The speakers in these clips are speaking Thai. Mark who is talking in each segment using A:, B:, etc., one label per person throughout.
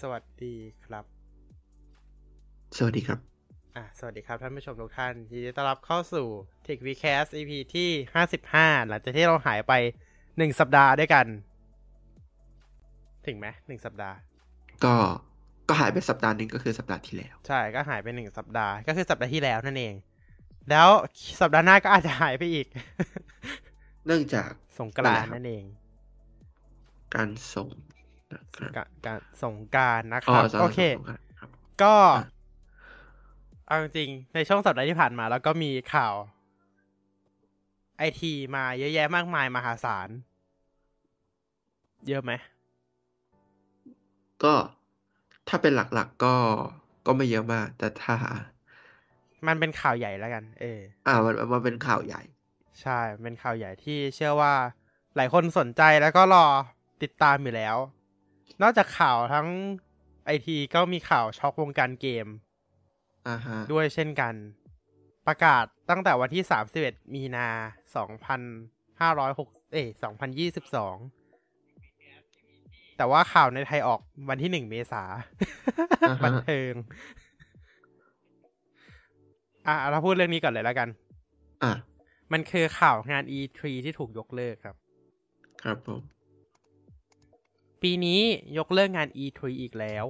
A: สวัสดีครับ
B: สวัสดีครับ
A: อ่ะสวัสดีครับท่านผู้ชมทุกท่านยินดีต้อนรับเข้าสู่ Tech Vcast EP ที่ห้าสิบห้าหลังจากที่เราหายไปหนึ่งสัปดาห์ด้วยกัน ถึงไหมหนึ่งสัปดาห์
B: ก็ก็หายไปสัปดาห์หนึ่งก็คือสัปดาห์ที่แล้ว
A: ใช่ก็หายไปหนึ่งสัปดาห์ก็คือสัปดาห์ที่แล้วนั่นเอง แล้วสัปดาห์หน้าก็อาจจะหายไปอีก
B: เนื่องจาก
A: สงกรานต์
B: นั่นแหละครับ
A: นั่นเอง
B: การส่งนะครับ
A: กะการสงกรารนะค
B: อ๋อ
A: รับ
B: สำหรับ
A: โอเค
B: สงกรานต์ครับ
A: ก็
B: อ่ะ
A: เอาจริงๆในช่วงสัปดาห์ที่ผ่านมา แล้วก็มีข่าวไอทีมาเยอะแยะมากมายมหาศาล เยอะไหม
B: ก็ถ้าเป็นหลักๆก็ก็ไม่เยอะมาก แต่ถ้า
A: มันเป็นข่าวใหญ่แล้วกัน เออ
B: อ่ามันมันเป็นข่าวใหญ่
A: ใช่มันเป็นข่าวใหญ่ที่เชื่อว่าหลายคนสนใจแล้วก็รอติดตามอยู่แล้ว นอกจากข่าวทั้งไอทีก็มีข่าวช็อกวงการเกม
B: อ่าฮะ
A: ด้วยเช่นกัน ประกาศตั้งแต่วันที่ 31 มีนา 2,506 เอ้ย2,022 แต่ว่าข่าวในไทยออกวันที่ 1 เมษา
B: อ่า
A: บัน
B: ฮะ
A: เทิง อ่ะเราพูดเรื่องนี้ก่อนเลยแล้วกัน
B: อ่ะ
A: มันคือข่าวงาน E3 ที่ถูกยกเลิกครับ
B: ครับผม
A: ปีนี้ยกเลิกงาน E3 อีกแล้ว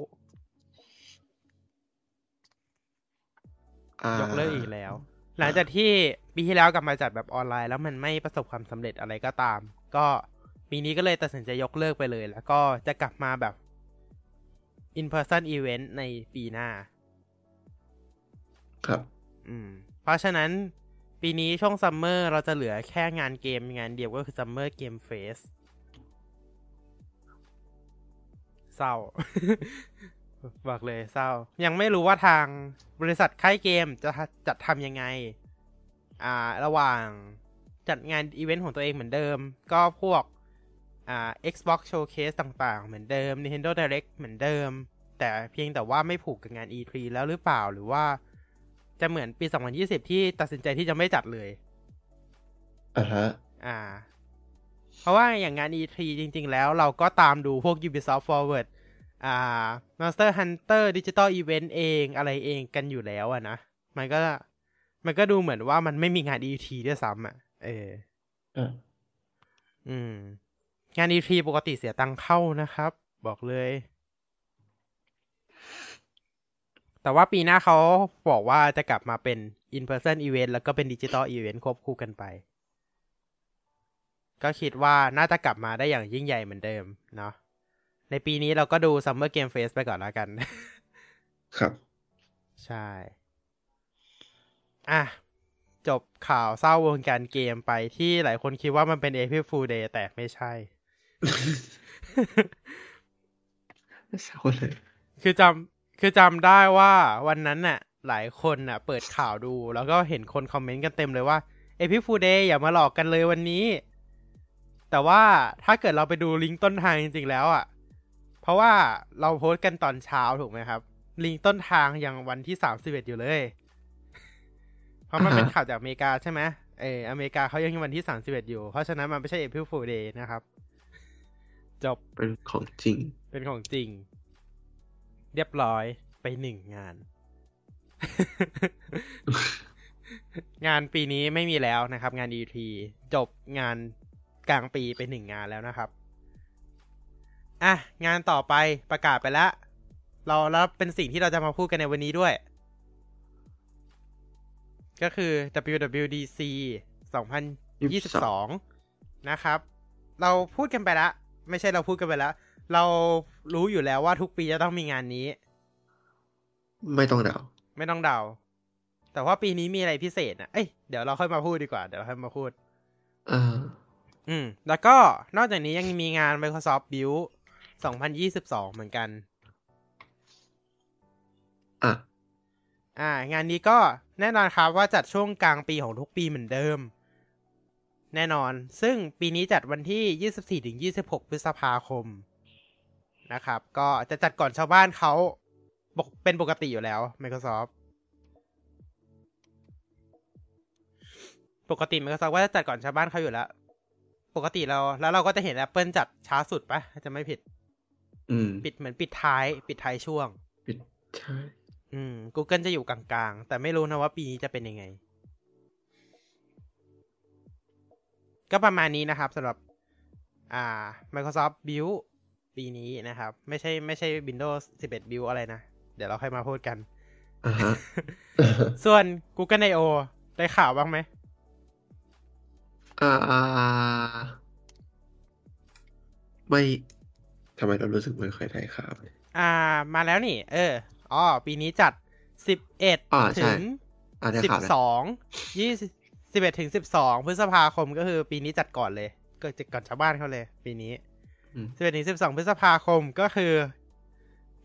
B: อ่าย ย
A: กเลิกอีกแล้ว หลังจากที่ปีที่แล้วกลับมาจัดแบบออนไลน์แล้วมันไม่ประสบความสำเร็จอะไรก็ตาม ก็ปีนี้ก็เลยตัดสินใจยกเลิกไปเลย แล้วก็จะกลับมาแบบ in person event ในปีหน้า
B: ครับ
A: อืม เพราะฉะนั้นปีนี้ช่วงซัมเมอร์เราจะเหลือแค่งานเกมงานเดียวก็คือซัมเมอร์เกมเฟสเศร้า บอกเลยเศร้า ยังไม่รู้ว่าทางบริษัทค่ายเกมจะจัดทำยังไง อ่า ระหว่างจัดงานอีเวนต์ของตัวเองเหมือนเดิม ก็พวก อ่า Xbox Showcase ต่างๆ เหมือนเดิม Nintendo Direct เหมือนเดิม แต่เพียงแต่ว่าไม่ผูกกับงาน E3 แล้วหรือเปล่าหรือว่า จะเหมือนปี 2020 ที่ตัดสินใจที่จะไม่จัดเลย
B: อ่าฮะ
A: อ่า เพราะว่าอย่างงาน E3 จริง ๆ แล้วเราก็ตามดูพวก Ubisoft Forward อ่า Monster Hunter Digital Event เองอะไรเองกันอยู่แล้วอะนะ มันก็ มันก็ดูเหมือนว่ามันไม่มีงาน E3 ด้วยซ้ำอะเออ
B: อ่ะ
A: อืม งาน E3 ปกติเสียตังค์เข้านะครับ บอกเลย แต่ว่าปีหน้าเขาบอกว่าจะกลับมาเป็น in-person event แล้วก็เป็น digital event ควบคู่กันไป ก็คิดว่าน่าจะกลับมาได้อย่างยิ่งใหญ่เหมือนเดิมเนาะ ในปีนี้เราก็ดู Summer Game Fest ไปก่อนแล้วกัน
B: ครับ
A: ใช่ อ่ะ จบข่าวเศร้าวงการเกมไปที่หลายคนคิดว่ามันเป็น April Fool Day แต่ไม่ใช่
B: เศร้าเลย
A: คือจำคือจำได้ว่าวันนั้นน่ะ หลายคนน่ะ เปิดข่าวดู แล้วก็เห็นคนคอมเมนต์กันเต็มเลยว่าเอพิฟูเดย์อย่ามาหลอกกันเลยวันนี้ แต่ว่าถ้าเกิดเราไปดูลิงก์ต้นทางจริงๆแล้วอ่ะ เพราะว่าเราโพสต์กันตอนเช้าถูกไหมครับ ลิงก์ต้นทางยังวันที่สามสิบเอ็ดอยู่เลย เพราะมันเป็นข่าวจากอเมริกาใช่ไหมเอออเมริกาเขายังวันที่สามสิบเอ็ดอยู่ เพราะฉะนั้นมันไม่ใช่เอพิฟูเดย์นะครับ จบ
B: เป็นของจริง
A: เป็นของจริง เรียบร้อยไปหนึ่งงาน งานปีนี้ไม่มีแล้วนะครับ งาน E3 จบงานกลางปีไปหนึ่งงานแล้วนะครับ อ่ะ งานต่อไปประกาศไปแล้ว เราแล้วเป็นสิ่งที่เราจะมาพูดกันในวันนี้ด้วย ก็คือ WWDC 2022 นะครับ เราพูดกันไปแล้ว ไม่ใช่เราพูดกันไปแล้ว เรารู้อยู่แล้วว่าทุกปีจะต้องมีงานนี้
B: ไม่ต้องเดา
A: ไม่ต้องเดา แต่ว่าปีนี้มีอะไรพิเศษนะเอ้ย เดี๋ยวเราค่อยมาพูดดีกว่า เดี๋ยวเราค่อยมาพูด
B: อ่า
A: อืม แล้วก็นอกจากนี้ยังมีงาน Microsoft Build 2022 เหมือนกัน
B: อ่ะ
A: อ่า งานนี้ก็แน่นอนครับว่าจัดช่วงกลางปีของทุกปีเหมือนเดิม แน่นอน ซึ่งปีนี้จัดวันที่ 24-26 พฤษภาคม นะครับ ก็จะจัดก่อนชาวบ้านเขาปกเป็นปกติอยู่แล้ว Microsoft ปกติ Microsoft ก็จะจัดก่อนชาวบ้านเขาอยู่แล้ว ปกติเราแล้วเราก็จะเห็น Apple จัดช้าสุดปะถ้าจะไม่ผิด
B: อืม
A: ปิดเหมือนปิดท้าย ปิดท้ายช่วง
B: ปิดใช่
A: อืม Google จะอยู่กลางๆ แต่ไม่รู้นะว่าปีนี้จะเป็นยังไง ก็ประมาณนี้นะครับสำหรับอ่า Microsoft Build ปีนี้นะครับ ไม่ใช่ไม่ใช่ Windows 11 Build อะไรนะ เดี๋ยวเราค่อยมาพูดกัน
B: อ่าฮะ
A: ส่วน Google I.O. ได้ข่าวบ้างไหม
B: อ่าไม่ทำไมเรารู้สึกไม่ค่อยได้ครับ
A: อ่า มาแล้วนี่ เอออ๋อปีนี้จัด
B: อ่า
A: 11
B: ใช่
A: ถึง
B: อ่าได้
A: สิบ
B: ข่าวแล้ว
A: สองยี่สิบเอ็ดถึงสิบสองพฤษภาคมก็คือปีนี้จัดก่อนเลยก็จะก่อนชาวบ้านเขาเลย ปีนี้
B: อืม
A: สิบเอ็ดถึงสิบสองพฤษภาคมก็คือ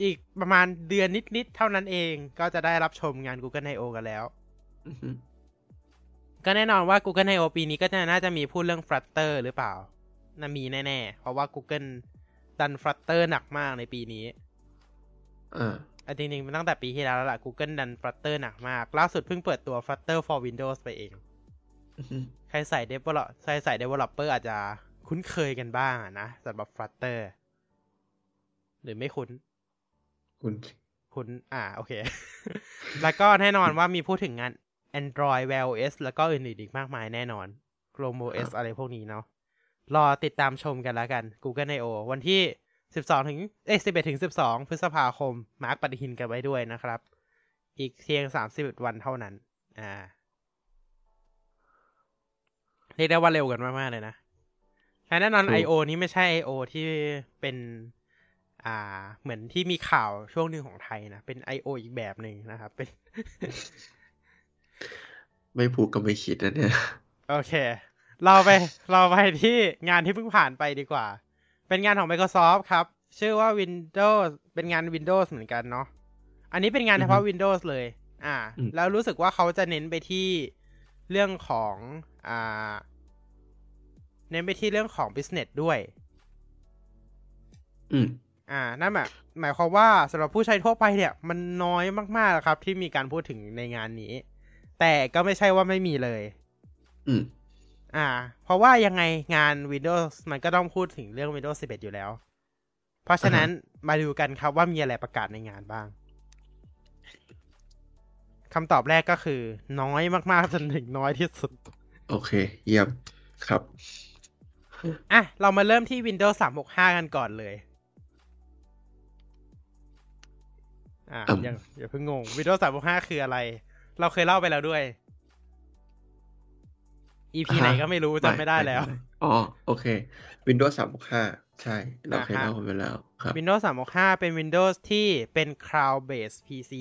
A: อีกประมาณเดือนนิด ๆ เท่านั้นเองก็จะได้รับชมงาน Google I.O. กันแล้ว
B: อือฮึ
A: ก็แน่นอนว่า Google I.O. ปีนี้ก็น่าจะมีพูดเรื่อง Flutter หรือเปล่าน่ามีแน่ ๆ เพราะว่า Google ดัน Flutter หนักมากในปีนี้
B: อ่า
A: อันจริงๆมันตั้งแต่ปีที่แล้วแล้วล่ะ Google ดัน Flutter หนักมาก ล่าสุดเพิ่งเปิดตัว Flutter for Windows ไปเอง
B: อือฮึ
A: ใครใส่ develop ใครใส่ developer อาจจะคุ้นเคยกันบ้างอะนะสำหรับ Flutter หรือไม่คุ้น
B: คุณ
A: คุ้น อ่า โอเค แล้วก็แน่นอนว่ามีพูดถึงงาน Android Wear OS แล้วก็อื่นๆอีกมากมายแน่นอน Chrome OS อะไรพวกนี้เนาะ รอติดตามชมกันแล้วกัน Google I.O. วันที่ 12 ถึง เอ้ย11 ถึง 12 พฤษภาคม มาร์กปฏิทินกันไว้ด้วยนะครับ อีกเพียง 31 วันเท่านั้น อ่า เรียกได้ว่าเร็วกันมาก ๆ เลยนะแต่แน่นอน I.O. นี้ไม่ใช่ I.O. ที่เป็น อ่า เหมือนที่มีข่าวช่วงหนึ่งของไทยนะ เป็น I.O. อีกแบบหนึ่งนะครับ เป็น
B: ไม่ผูกก็ไม่คิดนะเนี่ย
A: โอเค เราไป เราไปที่งานที่เพิ่งผ่านไปดีกว่า เป็นงานของ Microsoft ครับ ชื่อว่า Windows เป็นงาน Windows เหมือนกันเนาะ อันนี้เป็นงานเฉพาะ
B: อือฮึ
A: Windows เลย อ่า
B: อืม
A: แล้วรู้สึกว่าเขาจะเน้นไปที่เรื่องของ อ่า เน้นไปที่เรื่องของ Business ด้วย
B: อืม
A: อ่า นั่นหมายหมายความว่าสำหรับผู้ใช้ทั่วไปเนี่ย มันน้อยมากๆแล้วครับ ที่มีการพูดถึงในงานนี้ แต่ก็ไม่ใช่ว่าไม่มีเลย
B: อืม
A: อ่า เพราะว่ายังไงงาน Windows มันก็ต้องพูดถึงเรื่อง Windows 11 อยู่แล้ว เพราะฉะนั้นมาดูกันครับว่ามีอะไรประกาศในงานบ้างคำตอบแรกก็คือ น้อยมากๆจนถึงน้อยที่สุด
B: โอเค เยี่ยมครับ
A: อ่ะ เรามาเริ่มที่ Windows 365 กันก่อนเลย อ่า
B: อืม
A: อย่าอย่าเพิ่งงง Windows 365 คืออะไร เราเคยเล่าไปแล้วด้วย EP ไหนก็ไม่รู้จำไม่ได้แล้ว
B: อ๋อ โอเค Windows 365 ใช่ เราเคยเล่ากันไปแล้วครับ
A: Windows 365 เป็น Windows ที่เป็น Cloud based PC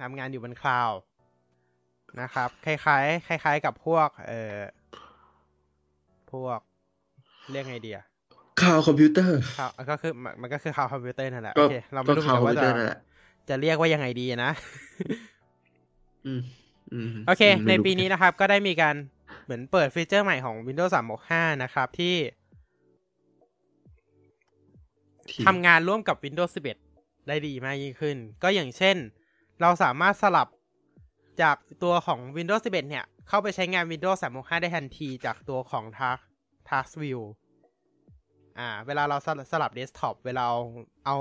A: ทำงานอยู่บน Cloud นะครับ คล้ายๆ คล้าย ๆ กับพวก เอ่อ พวก เรียกไงดีอะ
B: ข่าวคอมพิวเตอร์
A: คาวก็คือมันมันก็คือ Cloud Computer นั่นแหละ
B: ก็
A: โอเค เรา
B: ก็
A: ไม่รู้เหมือกั
B: ข่าวนคอน ม
A: ว่า
B: พิวเต
A: จะ
B: อร์นั่นแหละ
A: จะเรียกว่ายังไงดีนะ
B: อืม อืม
A: โอเค ใน
B: ไม่รู้
A: ปีนี้นะครับ ก็ได้มีการเหมือนเปิดฟีเจอร์ใหม่ของ Windows 365 นะครับที่
B: ที่
A: ทำงานร่วมกับ Windows 11 ได้ดีมากยิ่งขึ้น ก็อย่างเช่น เราสามารถสลับจากตัวของ Windows 11 เนี่ย เข้าไปใช้งาน Windows 365 ได้ทันทีจากตัวของ Task Task View อ่า เวลาเราสลับสลับ Desktop เวลาเอาเอา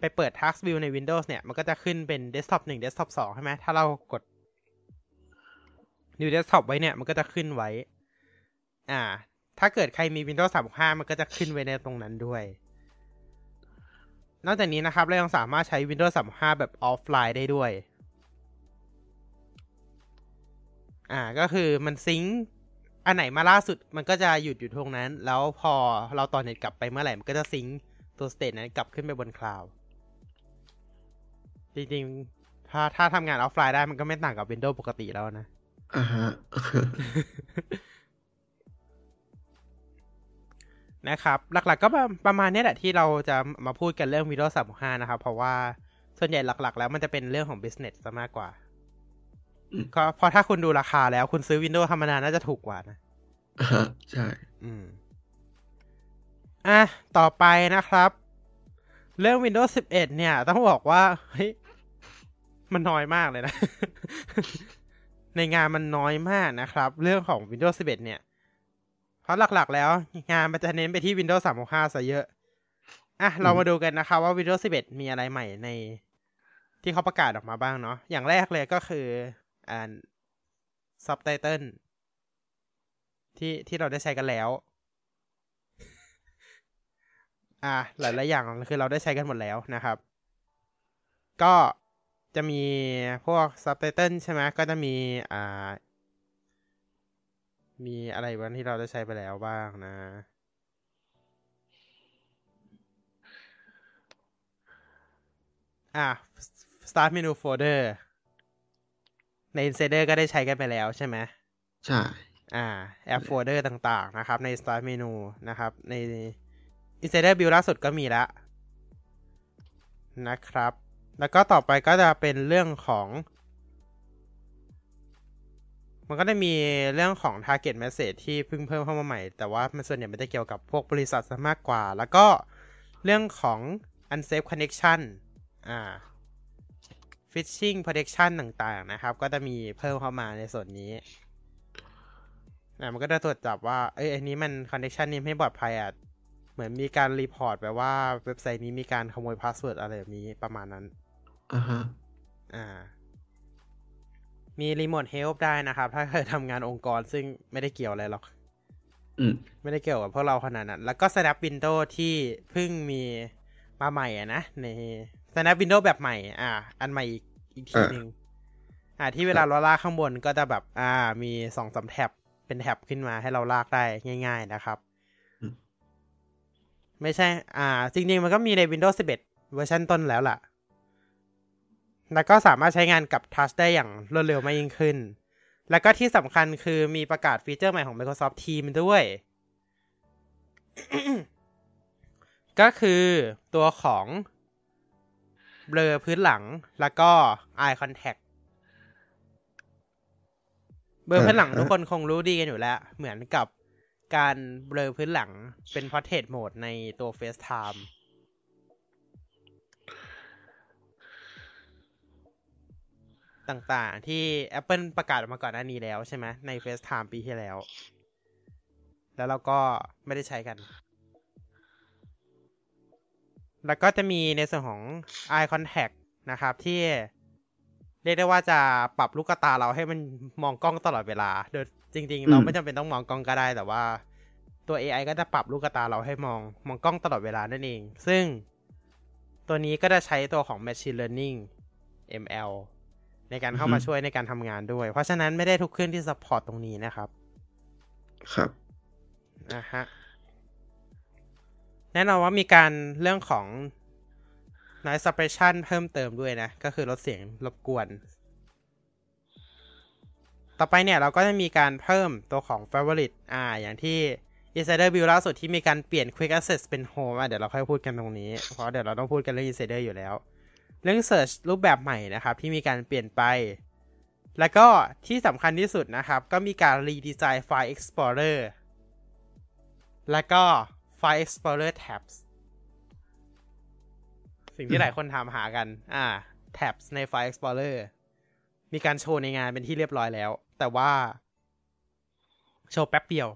A: ไปเปิด Task View ใน Windows เนี่ย มันก็จะขึ้นเป็น Desktop 1 Desktop 2 ใช่ไหม ถ้าเรากด New Desktop ไว้เนี่ย มันก็จะขึ้นไว้ อ่า ถ้าเกิดใครมี Windows 365 มันก็จะขึ้นไว้ในตรงนั้นด้วย นอกจากนี้นะครับเรายังสามารถใช้ Windows 35 แบบออฟไลน์ได้ด้วย อ่า ก็คือมันซิงค์อันไหนมาล่าสุดมันก็จะหยุดอยู่ตรงนั้น แล้วพอเราต่อเน็ตกลับไปเมื่อไหร่ มันก็จะซิงค์ตัวสเตทนั้นกลับขึ้นไปบนคลาวด์จริงๆ ถ้าถ้าทำงานออฟไลน์ได้มันก็ไม่ต่างกับ Windows ปกติแล้วนะ
B: อ่าฮะ
A: นะครับ หลักๆก็ประประมาณเนี้ยแหละที่เราจะมาพูดกันเรื่อง Windows 365 นะครับ เพราะว่าส่วนใหญ่หลักๆ แล้วมันจะเป็นเรื่องของ business ซะมากกว่า
B: อืม
A: ก็เพราะถ้าคุณดูราคาแล้วคุณซื้อ Windows ธรรมดาน่าจะถูกกว่านะ
B: อ่าฮะ ใช่
A: อืม อ่ะ ต่อไปนะครับ เรื่อง Windows 11 เนี่ย ต้องบอกว่า เฮ้ย มันน้อยมากเลยนะ ในงานมันน้อยมากนะครับ เรื่องของ Windows 11 เนี่ย เพราะหลักๆ แล้ว งานมันจะเน้นไปที่ Windows 365ซะเยอะ อ่ะเรา
B: อืม
A: มาดูกันนะคะว่า Windows 11 มีอะไรใหม่ใน ที่เขาประกาศออกมาบ้างเนาะอย่างแรกเลยก็คืออ่านซับไตเติลที่ที่เราได้ใช้กันแล้ว อ่ะหลายๆอย่างคือเราได้ใช้กันหมดแล้วนะครับ ก็จะมีพวกซับไตเติลใช่ไหมก็จะมีอ่า มีอะไรบ้างที่เราได้ใช้ไปแล้วบ้างนะ อ่ะ start menu folder ใน insider ก็ได้ใช้กันไปแล้วใช่ไหม
B: ใช่
A: อ่า แอปโฟลเดอร์ต่างๆ นะครับ ใน start menu นะครับ ใน insider build ล่าสุดก็มีแล้วนะครับ แล้วก็ต่อไปก็จะเป็นเรื่องของ มันก็จะมีเรื่องของ target message ที่เพิ่งเพิ่มเข้ามาใหม่ แต่ว่ามันส่วนใหญ่มันจะเกี่ยวกับพวกบริษัทซะมากกว่า แล้วก็เรื่องของ unsafe connection อ่า phishing protection ต่างๆ นะครับ ก็จะมีเพิ่มเข้ามาในส่วนนี้ อ่ะมันก็จะตรวจจับว่า เอ้ย อันนี้มันคอนเน t ชันนี้ไม่ปลอดภัยอ่ะ เหมือนมีการรีพอร์ตแบบว่าเว็บไซต์นี้มีการขโมยพาสเวิร์ดอะไรแบบนี้ประมาณนั้น
B: อ่าฮะ
A: อ่า มีรีโมทเฮลป์ได้นะครับ ถ้าเคยทำงานองค์กรซึ่งไม่ได้เกี่ยวอะไรหรอก
B: อืม
A: ไม่ได้เกี่ยวกับพวกเราขนาดนั้น แล้วก็ Snap Window ที่เพิ่งมีมาใหม่อะนะ ใน Snap Window แบบใหม่ อ่า อันใหม่อีกอีกที
B: อ่า
A: หนึ่งอ่า ที่เวลาเราลากข้างบนก็จะแบบ อ่า มีสองสามแท็บ เป็นแท็บขึ้นมาให้เราลากได้ง่าย ๆนะครับ ไม่ใช่ อ่า จริง ๆ มันก็มีใน Windows 11 เวอร์ชันต้นแล้วล่ะ แล้วก็สามารถใช้งานกับ Touch ได้อย่างรวดเร็วมากยิ่งขึ้น แล้วก็ที่สำคัญคือมีประกาศฟีเจอร์ใหม่ของ Microsoft Teams ด้วย ก็คือตัวของเบลอพื้นหลังแล้วก็ Eye Contact เบลอพื้นหลังทุกคนคงรู้ดีกันอยู่แล้ว เหมือนกับการเบลอพื้นหลังเป็น Portrait Mode ในตัว FaceTime ต่างๆ ที่ Apple ประกาศออกมาก่อนหน้านี้แล้วใช่ไหมใน FaceTime ปีที่แล้ว แล้วเราก็ไม่ได้ใช้กัน แล้วก็จะมีในส่วนของ Eye Contact นะครับ ที่เรียกได้ว่าจะปรับลูกตาเราให้มันมองกล้องตลอดเวลา โดยจริง ๆ เรา
B: อืม
A: ไม่จำเป็นต้องมองกล้องก็ได้ แต่ว่าตัว AI ก็จะปรับลูกตาเราให้มองมองกล้องตลอดเวลานั่นเอง ซึ่งตัวนี้ก็จะใช้ตัวของ Machine Learning ML ในการเข้ามา
B: อือฮึ
A: ช่วยในการทำงานด้วย เพราะฉะนั้นไม่ได้ทุกเครื่องที่สปอร์ตตรงนี้นะครับ
B: ครับ
A: นะฮะแน่นอนว่ามีการเรื่องของ noise suppression เพิ่มเติมด้วยนะ ก็คือลดเสียงรบกวน ต่อไปเนี่ยเราก็จะมีการเพิ่มตัวของ favorite อ่า อย่างที่ insider build ล่าสุดที่มีการเปลี่ยน quick access เป็น home อ่ะเดี๋ยวเราค่อยพูดกันตรงนี้ เพราะเดี๋ยวเราต้องพูดกันเรื่อง insider อยู่แล้ว เรื่อง search รูปแบบใหม่นะครับ ที่มีการเปลี่ยนไป แล้วก็ที่สำคัญที่สุดนะครับ ก็มีการรีดีไซน์ไฟล์ explorer แล้วก็ File Explorer Tabs สิ่งที่
B: อืม
A: หลายคนถามหากัน อ่า Tabs ใน File Explorer มีการโชว์ในงานเป็นที่เรียบร้อยแล้ว แต่ว่า โชว์แป๊บเดียว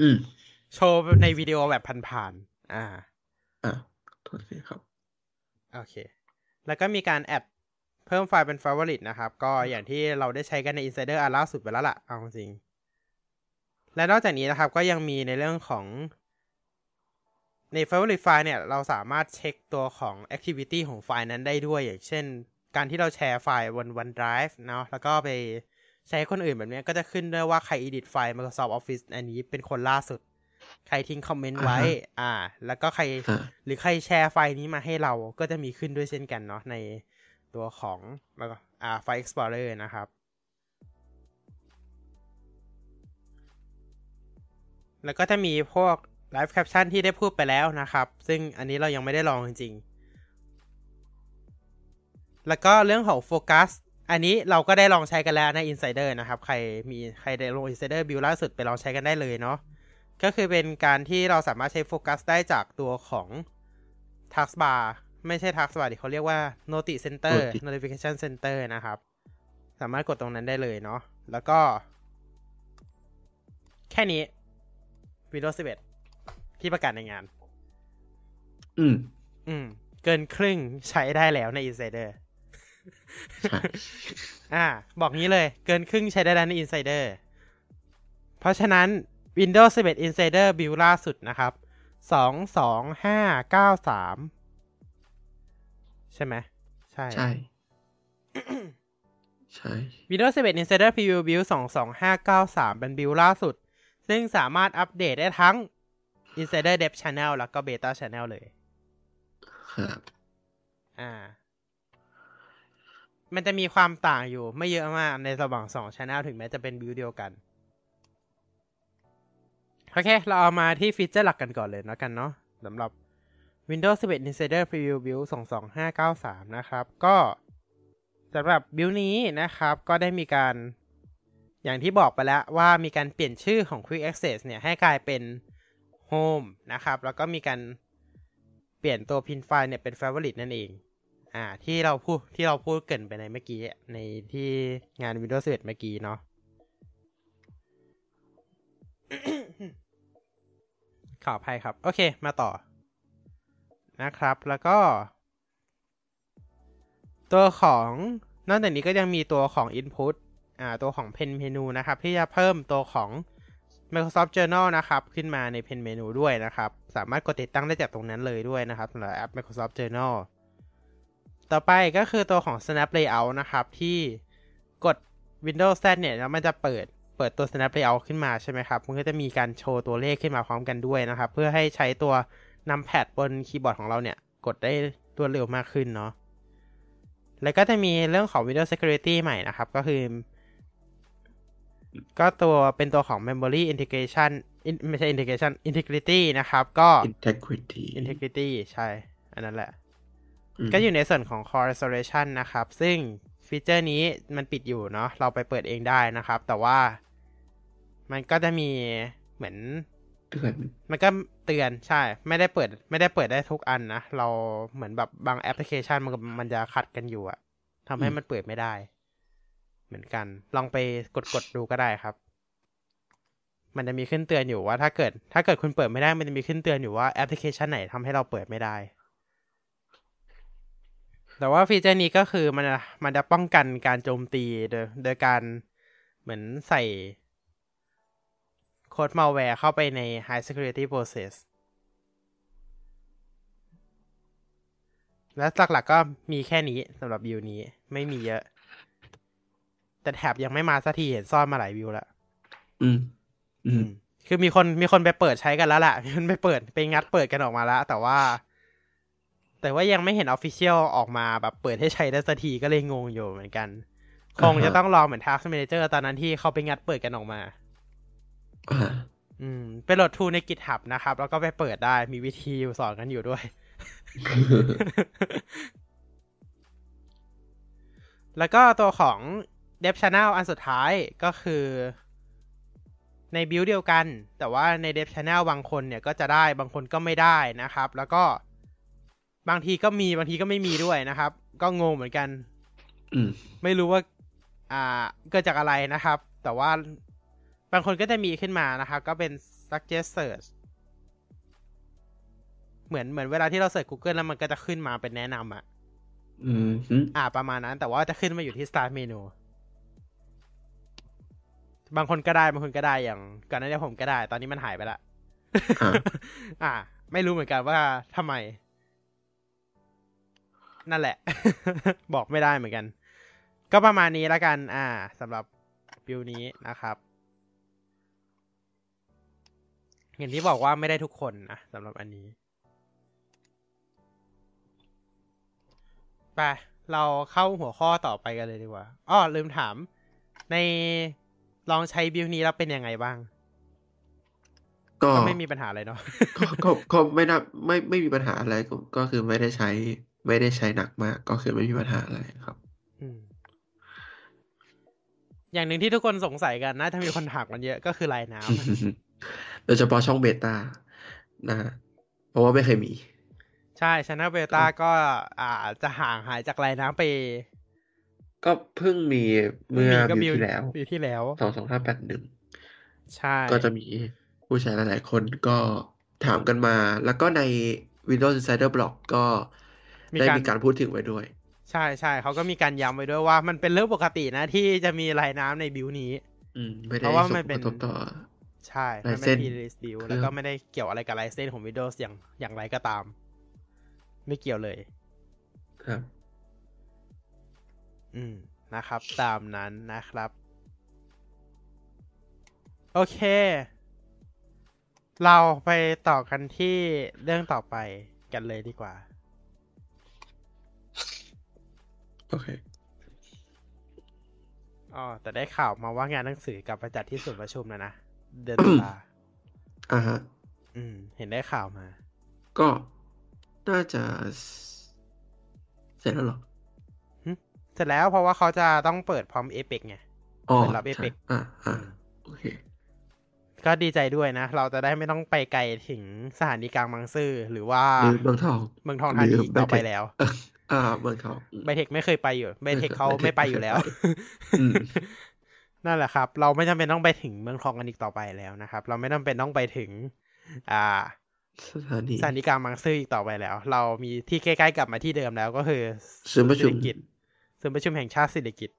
B: อืม
A: โชว์ในวิดีโอแบบผ่านๆ อ่า
B: อ่ะโทษทีครับ
A: โอเค แล้วก็มีการแอดเพิ่มไฟล์เป็น favorite นะครับ ก็อย่างที่เราได้ใช้กันใน insider อันล่าสุดไปแล้วล่ะ เอาจริง และนอกจากนี้นะครับ ก็ยังมีในเรื่องของ ใน favorite file เนี่ย เราสามารถเช็คตัวของ activity ของไฟล์นั้นได้ด้วย อย่างเช่น การที่เราแชร์ไฟล์บน OneDrive เนาะ แล้วก็ไปแชร์ให้คนอื่นแบบเนี้ยก็จะขึ้นด้วยว่าใคร edit ไฟล์ Microsoft Office อันนี้เป็นคนล่าสุด ใครทิ้งคอมเมนต์ไว้
B: อ่า
A: อ่า
B: ฮะ
A: แล้วก็ใคร
B: อ่า
A: หรือใครแชร์ไฟล์นี้มาให้เราก็จะมีขึ้นด้วยเช่นกันเนาะในตัวของอ่าไฟล์ Explorer นะครับ แล้วก็จะมีพวก Live Caption ที่ได้พูดไปแล้วนะครับ ซึ่งอันนี้เรายังไม่ได้ลองจริงๆ แล้วก็เรื่องของโฟกัสอันนี้เราก็ได้ลองใช้กันแล้วใน Insider นะครับ ใครมีใครได้ลง Insider Build ล่าสุดไปลองใช้กันได้เลยเนาะ ก็คือเป็นการที่เราสามารถใช้โฟกัสได้จากตัวของ Taskbar ไม่ใช่ Taskbar ดิเขาเรียกว่า Noti Center Notification Center นะครับ สามารถกดตรงนั้นได้เลยเนาะ แล้วก็ แค่นี้ Windows 11 ที่ประกาศในงาน
B: อืม
A: อืม เกินครึ่งใช้ได้แล้วใน Insider
B: ใช่
A: อ่า บอกงี้เลย เกินครึ่งใช้ได้แล้วใน Insider เพราะฉะนั้น Windows 11 Insider Build ล่าสุดนะครับสองสองห้าเก้าสามใช่ไหมใช่
B: ใช่ ใช่
A: Windows 11 Insider Preview Build 22593 เป็นบิลล่าสุด ซึ่งสามารถอัปเดตได้ทั้ง Insider Dev Channel แล้วก็ Beta Channel เลย
B: ครับ
A: อ่า มันจะมีความต่างอยู่ไม่เยอะมากในระหว่างสอง Channel ถึงแม้จะเป็นบิลเดียวกัน โอเค เราเอามาที่ฟีเจอร์หลักกันก่อนเลยแล้วกันเนาะสำหรับ Windows 11 Insider Preview Build 22593 นะครับ ก็สำหรับบิลนี้นะครับ ก็ได้มีการ อย่างที่บอกไปแล้วว่ามีการเปลี่ยนชื่อของ Quick Access เนี่ยให้กลายเป็น Home นะครับ แล้วก็มีการเปลี่ยนตัวพินไฟล์เนี่ยเป็น Favorite นั่นเอง อ่า ที่เราพูดที่เราพูดเกรินไปในเมื่อกี้ ในที่งาน Windows 11 เมื่อกี้เนาะ ขออภัยครับ โอเค มาต่อ นะครับ แล้วก็ ตัวของนอกจากนี้ก็ยังมีตัวของ Input อ่า ตัวของ Pen Menu นะครับ ที่จะเพิ่มตัวของ Microsoft Journal นะครับ ขึ้นมาใน Pen Menu ด้วยนะครับ สามารถกดติดตั้งได้จากตรงนั้นเลยด้วยนะครับสำหรับแอป Microsoft Journal ต่อไปก็คือตัวของ Snap Layout นะครับ ที่กด Windows 10เนี่ยแล้วมันจะเปิดเปิดตัว Snap Layout ขึ้นมาใช่ไหมครับ มันก็จะมีการโชว์ตัวเลขขึ้นมาพร้อมกันด้วยนะครับ เพื่อให้ใช้ตัวนำแพดบนคีย์บอร์ดของเราเนี่ย กดได้รวดเร็วมากขึ้นเนาะ แล้วก็จะมีเรื่องของ Windows Security ใหม่นะครับ ก็คือ ก็ตัวเป็นตัวของ Memory Integration in- ไม่ใช่ Integration Integrity นะครับ ก็
B: integrity
A: Integrity ใช่ อันนั้นแหละ
B: ม
A: ก็อยู่ในส่วนของ Core Restoration นะครับ ซึ่งฟีเจอร์นี้มันปิดอยู่เนาะ เราไปเปิดเองได้นะครับ แต่ว่ามันก็จะมีเหมือน
B: เตือน
A: มันก็เตือนใช่ ไม่ได้เปิด ไม่ได้เปิดได้ทุกอันนะ เราเหมือนแบบบางแอปพลิเคชันมันก็มันจะขัดกันอยู่อะทำให้มันเปิดไม่ได้ เหมือนกัน ลองไปกดกดดูก็ได้ครับ มันจะมีขึ้นเตือนอยู่ว่า ถ้าเกิด ถ้าเกิดคุณเปิดไม่ได้ มันจะมีขึ้นเตือนอยู่ว่าแอปพลิเคชันไหนทำให้เราเปิดไม่ได้ แต่ว่าฟีเจอร์นี้ก็คือมันจะมันจะป้องกันการโจมตีโดยโดยการเหมือนใส่ โค้ดมาแวร์เข้าไปใน High Security Process และหลักๆก็มีแค่นี้สำหรับวิวนี้ไม่มีเยอะ แต่แถบยังไม่มาสักทีเห็นซ่อนมาหลายวิวแล้ว
B: อืม อืม
A: คือมีคนมีคนไปเปิดใช้กันแล้วแหละ มีคนไปเปิดไปงัดเปิดกันออกมาแล้ว แต่ว่า แต่ว่ายังไม่เห็น Official ออกมาแบบเปิดให้ใช้ได้สักทีก็เลยงงอยู่เหมือนกัน คงจะต้องรอเหมือน Task Manager ตอนนั้นที่เขาไปงัดเปิดกันออกมา
B: อ่า
A: อืมเป็นโหลดทูใน GitHub นะครับ แล้วก็ไปเปิดได้มีวิธีอยู่สอนกันอยู่ด้วย แล้วก็ตัวของ Dev Channel อันสุดท้ายก็คือในบิลเดียวกัน แต่ว่าใน Dev Channel บางคนเนี่ยก็จะได้บางคนก็ไม่ได้นะครับ แล้วก็บางทีก็มีบางทีก็ไม่มีด้วยนะครับ ก็งงเหมือนกัน
B: อืม
A: ไม่รู้ว่า อ่า เกิดจากอะไรนะครับ แต่ว่าบางคนก็จะมีขึ้นมานะครับ ก็เป็น suggest search เหมือนเหมือนเวลาที่เราเสิร์ช Google แล้วมันก็จะขึ้นมาเป็นแนะนำอะ
B: อืมฮึ
A: อ่า ประมาณนั้น แต่ว่าจะขึ้นมาอยู่ที่ start menu บางคนก็ได้ บางคนก็ได้ อย่างก่อนหน้านี้ผมก็ได้ ตอนนี้มันหายไปละ
B: อ่า
A: อ่า ไม่รู้เหมือนกันว่าทำไม นั่นแหละ บอกไม่ได้เหมือนกัน ก็ประมาณนี้แล้วกัน อ่าสำหรับวิวนี้นะครับอย่างที่บอกว่าไม่ได้ทุกคนนะสำหรับอันนี้ ไปเราเข้าหัวข้อต่อไปกันเลยดีกว่าอ้อลืมถาม ในลองใช้บิวนี้แล้วเป็นยังไงบ้าง
B: ก็
A: ก็ไม่มีปัญหาอะไรเนาะ
B: ก็ก็ก็ไม่น่าไม่ไม่มีปัญหาอะไรก็ก็คือไม่ได้ใช้ ไม่ได้ใช้หนักมาก ก็คือไม่มีปัญหาอะไรครับ
A: อืมอย่างหนึ่งที่ทุกคนสงสัยกันน่าจะมีคนถามกันเยอะก็คือลายน้ำ
B: โดยเฉพาะช่องเบต้านะเพราะว่าไม่เคยมี
A: ใช่ชนะเบต้าก็อ่าจะห่างหายจากลายน้ำไป
B: ก็เพิ่งมีเมื่อ
A: ก็
B: ปีที่แล้ว
A: ปีที่แล้ว
B: สองสองห้าแปดหนึ่ง
A: ใช่
B: ก็จะมีผู้ใช้หลาย ๆ คนก็ถามกันมา แล้วก็ใน Windows Insider Block ก็
A: มี
B: ได้
A: การ
B: มีการพูดถึงไว้ด้วย
A: ใช่ใช่เขาก็มีการย้ำไว้ด้วยว่ามันเป็นเรื่องปกตินะที่จะมีลายน้ำในบิวนี้
B: อืม ไม่
A: เพ
B: ได้
A: ราะว่า
B: ส่ง
A: มัน
B: ผ
A: เป็น
B: ลกระทบต่อ
A: ใช่
B: ลาย
A: มันเป็
B: เส้
A: น
B: น
A: พีรีสบิว
B: เครื่อง
A: แล้วก็ไม่ได้เกี่ยวอะไรกับไลเซนของ Windows อย่างอย่างไรก็ตาม ไม่เกี่ยวเลย
B: ครับ
A: อืมนะครับ ตามนั้นนะครับ โอเค เราไปต่อกันที่เรื่องต่อไปกันเลยดีกว่า
B: โอเค
A: อ๋อ แต่ได้ข่าวมาว่างานหนังสือกลับมาจัดที่ศูนย์ประชุมแล้วนะ เดือนตุลา
B: อ่าฮะ
A: อืม เห็นได้ข่าวมา
B: ก็น่าจะสเสร็จแล้วเหรอ
A: เสร็จแล้วเพราะว่าเขาจะต้องเปิดพร้อมเอเปกไง
B: อ๋อ
A: เปิดรับ
B: ใช่
A: Apex
B: อ่าอ่าโอเค
A: ก็ดีใจด้วยนะ เราจะได้ไม่ต้องไปไกลถึงสถานีกลางบางซื่อหรือว่า
B: หรือเมืองทอง
A: เมืองทองธานี
B: หรือ
A: อีกต่อไป
B: ไบเทค
A: แล้ว
B: เอ่ออ่าเมืองทองอืม
A: ไบเทคไม่เคยไปอยู่ไบเทค
B: ไม่เคย
A: เขาไม่ไปอยู่แล้ว
B: ไม่เคยไปอืม
A: นั่นแหละครับ เราไม่จำเป็นต้องไปถึงเมืองทองกันอีกต่อไปแล้วนะครับ เราไม่จำเป็นต้องไปถึง อ่า
B: สถานี
A: สถานีกลางบางซื่ออีกต่อไปแล้ว เรามีที่ใกล้ๆกลับมาที่เดิมแล้วก็คือ
B: ศูนย์ประชุม
A: ศิริกิจศูนย์ประชุมแห่งชาติสิริกิต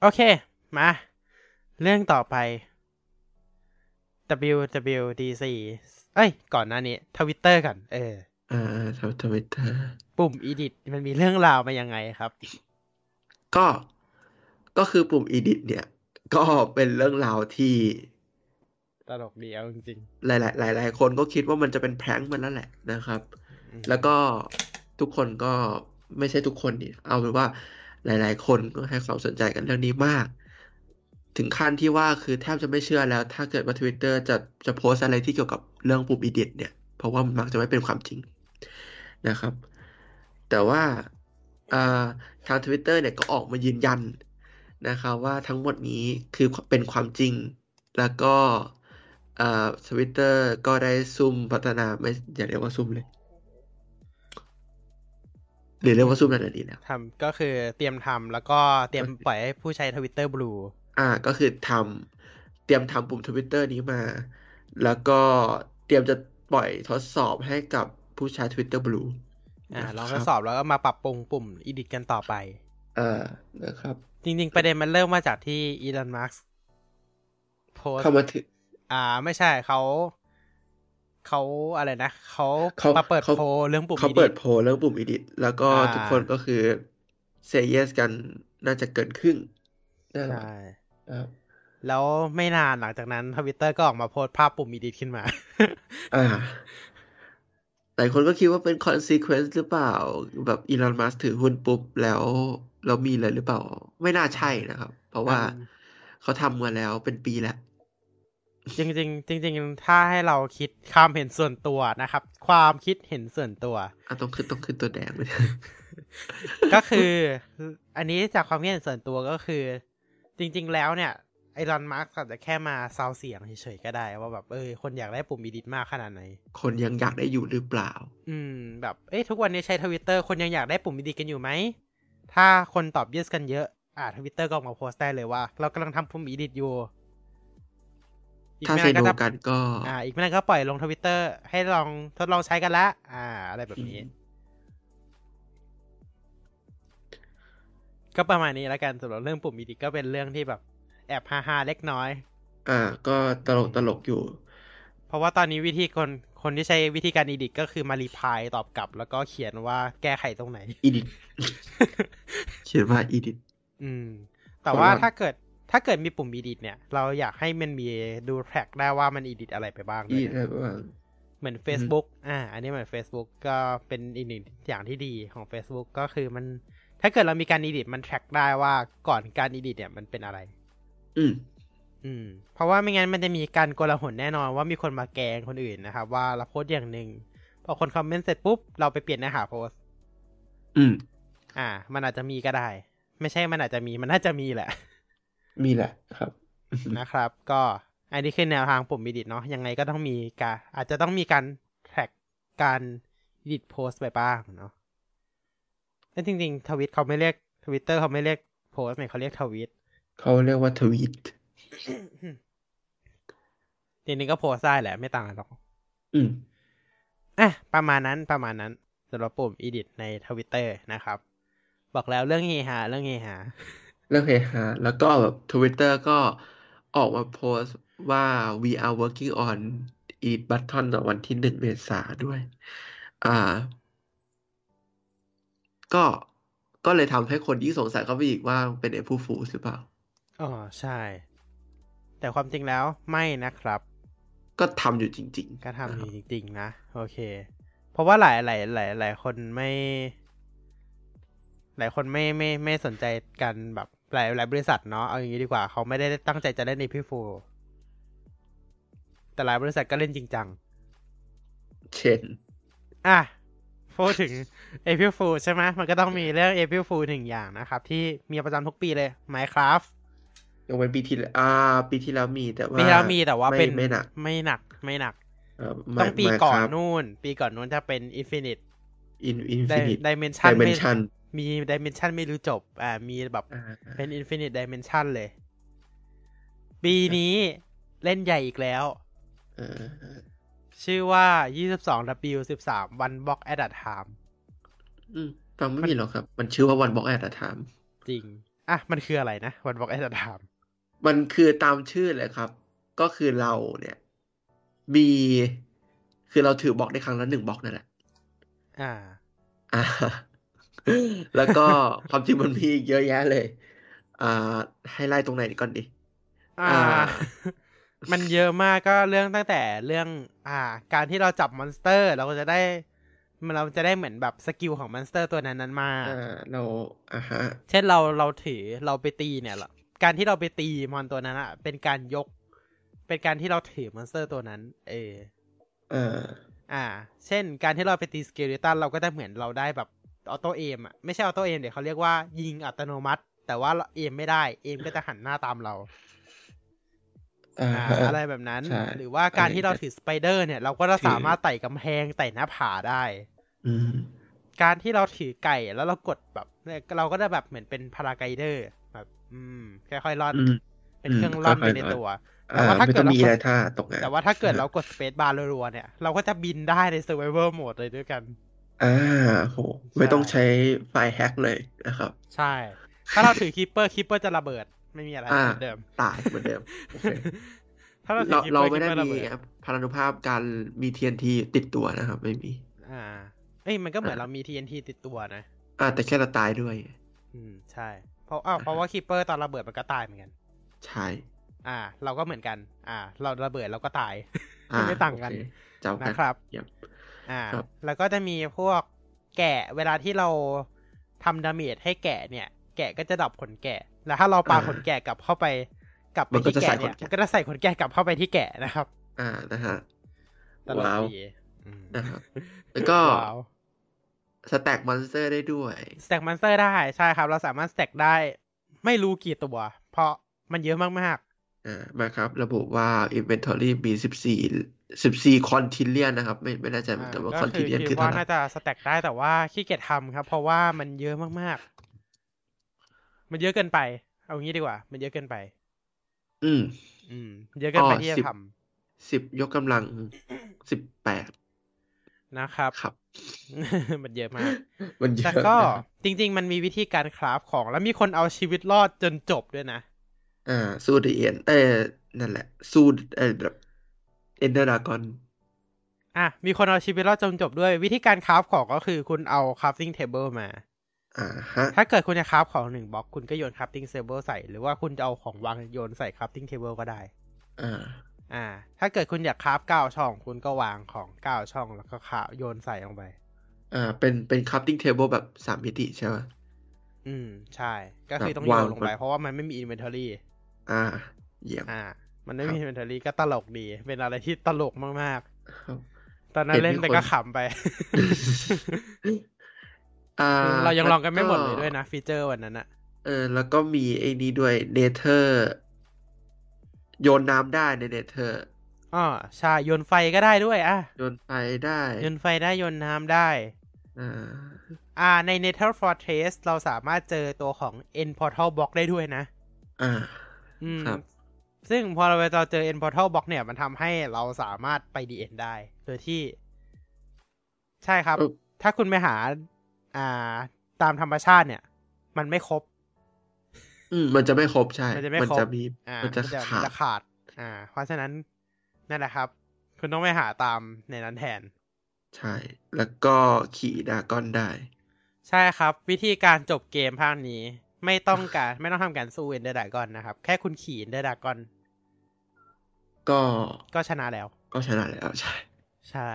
A: โอเค มา เรื่องต่อไป WWDC เอ้ย ก่อนหน้านี้ทวิตเตอร์ก่อนเออ
B: อ่าทวิตเตอร์
A: ปุ่ม edit มันมีเรื่องราวมายังไงครับ
B: ก็ก็คือปุ่ม edit เนี่ย ก็เป็นเรื่องราวที่
A: ตลกดีเอาจริง
B: หลายๆหลาย ๆ คนก็คิดว่ามันจะเป็นแพร้งมันแล้วแหละนะครับ
A: ๆอืม
B: แล้วก็ทุกคนก็ไม่ใช่ทุกคนดิเอาเป็นว่าหลาย ๆ คนก็ให้ความสนใจกันเรื่องนี้มาก ถึงขั้นที่ว่าคือแทบจะไม่เชื่อแล้ว ถ้าเกิดว่า Twitter จะจะโพสต์อะไรที่เกี่ยวกับเรื่องปุ่ม edit เนี่ย เพราะว่ามันมักจะไม่เป็นความจริงนะครับ แต่ว่าเอ่อทาง Twitter เนี่ยก็ออกมายืนยันนะครับว่าทั้งหมดนี้คือเป็นความจริง แล้วก็เอ่อทวิตเตอร์ก็ได้ซุ่มพัฒนาไม่อย่าเรียกว่าซุ่มเลย หรือเรียกว่าซุ่มนั่นแหละดีแล้ว
A: ทำก็คือเตรียมทำแล้วก็เตรียมปล่อยให้ผู้ใช้ทวิตเตอร์บลู
B: อ่าก็คือทำเตรียมทำปุ่มทวิตเตอร์นี้มา แล้วก็เตรียมจะปล่อยทดสอบให้กับผู้ใช้ Twitter Blue
A: อ่า
B: นะ
A: ลอง
B: ค
A: ท
B: รั
A: ด
B: บ
A: สอบแล้วก็มาปรับปรุงปุ่ม edit กันต่อไป
B: เออนะครับ
A: จริง ๆ ประเด็นมันเริ่มมาจากที่อี o อนมาร์กโพส
B: เข้ามาถึง
A: อ่า ไม่ใช่เขาเขาอะไรนะเขา
B: เขา
A: มาเปิด
B: เขา
A: โพลเรื่องปุ่ม
B: เขา
A: edit
B: เปิดโพลเรื่องปุ่ม edit แล้วก็
A: อ่า
B: ทุกคนก็คือ say yes กันน่าจะเกินครึ่งแน่นอน
A: ใช่
B: ครับ
A: แล้วไม่นานหลังจากนั้นทวิตเตอร์ก็ออกมาโพสต์ภาพปุ่ม edit ขึ้นมา
B: อ่าหลายคนก็คิดว่าเป็น consequence หรือเปล่า แบบอีลอนมัสถือหุ้นปุ๊บแล้วเรามีเลยหรือเปล่า ไม่น่าใช่นะครับ เพราะว่า
A: อืม
B: เขาทำมาแล้วเป็นปีแล้ว
A: จริงจริงๆจริง ๆ ถ้าให้เราคิดความเห็นส่วนตัวนะครับ ความคิดเห็นส่วนตัว
B: อ่ะต้องขึ้นต้องขึ้นตัวแดง ไปด้วย
A: ก็คือ อันนี้จากความคิดเห็นส่วนตัวก็คือ จริง ๆ แล้วเนี่ยไอรอนมาร์กอาจจะแค่มาซาวเสียงเฉยๆก็ได้ ว่าแบบเออคนอยากได้ปุ่มอีดิทมากขนาดไหน
B: คนยังอยากได้อยู่หรือเปล่า
A: อืม แบบเอ้ทุกวันนี้ใช้ทวิตเตอร์คนยังอยากได้ปุ่มอีดิทกันอยู่ไหม ถ้าคนตอบ yes กันเยอะ อ่าทวิตเตอร์ก็ออกมาโพสต์ได้เลยว่า เรากำลังทำปุ่มอีดิทอยู่อีก
B: ถ้า
A: ไม่
B: ใช้
A: นาน
B: โน
A: ก็จะ
B: กันก็
A: อ่าอีกไม่นานก็ปล่อยลงทวิตเตอร์ให้ลองทดลองใช้กันละอ่า อะไรแบบนี้ ก็ประมาณนี้แล้วกันสำหรับเรื่องปุ่มอีดิก็เป็นเรื่องที่แบบแอบฮาฮาๆเล็กน้อย
B: อ่า ก็ตลกตลกอยู่
A: เพราะว่าตอนนี้วิธีคนคนที่ใช้วิธีการอีดิก็คือมารีพลายตอบกลับ แล้วก็เขียนว่าแก้ไขตรงไหน
B: อี ดิทเขียนว่าอีดิท
A: อืม แต่
B: คนละ
A: ว่าถ้าเกิดถ้าเกิดมีปุ่มอีดิเนี่ย เราอยากให้มันมีดูแทร็กได้ว่ามันอีดิอะไรไปบ้างด้
B: อี
A: วย
B: ดิท
A: นะ
B: อะไรบ้าง
A: เหมือน Facebook อ่า อันนี้เหมือน Facebook ก็เป็นอีกหนึ่งอย่างที่ดีของ Facebook ก็คือมัน ถ้าเกิดเรามีการอีดิทมันแทร็กได้ว่าก่อนการอีดิทเนี่ยมันเป็นอะไร
B: อืม
A: อืม เพราะว่าไม่งั้นมันจะมีการโกลาหลแน่นอนว่ามีคนมาแกล้งคนอื่นนะครับ ว่าเราโพสต์อย่างหนึ่งพอคนคอมเมนต์เสร็จปุ๊บ เราไปเปลี่ยนเนื้อหาโพสต์
B: อืม
A: อ่า มันอาจจะมีก็ได้ ไม่ใช่มันอาจจะมีมันน่าจะมีแหละ
B: มีแหละครับ
A: นะครับ ก็อันนี้คือแนวทางปุ่มอีดิทเนาะยังไงก็ต้องมีการอาจจะต้องมีการแทร็กการอีดิทโพสไปบ้างเนาะแต่จริงๆทวิตเขาไม่เรียกทวิตเตอร์เขาไม่เรียกโพสเนี่ยเขาเรียกทวิต
B: เขาเรียกว่าทวีต
A: จริงๆก็โพสต์ได้แหละไม่ต่างกันหรอก
B: อืม
A: อ่ะประมาณนั้นประมาณนั้นสำหรับปุ่ม edit ในทวิตเตอร์นะครับ บอกแล้วเรื่องเฮฮาเรื่องเฮฮา
B: เรื่องเฮฮาแล้วก็แบบ Twitter ก็ออกมาโพสต์ว่า we are working on eat button ในวันที่หนึ่งเมษาด้วย อ่า ก็ ก็เลยทำให้คนยิ่งสงสัยเข้าไปอีกว่าเป็นไอ้ผู้ฟูหรือเปล่า
A: อ๋อใช่ แต่ความจริงแล้วไม่นะครับ
B: ก็ทำอยู่จริงๆ
A: ก็ทำ
B: นะค
A: ดี
B: รับ
A: จริงๆนะ โอเค เพราะว่าหลายหลายหลายหลายคนไม่ หลายคนไม่ไม่ไม่สนใจกันแบบหลายหลายบริษัทเนาะเอาอย่างนี้ดีกว่า เขาไม่ได้ตั้งใจจะเล่นในพี่ฟูแต่หลายบริษัทก็เล่นจริงจัง
B: เช่น
A: อ่ะพูดถึง April Fool ใช่ไหมมันก็ต้องมีเรื่อง April Fool หนึ่งอย่างนะครับ ที่มีประจำทุกปีเลย Minecraft
B: ยกเว้นปีที่แล้วอ่า ปีที่แล้วมีแต่ว่า
A: ปีที่แล้วมีแต่ว่า
B: ไม่
A: เป็น
B: ไม่หนัก
A: ไม่หนักไม่หนัก
B: เอ่อ
A: ต้องปี
B: ไม่
A: ก่อน
B: ครับ
A: นู่น ปีก่อนนู่นจะเป็น Infinite
B: อินอิน
A: ได้
B: ฟินิต
A: ดิเมนชัน
B: ดิเมนชัน
A: มีดิเมนชันไม่รู้จบ อ่า มีแบบเป็น Infinite Dimension เลย ปีนี้เล่นใหญ่อีกแล้ว ชื่อว่า 22W13 One Block at a Time
B: อืมฟังไม่ผิดหรอกครับ มันชื่อว่าวันบอกแอดอะถาม
A: จริง อ่ะ มันคืออะไรนะ One Block at a Time
B: มันคือตามชื่อเลยครับ ก็คือเราเนี่ย มี คือเราถือบล็อกได้ครั้งละหนึ่งบล็อกนั่นแหละ
A: อ่า
B: อ่า แล้วก็ ความจริงมันมีอีกเยอะแยะเลย อ่า ให้ไล่ตรงไหนดีก่อนดี
A: อ่า
B: อ่า
A: มันเยอะมากก็เรื่องตั้งแต่เรื่อง อ่า การที่เราจับมอนสเตอร์ เราก็จะได้มันเราจะได้เหมือนแบบสกิลของมอนสเตอร์ตัวนั้นนั้นๆมา
B: อ่า เราอ่าฮะ
A: เช่นเราเราถือเราไปตีเนี่ยล่ะการที่เราไปตีมอนตัวนั้นอะเป็นการยก เป็นการที่เราถือมอนสเตอร์ตัวนั้น เออ
B: อ่า
A: อ่า เช่น การที่เราไปตีสเกลิตันเราก็จะเหมือนเราได้แบบออโต้เอมอะไม่ใช่ออโต้เอมเดี๋ยวเขาเรียกว่ายิงอัตโนมัติ แต่ว่าเราเอมไม่ได้เอมก็จะหันหน้าตามเรา
B: อ่า
A: อ่า
B: ฮะ
A: อะไรแบบนั้น
B: ใช่
A: หรือว่าการที่เรา
B: อะไร
A: ถือสไปเดอร์เนี่ย เราก็จะ
B: ถือ
A: สามารถไต่กำแพงไต่หน้าผาได้
B: อืม
A: การที่เราถือไก่แล้วเรากดแบบเนี่ยเราก็จะแบบเหมือนเป็นพาราไกเดอร์แบบ อืมค่อยๆล่อน
B: อืม
A: เป็นเครื่องล่อน
B: อืม
A: ไปใน
B: ค่อยๆล่อน
A: ตัว แต่
B: อ่า
A: ว่าถ้าเกิดเรา
B: ไม่ต้องมี
A: กด
B: อะไรท่าตกงาน
A: แต่ว่าถ้าเกิดเรากดสเปซบาร์รัวๆเนี่ย เราก็จะบินได้ใน Survivor Mode เลยด้วยกัน
B: อ่าโห ไม่ต้องใช้ไฟล์แฮกเลยนะครับ
A: ใช่ ถ้าเราถือคิปเปอร์คิปเปอร์จะระเบิดไม่มีอะไร
B: อ่า
A: เหมือนเดิม
B: ตายเหมือนเดิมโอเค
A: ถ้าเราถือ
B: เรา
A: คิปเปอร์
B: เราไม่
A: คิป
B: ได้
A: เปอร์ระ
B: มี
A: เบิด
B: พลานุภาพการมี TNT ติดตัวนะครับ ไม่มี
A: อ่า เอ้ยมันก็เหมือน
B: อ่า
A: เรามี TNT ติดตัวนะ
B: อ่าแต่แค่เราตายด้วย
A: อืมใช่ เพราะอ้าวเพราะว่าคิปเปอร์ตอนระเบิดมันก็ตายเหมือนกัน
B: ใช่
A: อ่า เราก็เหมือนกัน อ่า เราระเบิดเราก็ตาย
B: อ่า
A: ไม่ต่างกัน
B: โอเคจำกั
A: นะ
B: น
A: ครับ
B: ครับ
A: อ่า
B: ครับ
A: แล้วก็จะมีพวกแกะเวลาที่เราทำดาเมจให้แกะเนี่ย แกะก็จะดับขนแกะ แล้วถ้าเราปาขนแกะกลับเข้าไป กลับไปที่แกะเนี่ยมันก็จะใส่ขนแกะกลับเข้าไปที่แกะนะครับ
B: อ่านะฮะ
A: ตลอด
B: ว้าว
A: ปีอืม
B: นะครับ แล้วก็
A: ว้าว
B: สแต็กมอนสเตอร์ได้ด้วย
A: สแต็กมอนสเตอร์ได้ใช่ครับ เราสามารถสแต็กได้ไม่รู้กี่ตัว เพราะมันเยอะมาก
B: อ่ามาครับ ระบุว่า Inventory มี 14 14 คอนทิเลียนนะครับ ไม่ไม่แน่ใจ
A: ๆ
B: เหมือ
A: อ่าน
B: กันว่า
A: ก็
B: คอน
A: คื
B: ทิ
A: อ
B: เลียน
A: คิ
B: คือ
A: ด
B: เท่า
A: ว่า
B: ไหร่
A: น่าจะสแต็กได้แต่ว่าขี้เกียจทำครับ เพราะว่ามันเยอะมากๆ มันเยอะเกินไป เอางี้ดีกว่า มันเยอะเกินไป
B: อืม
A: อืมเยอะเกินไป
B: อ๋อ
A: ที่จะ
B: สิบ
A: ท
B: สิบยกกำลังสิบแปด
A: ำนะครับ
B: ครับ
A: มันเยอะมาก
B: มันเยอะ
A: แต่ก็
B: นะครับ
A: จริง ๆ มันมีวิธีการคราฟของแล้วมีคนเอาชีวิตรอดจนจบด้วยนะ
B: อ่าสู้เดเอียนเอ้ยนั่นแหละ สู้เอ้ยแบบเอนเดอร์ดากอน
A: อ่ะ มีคนเอาชีวิตรอดจนจบด้วย วิธีการคราฟของก็คือคุณเอาคราฟติ้งเทเบิลมา
B: อ่าฮะ
A: ถ้าเกิดคุณจะคราฟของหนึ่งบล็อกคุณก็โยนคราฟติ้งเทเบิลใส่ หรือว่าคุณจะเอาของวางโยนใส่คราฟติ้งเทเบิลก็ได้
B: อ่า
A: อ่า ถ้าเกิดคุณอยากคราฟเก้าช่อง คุณก็วางของเก้าช่องแล้วก็คราฟโยนใส่ลงไป
B: อ่า เป็นเป็นคัพติ้งเทเบิลแบบสามมิติใช่ไหม
A: อืม ใช่ ก็คือต้อง
B: วา
A: โย
B: ง
A: นลงไป เพราะว่ามันไม่มีอินเวนทอรี่
B: อ่า เยี่ยม
A: อ่า มันไม่
B: ครับ
A: มีอินเวนทอรี่ก็ตลกดี เป็นอะไรที่ตลกมาก ๆ
B: ครับ
A: ตอนนั้นเล่นไป
B: เห็นมีคน
A: ก็ขำไป
B: อ่า
A: เรายังลองกันไม่
B: แว
A: หมดเลยด้วยนะ ฟีเจอร์วันนั้นอะ
B: เออ แล้วก็มีไอ้นี้ด้วยเนเธอร์ โยนน้ำได้ในเนเธอร์
A: อ๋อใช่โยนไฟก็ได้ด้วยอ่ะ
B: โยนไฟได้
A: โยนไฟได้โยนน้ำได้
B: อ่า
A: อ่า ใน Nether Fortress เราสามารถเจอตัวของ End Portal Block ได้ด้วยนะ
B: อ่า
A: อืม
B: ครับ
A: ซึ่งพอเราไปเจอ N Portal Box เนี่ย มันทำให้เราสามารถไป DN ได้ โดยที่ ใช่ครับ
B: เออ
A: ถ้าคุณไปหา อ่า ตามธรรมชาติเนี่ย มันไม่ครบ
B: อืมมันจะไม่ครบใช่
A: มันจะไม่
B: มัน
A: ครบ
B: จะมี
A: อ่า
B: มันจะ
A: มั
B: ขาด
A: จะขาด อ่า เพราะฉะนั้นนั่นแหละครับ คุณต้องไปหาตามในนั้นแทน
B: ใช่ แล้วก็ขี่ดรากอนได้
A: ใช่ครับ วิธีการจบเกมภาคนี้ ไม่ต้องการ ไม่ต้องทำการสู้เอนเดอร์ดากอนนะครับ แค่คุณขี่เอนเดอร์ดากอน
B: ก็
A: ก็ชนะแล้ว
B: ก็ชนะแล้วใช่
A: ใช่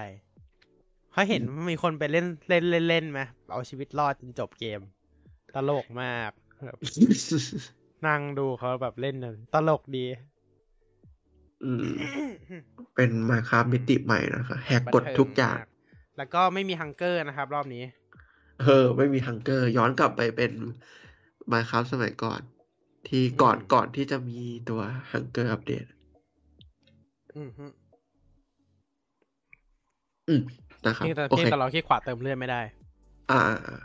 A: เพราะเห็นมีคนไปเล่นเล่นเล่นเล่นไหมเอาชีวิตรอดจนจบเกม ตลกมากแบบนั่งดูเขาแบบเล่นน่ะตลกดี
B: อืม เป็นมาครับมิติใหม่นะคะแหกกฎทุกอย่าง
A: บันเทิมแล้วก็ไม่มีฮังเกอร์นะครับ รอบนี้
B: เออ ไม่มีฮังเกอร์ ย้อนกลับไปเป็นมาครับสมัยก่อน ที่ก่อน
A: อืม
B: ก่อนที่จะมีตัวฮังเกอร์อัปเดต
A: อืมฮึ
B: อืมนะครับ
A: เพียงแต่
B: โอ
A: เพียง
B: เค
A: แต่เราขี้ขวาเติมเลือดไม่ได้
B: อ่าอ่าอ่า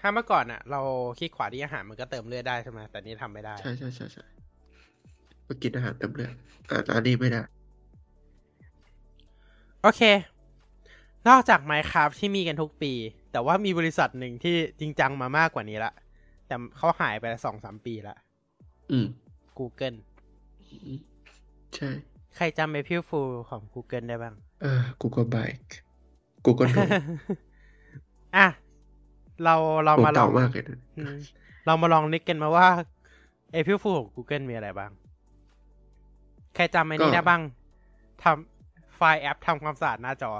A: ถ้าเมื่อก่อนอ่ะ เราขี้ขวาที่อาหารมันก็เติมเลือดได้ใช่ไหมแต่นี้ทำไม่ได้
B: ใช่ใช่ใช่ใช่เมื่อกินอาหารเต็มเรื่องอ่าแต่อันนี้ไม่ได้
A: โอเค นอกจาก Minecraft ที่มีกันทุกปี แต่ว่ามีบริษัทหนึ่งที่จริงจังมามากกว่านี้ละ แต่เขาหายไปสองสามปีละ
B: อืม
A: Google
B: ใช่
A: ใครจำ April Fool ของ Google ได้บ้าง
B: เออ Google Bike Google Home
A: อ่ะ เราเรา
B: ผม
A: มาล
B: เต่า
A: อง
B: มากเลยนะ
A: อืมเรามาลองนึกกันมาว่า April Fool ของ Google มีอะไรบ้าง ใครจำไอ้นี่ได้บ้างทำไฟล์แอปทำความสะอาดหน้าจอ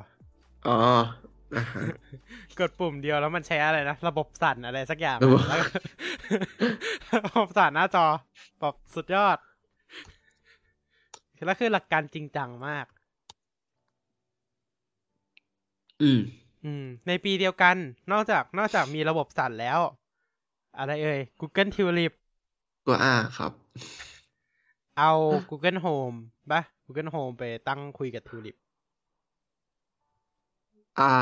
B: อ๋ออ่าฮะ
A: กดปุ่มเดียวแล้วมันใช้อะไรนะ ระบบสั่นอะไรสักอย่างอะ
B: ระบบ
A: แล้วก็ ระบบสั่นหน้าจอแบบสุดยอด แล้วคือหลักการจริงจังมาก
B: อืม
A: อืม ในปีเดียวกัน นอกจากนอกจากมีระบบสั่นแล้ว อะไรเอ่ย Google Tulip
B: ก็อ่าครับ
A: เอา Google Home ปะ Google Home ไปตั้งคุยกับ Tulip
B: อ่า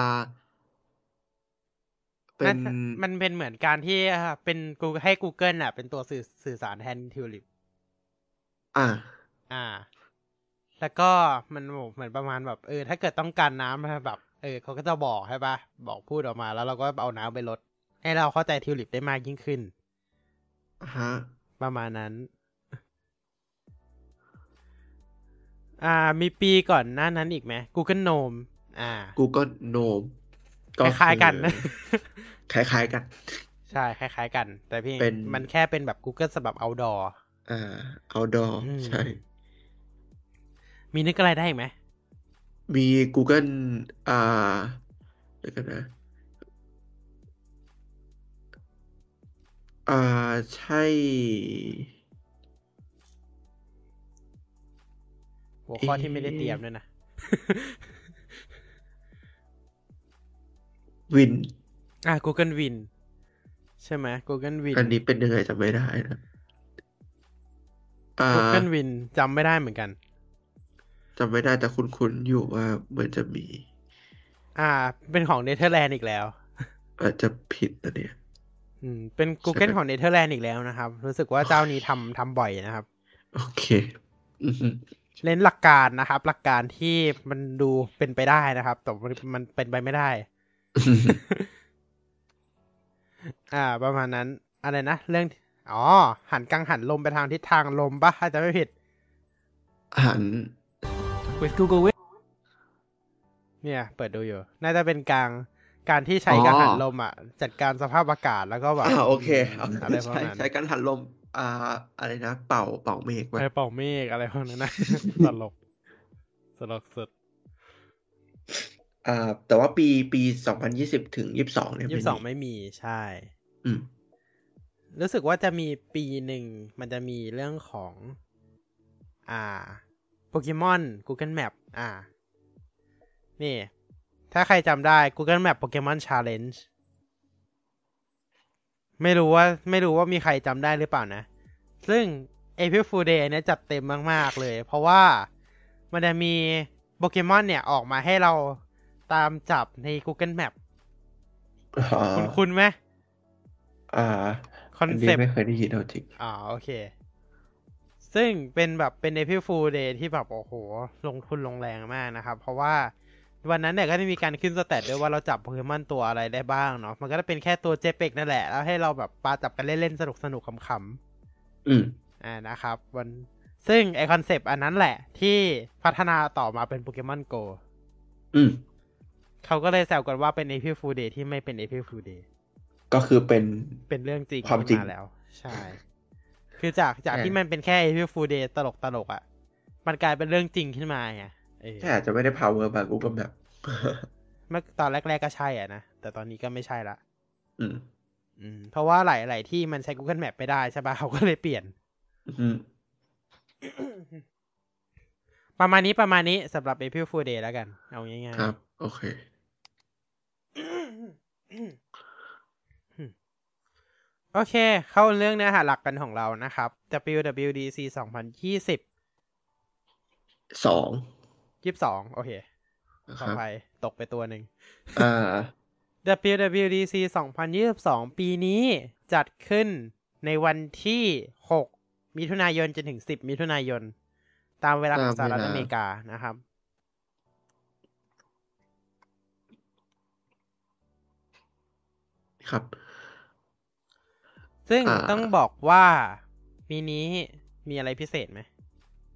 B: เป็
A: มัน
B: น
A: มันเป็นเหมือนการที่เป็นกูให้ Google อ่ะ เป็นตัวสื่อสื่อสารแทน Tulip
B: อ่า
A: อ่า แล้วก็มันเหมือนประมาณแบบ เออ ถ้าเกิดต้องการน้ำแบบ เออเขาก็จะบอกใช่ปะบอกพูดออกมาแล้วเราก็เอาน้ำไปลด ให้เราเข้าใจทิวลิปได้มากยิ่งขึ้น
B: ฮะ
A: ประมาณนั้น อ่า มีปีก่อนหน้านั้นอีกไหม Google Gnome อ่า
B: Google Gnome ก็
A: คล้ายๆกัน
B: คล้ายๆกัน
A: ใช่ คล้าย ๆ กัน แต่เพี่
B: เป็น
A: มันแค่เป็นแบบ Google สำหรับ outdoor
B: อ่า outdoor
A: อืม
B: ใช่
A: มีนึกอะไรได้อีกไหม
B: มี Google อ่าเดี๋ยวกันนะ อ่า ใช่
A: หัวข้อ
B: เอ๊ะ
A: ที่ไม่ได้เตรียมด้วยนะ
B: Win
A: อ่า Google Win ใช่ไหม Google Win
B: อันนี้เป็นยังไงจำไม่ได้นะ อ่า
A: Google Win จำไม่ได้เหมือนกัน
B: จำไม่ได้แต่คุ้นๆอยู่ว่าเหมือนจะมี
A: อ่า เป็นของเนเธอร์แลนด์อีกแล้ว
B: อาจจะผิดนะเนี่ย
A: อืม เป็น
B: ใช่
A: Google ของเนเธอร์แลนด์อีกแล้วนะครับ รู้สึกว่าเจ้านี้ทำทำบ่อยนะครับ
B: โอเค อือฮึ
A: เล่นหลักการนะครับ หลักการที่มันดูเป็นไปได้นะครับ แต่มันมันเป็นไปไม่ได้
B: อือฮึ
A: อ่า ประมาณนั้น อะไรนะ เรื่อง อ๋อ หันกังหันลมไปทางทิศทางลมปะถ้าจะไม่ผิด
B: หัน
A: with Google w i เนี่ย เปิดดูอยู่ น่าจะเป็นกลางการที่ใช้กังหันลมอ่ะ จัดการสภาพอากาศแล้วก็แบบ
B: อ่าโอเคเอา
A: อะไรประมา
B: ใช้
A: ณนั้น
B: ใช้การหันลม อ่า อะไรนะ เป่าเป่าเมฆไว้
A: ไอเป่าเมฆอะไรพวกนั้นนะ ตลกตลกสุด
B: อ่า แต่ว่าปีปีสองพันยี่สิบถึงยี่สิบสองเนี่ย
A: ยี่สิบสอง
B: ไม่มี
A: ไม่มีใช่
B: อืม
A: รู้สึกว่าจะมีปีหนึ่งมันจะมีเรื่องของ อ่าโปเกมอน Google Map อ่า นี่ ถ้าใครจำได้ Google Map Pokemon Challenge ไม่รู้ว่า ไม่รู้ว่ามีใครจำได้หรือเปล่านะ ซึ่ง April Fool Day อันเนี้ยจัดเต็มมาก ๆ เลย เพราะว่ามันจะมีโปเกมอนเนี่ยออกมาให้เราตามจับใน Google Map
B: อ๋อ
A: คุณคุณไหม
B: อ่า
A: คอนเซปต์
B: ไม่เคยได้ยินเอาจริง
A: อ่าโอเค ซึ่งเป็นแบบเป็น April Fool Day ที่แบบโอ้โห ลงทุนลงแรงมากนะครับ เพราะว่าวันนั้นเนี่ยก็จะมีการขึ้นสแตทด้วยว่าเราจับโปเกมอนตัวอะไรได้บ้างเนาะมันก็จะเป็นแค่ตัวเจเปกนั่นแหละ แล้วให้เราแบบปาจับกันเล่นๆ สนุกสนุกๆขำๆ
B: อืม
A: อ่านะครับวันซึ่งไอคอนเซปต์อันนั้นแหละ ที่พัฒนาต่อมาเป็นโปเกมอนโก
B: อืม
A: เขาก็เลยแซวกันว่าเป็นเอพิฟูเดย์ที่ไม่เป็นเอพิฟูเดย์
B: ก็คือเป็น
A: เป็นเรื่องจริง
B: ความจริง
A: ขึ้นแล้ว ใช่ คือจากจาก
B: เออ
A: ที่มันเป็นแค่เอพิฟูเดย์ตลกตลกๆอะ่ะ มันกลายเป็นเรื่องจริงขึ้นมาไงเออ
B: แค่อาจจะไม่ได้ power แบบ Google Map
A: เมื่อตอนแรก ๆก็ใช่อ่ะนะ แต่ตอนนี้ก็ไม่ใช่ละ
B: อืม
A: อืม เพราะว่าหลาย ๆ ที่มันใช้ Google Map ไม่ได้ใช่ปะเขาก็เลยเปลี่ยน
B: อืม
A: ประมาณนี้ประมาณนี้สำหรับเอพิฟูเดย์แล้วกัน เอาง่ายๆ
B: ครับ โอเค
A: โอเค เข้าเรื่องเนื้อหาหลักกันของเรานะครับ WWDC 2020
B: สอง
A: 22 โอเค
B: นะ
A: ข
B: ค
A: อ
B: รับ
A: ไปตกไปตัวหนึ่ง
B: อ่า
A: WWDC 2022 ปีนี้จัดขึ้นในวันที่ 6 มิถุนายนจนถึง 10 มิถุนายน ตามเวลาของสหรัฐ
B: ตามเวลา
A: อเมริกานะครับ
B: ครับ
A: ซึ่ง
B: อ่า
A: ต้องบอกว่าปีนี้มีอะไรพิเศษไหม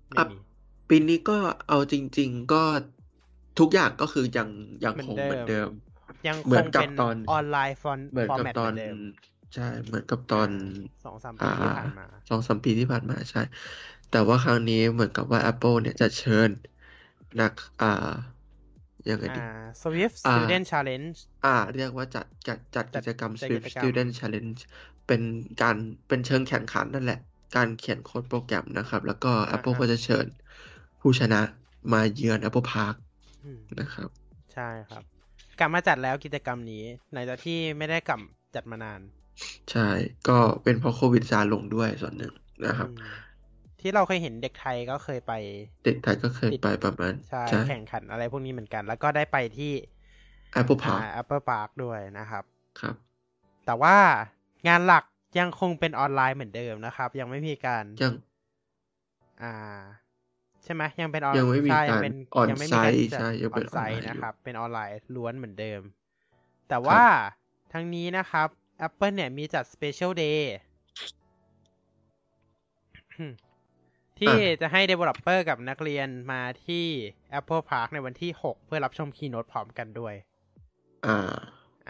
A: ไม่
B: อ่ะ
A: มี
B: ปีนี้ก็เอาจริง ๆ ก็ทุกอย่างก็คือยังยังคง
A: เห
B: เห
A: มือ
B: มือน น
A: เดิ
B: เดิ
A: ม
B: ม
A: ยังค
B: เหมือง นกับ
A: เป็น
B: ตอน
A: ออนไลน์ฟอน
B: เหมือน
A: ฟอร์
B: กับ
A: แมต
B: ต
A: เหมือน
B: อน
A: เดิม
B: ใช่ เหมือนกับตอน
A: สองสามปีที่ผ่านมา
B: สองสามปีที่ผ่านมาใช่ แต่ว่าครั้งนี้เหมือนกับว่า Apple เนี่ยจะเชิญนัก อ่า ยังไงดี
A: อ่า Swift
B: อ่า
A: Student Challenge
B: อ่า เรียกว่าจัดจัดจัด
A: จั
B: กิ
A: ด
B: จกรรม
A: จัดกิ
B: Swift
A: จกรรม
B: Student Challenge เป็นการเป็นเชิงแข่งขันนั่นแหละ การเขียนโค้ดโปรแกรมนะครับ แล้วก็ Apple
A: อ่าฮะ
B: ก็จะเชิญผู้ชนะมาเยือน Apple Park
A: อืม
B: นะครับ
A: ใช่ครับ กลับมาจัดแล้วกิจกรรมนี้หลังจากที่ไม่ได้กลับจัดมานาน
B: ใช่ ก็เป็นเพราะโควิดซาลงด้วยส่วนหนึ่งนะครับ
A: อืมที่เราเคยเห็นเด็กไทยก็เคยไป
B: เด็กไทยก็เคยไปประมาณ
A: ใช่
B: ใช่
A: แข่งขันอะไรพวกนี้เหมือนกัน แล้วก็ได้ไปที่
B: Apple Park
A: อ่า Apple Park ด้วยนะครับ
B: ครับ
A: แต่ว่างานหลักยังคงเป็นออนไลน์เหมือนเดิมนะครับ ยังไม่มีการ
B: ยัง
A: อ่า ใช่ไหมยังเป็นออน
B: ยังไม่มี
A: ใช่
B: การ
A: เป็น
B: on
A: ยัไม่มีการ
B: site
A: จัด
B: ใช่ยังเป็น
A: ออนไซ
B: online
A: ต์
B: อยู่
A: นะครับ เป็นออนไลน์ล้วนเหมือนเดิม แต่ว่าทั้งนี้นะครับ Apple เนี่ยมีจัด Special Day ที่
B: อ่ะ
A: จะให้ Developer กับนักเรียนมาที่ Apple Park ในวันที่ 6 เพื่อรับชม Keynote พร้อมกันด้วย
B: อ่า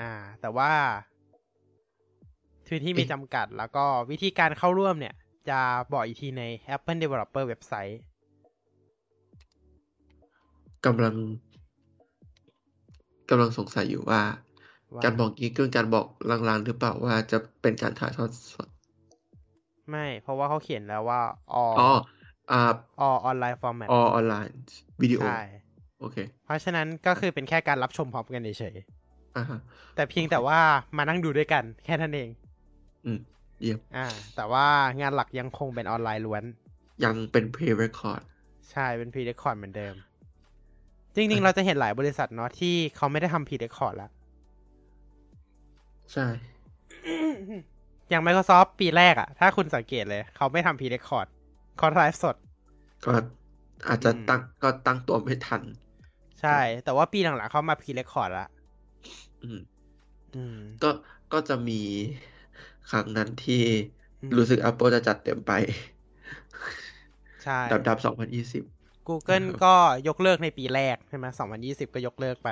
A: อ่า แต่ว่าพื้นที่มี
B: เอ๊ะ
A: จำกัด แล้วก็วิธีการเข้าร่วมเนี่ย จะบอกอีกทีใน Apple Developer เว็บไซต์
B: กำลังกำลังสงสัยอยู่ว่า
A: ว่า
B: การบอกงี้คือการบอกลางๆหรือเปล่าว่าจะเป็นการถ่ายทอดสด
A: ไม่เพราะว่าเขาเขียนแล้วว่า
B: อ๋อ
A: all
B: อ่า
A: all online format
B: ออนไลน์วิดีโอ
A: ใช่
B: โอเค
A: เพราะฉะนั้นก็คือเป็นแค่การรับชมพร้อมกันเฉย
B: อ่าฮะ
A: ๆแต่เพียงแต่ว่ามานั่งดูด้วยกันแค่นั้นเอง
B: อืม เยี่ยม
A: อ่า แต่ว่างานหลักยังคงเป็นออนไลน์ล้วน
B: ยังเป็น pre-record
A: ใช่เป็นพรีเรคคอร์ดเหมือนเดิม จริงๆ เราจะเห็นหลายบริษัทเนาะที่เขาไม่ได้ทำพรีเรคคอร์ดละ
B: ใช่
A: อย่าง Microsoft ปีแรกอะถ้าคุณสังเกตเลย เขาไม่ทำพรีเรคคอร์ดคอร์ดไลฟ์สด
B: ก็อาจจะ
A: อืม
B: ตั้งก็ตั้งตัวไม่ทัน
A: ใช่ แต่ว่าปีหลังๆเขามาพรีเรคคอร์ดละ
B: อืม
A: อืม
B: ก็ก็จะมีครั้งนั้นที่
A: อืม
B: รู้สึก Apple จะจัดเต็มไป
A: ใช่
B: ดับดับสองพันยี่สิบ
A: Google
B: นะครับ
A: ก็ยกเลิกในปีแรกใช่ไหมสองพันยี่สิบก็ยกเลิกไป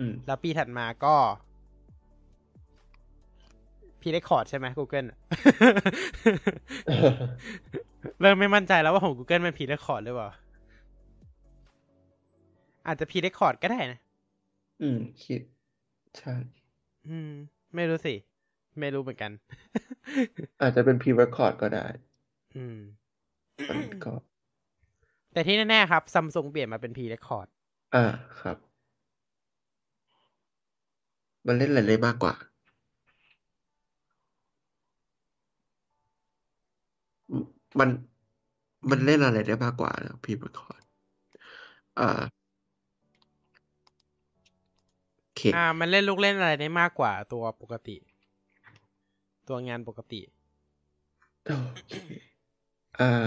B: อืม
A: แล้วปีถัดมาก็พีเรคคอร์ดใช่ไหม Google อะ เริ่มไม่มั่นใจแล้วว่าของ Google มันพีเรคคอร์ดหรือเปล่า อาจจะพีเรคคอร์ดก็ได้นะ
B: อืม คิด ใช่
A: อืม ไม่รู้สิ ไม่รู้เหมือนกัน
B: อาจจะเป็น pre-record ก็ได้
A: อืม
B: มันก็
A: แต่ที่แน่ๆครับซัมซุงเปลี่ยนมาเป็นพีเรคคอร์ด
B: อ่าครับ มันเล่นอะไรได้มากกว่า มันมันเล่นอะไรได้มากกว่านะพีประคอร์ดอ่าโอเค
A: อ่า มันเล่นลูกเล่นอะไรได้มากกว่าตัวปกติ ตัวงานปกติ
B: โอเคอ่า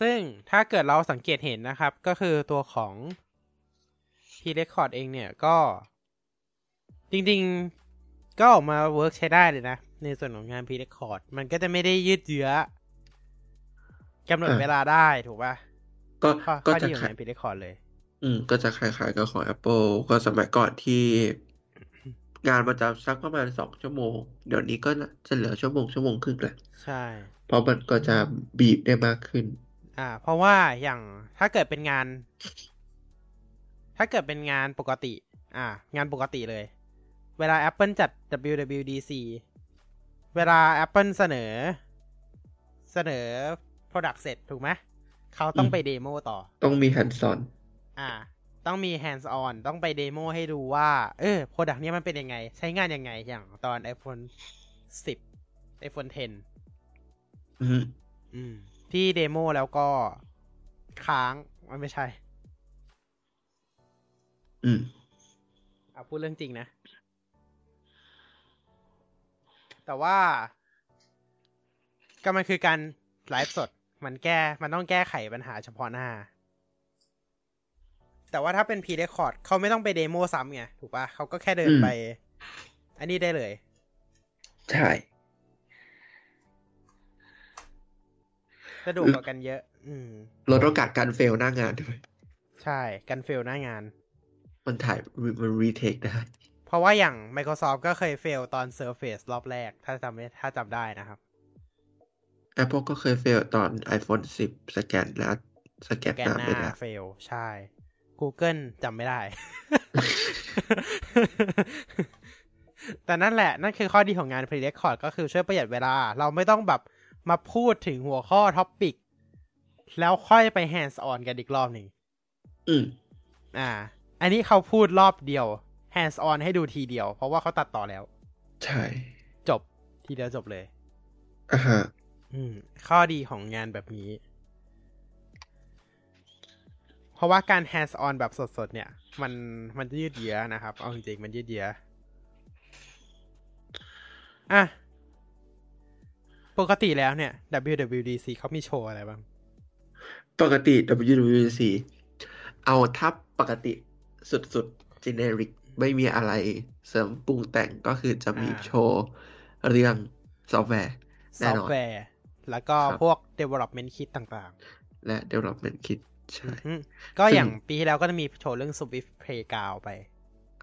A: ซึ่งถ้าเกิดเราสังเกตเห็นนะครับ ก็คือตัวของ p Record เองเนี่ยก็ จริงๆ ก็ออกมาเวิร์กใช้ได้เลยนะ ในส่วนของงาน p Record มันก็จะไม่ได้ยืดเยื้อกำหนด
B: อ่า
A: เวลาได้ถูกป่ะ
B: ก็
A: ข้อ
B: ก็
A: ข้อ
B: จะ
A: ดีของ
B: ขา
A: งา
B: ย
A: น p Record เลย
B: อืม ก็จะคล้ายๆกับของ Apple ก็สมัยก่อนที่ งานมันจะสักประมาณสองชั่วโมง เดี๋ยวนี้ก็น่าจะเหลือชั่วโมงชั่วโมงครึ่งแหละ
A: ใช่
B: เพราะมันก็จะบีบได้มากขึ้น
A: อ่า เพราะว่าอย่างถ้าเกิดเป็นงาน ถ้าเกิดเป็นงานปกติ อ่า งานปกติเลย เวลา Apple จัด WWDC เวลา Apple เสนอ เสนอ Product เสร็จถูกไหมเขาต้อง
B: อืม
A: ไปเดโมต่อ
B: ต้องมีแฮนด์ซอน
A: อ่า ต้องมี hands on ต้องไปเดโมให้ดูว่า เออ product เนี้ยมันเป็นยังไง ใช้งานยังไง อย่างตอน iPhone 10 iPhone 10
B: อืม
A: อืมที่เดโมแล้วก็ค้างมันไม่ใช่
B: อืม
A: อ่ะพูดเรื่องจริงนะ แต่ว่า ก็มันคือการไลฟ์สด มันแก้ มันต้องแก้ไขปัญหาเฉพาะหน้า แต่ว่าถ้าเป็น p r e r e c o r d เขาไม่ต้องไปเดโมซ้ำไง ถูกปะเขาก็แค่เดินไป อันนี้ได้เลย
B: ใช่
A: สะดวกกว่ากันเยอะ อืม
B: ลดโอกาสการเฟลหน้างานด้วย
A: ใช่ กันเฟลหน้างาน
B: มันถ่ายมันรีเทคได้
A: เพราะว่าอย่าง Microsoft ก็เคยเฟลตอน Surface รอบแรก ถ้าจำไม่ถ้าจำได้นะครับ
B: Apple ก็เคยเฟลตอน iPhone 10 สแกนแล้ว สแกน
A: แก
B: ห
A: น
B: น้า
A: หน้า
B: ไม่ได้
A: เฟล ใช่ Google จำไม่ ได้ แต่นั่นแหละ นั่นคือข้อดีของงาน Pre-Record ก็คือช่วยประหยัดเวลา เราไม่ต้องแบบมาพูดถึงหัวข้อท็อปปิก แล้วค่อยไป hands on กันอีกรอบหนึ่ง
B: อืม
A: อ่า อันนี้เขาพูดรอบเดียว hands on ให้ดูทีเดียว เพราะว่าเขาตัดต่อแล้ว
B: ใช่
A: จบ ทีเดียวจบเลย
B: อ่าฮะ
A: อืม ข้อดีของงานแบบนี้ เพราะว่าการ hands on แบบสดๆ เนี่ย มันมันจะยืดเยื้อนะครับ เอาจริงๆ มันยืดเยื้ออ่ะ ปกติแล้วเนี่ย WWDC เขามีโชว์อะไรบ้าง
B: ปกติ WWDC เอาทับปกติสุดๆ generic ไม่มีอะไรเสริมปรุงแต่งก็คือจะมี
A: อ่า
B: โชว์เรื่องซอฟต์แวร์
A: ซ
B: แน่
A: อน
B: อ
A: ฟ
B: น
A: ต์แวร์ แล้วก็
B: ครับ
A: พวก development kit ต่าง
B: และ development kit
A: ๆ
B: ใช่
A: อืมก็
B: ซึ่ง
A: อย่างปีที่แล้วก็จะมีโชว์เรื่อง Swift Playground ไป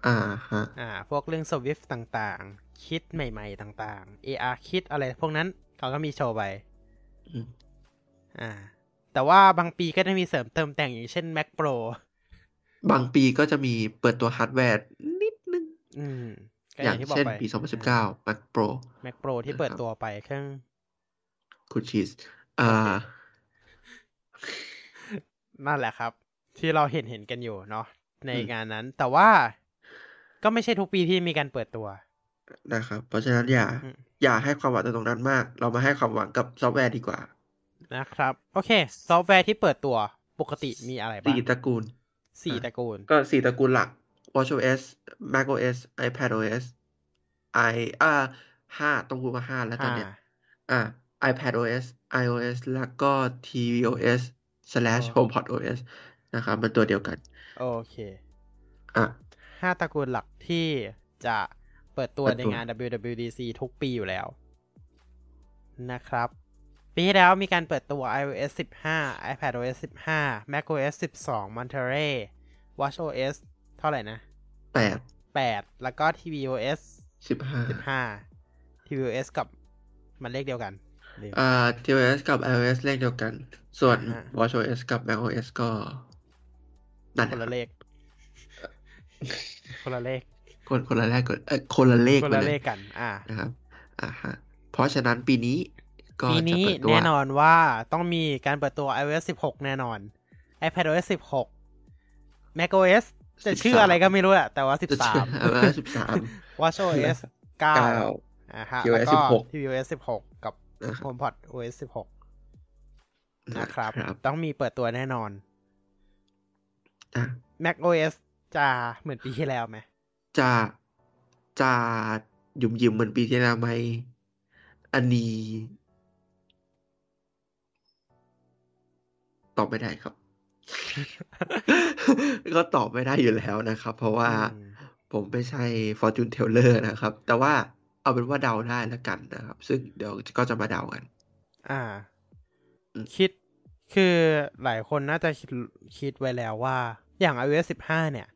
B: อ่าฮะ
A: อ่า พวกเรื่อง Swift ต่างๆ คิดใหม่ๆ ต่างๆ AR คิดอะไรพวกนั้นเขาก็มีโชว์ไป
B: อืม
A: อ่า แต่ว่าบางปีก็จะมีเสริมเติมแต่งอย่างเช่น Mac Pro
B: บางปีก็จะมีเปิดตัวฮาร์ดแวร์นิดนึง
A: อืมก็
B: อย่าง
A: ที่บก
B: เช่น
A: ไ
B: ปี 2019 Mac Pro
A: า Mac Pro ที่เปิดตัวไปเครื่อง
B: คุณชีสอ่า
A: นั่นแหละครับ ที่เราเห็นเห็นกันอยู่เนาะใน
B: อืม
A: งานนั้น แต่ว่าก็ไม่ใช่ทุกปีที่มีการเปิดตัว
B: นะครับ เพราะฉะนั้นอย่า
A: อืม
B: อย่าให้ความหวังตรงนั้นมาก เรามาให้ความหวังกับซอฟต์แวร์ดีกว่า
A: นะครับ โอเค ซอฟต์แวร์ที่เปิดตัวปกติมีอะไรบ้าง
B: สี่ตระกูล
A: สี่ตระกูล
B: ก็สี่ตระกูลหลัก watchOS macOS iPadOS i อ่าห้าต้องพูดว่าห้าแล้วตอนเนี้ย
A: อ่า
B: อ่า iPadOS iOS แล้วก็ tvOS slash
A: อ๋อ
B: homepodOS นะครับมันตัวเดียวกัน
A: โอเค
B: อ่ะ
A: ห้าตระกูลหลักที่จะเปิดตัว
B: เปิดตัว
A: ในงาน WWDC ทุกปีอยู่แล้ว นะครับ ปีที่แล้วมีการเปิดตัว iOS 15 iPadOS 15 macOS 12 Monterey watchOS เท่าไหร่นะ
B: แปด
A: 8 แล้วก็ tvOS
B: สิบห้า
A: 15 tvOS กับมันเลขเดียวกันลืม
B: อ่า tvOS กับ iOS เลขเดียวกัน ส่วน
A: อ่า
B: watchOS กับ macOS ก็นั่นแห
A: คน
B: ละ
A: ละเลข คนละเลข
B: คนคนละเลขก่อนเออคนละเลข
A: คน
B: ก่อ
A: ละ
B: น
A: เล
B: เลย
A: ขกัน อ่า
B: นะครับ อ่าฮะ เพราะฉะนั้นปีนี้ก็
A: ปี
B: จะ
A: นี้
B: เปิดตัว
A: แน่นอนว่าต้องมีการเปิดตัว iOS 16 แน่นอน iPadOS 16 macOS จะชื่ออะไรก็ไม่รู้แหละแต่ว่า
B: จะเชื่อเออสิบสาม
A: 13 watchOS 9
B: เก้า
A: อ่าฮะ
B: TVOS
A: แล้วก็
B: 16
A: tvOS 16 กับ
B: นะครับ
A: HomePod OS 16 นะครับ
B: นะครับ
A: ต้องมีเปิดตัวแน่นอน
B: อ่ะ
A: macOS จะเหมือนปีที่แล้วไหม
B: จะจะหยุ่มหยิมเหมือนปีที่แล้วไหม อันนี้ ตอบไม่ได้ครับ ก็ตอบไม่ได้อยู่แล้วนะครับ เพราะว่า
A: อืม
B: ผมไม่ใช่ Fortune Teller นะครับ แต่ว่าเอาเป็นว่าเดาได้แล้วกันนะครับ ซึ่งเดี๋ยวก็จะมาเดากัน
A: อ่า
B: อืม
A: คิดคือหลายคนน่าจะคิดคิดไว้แล้วว่า อย่าง iOS 15 เนี่ย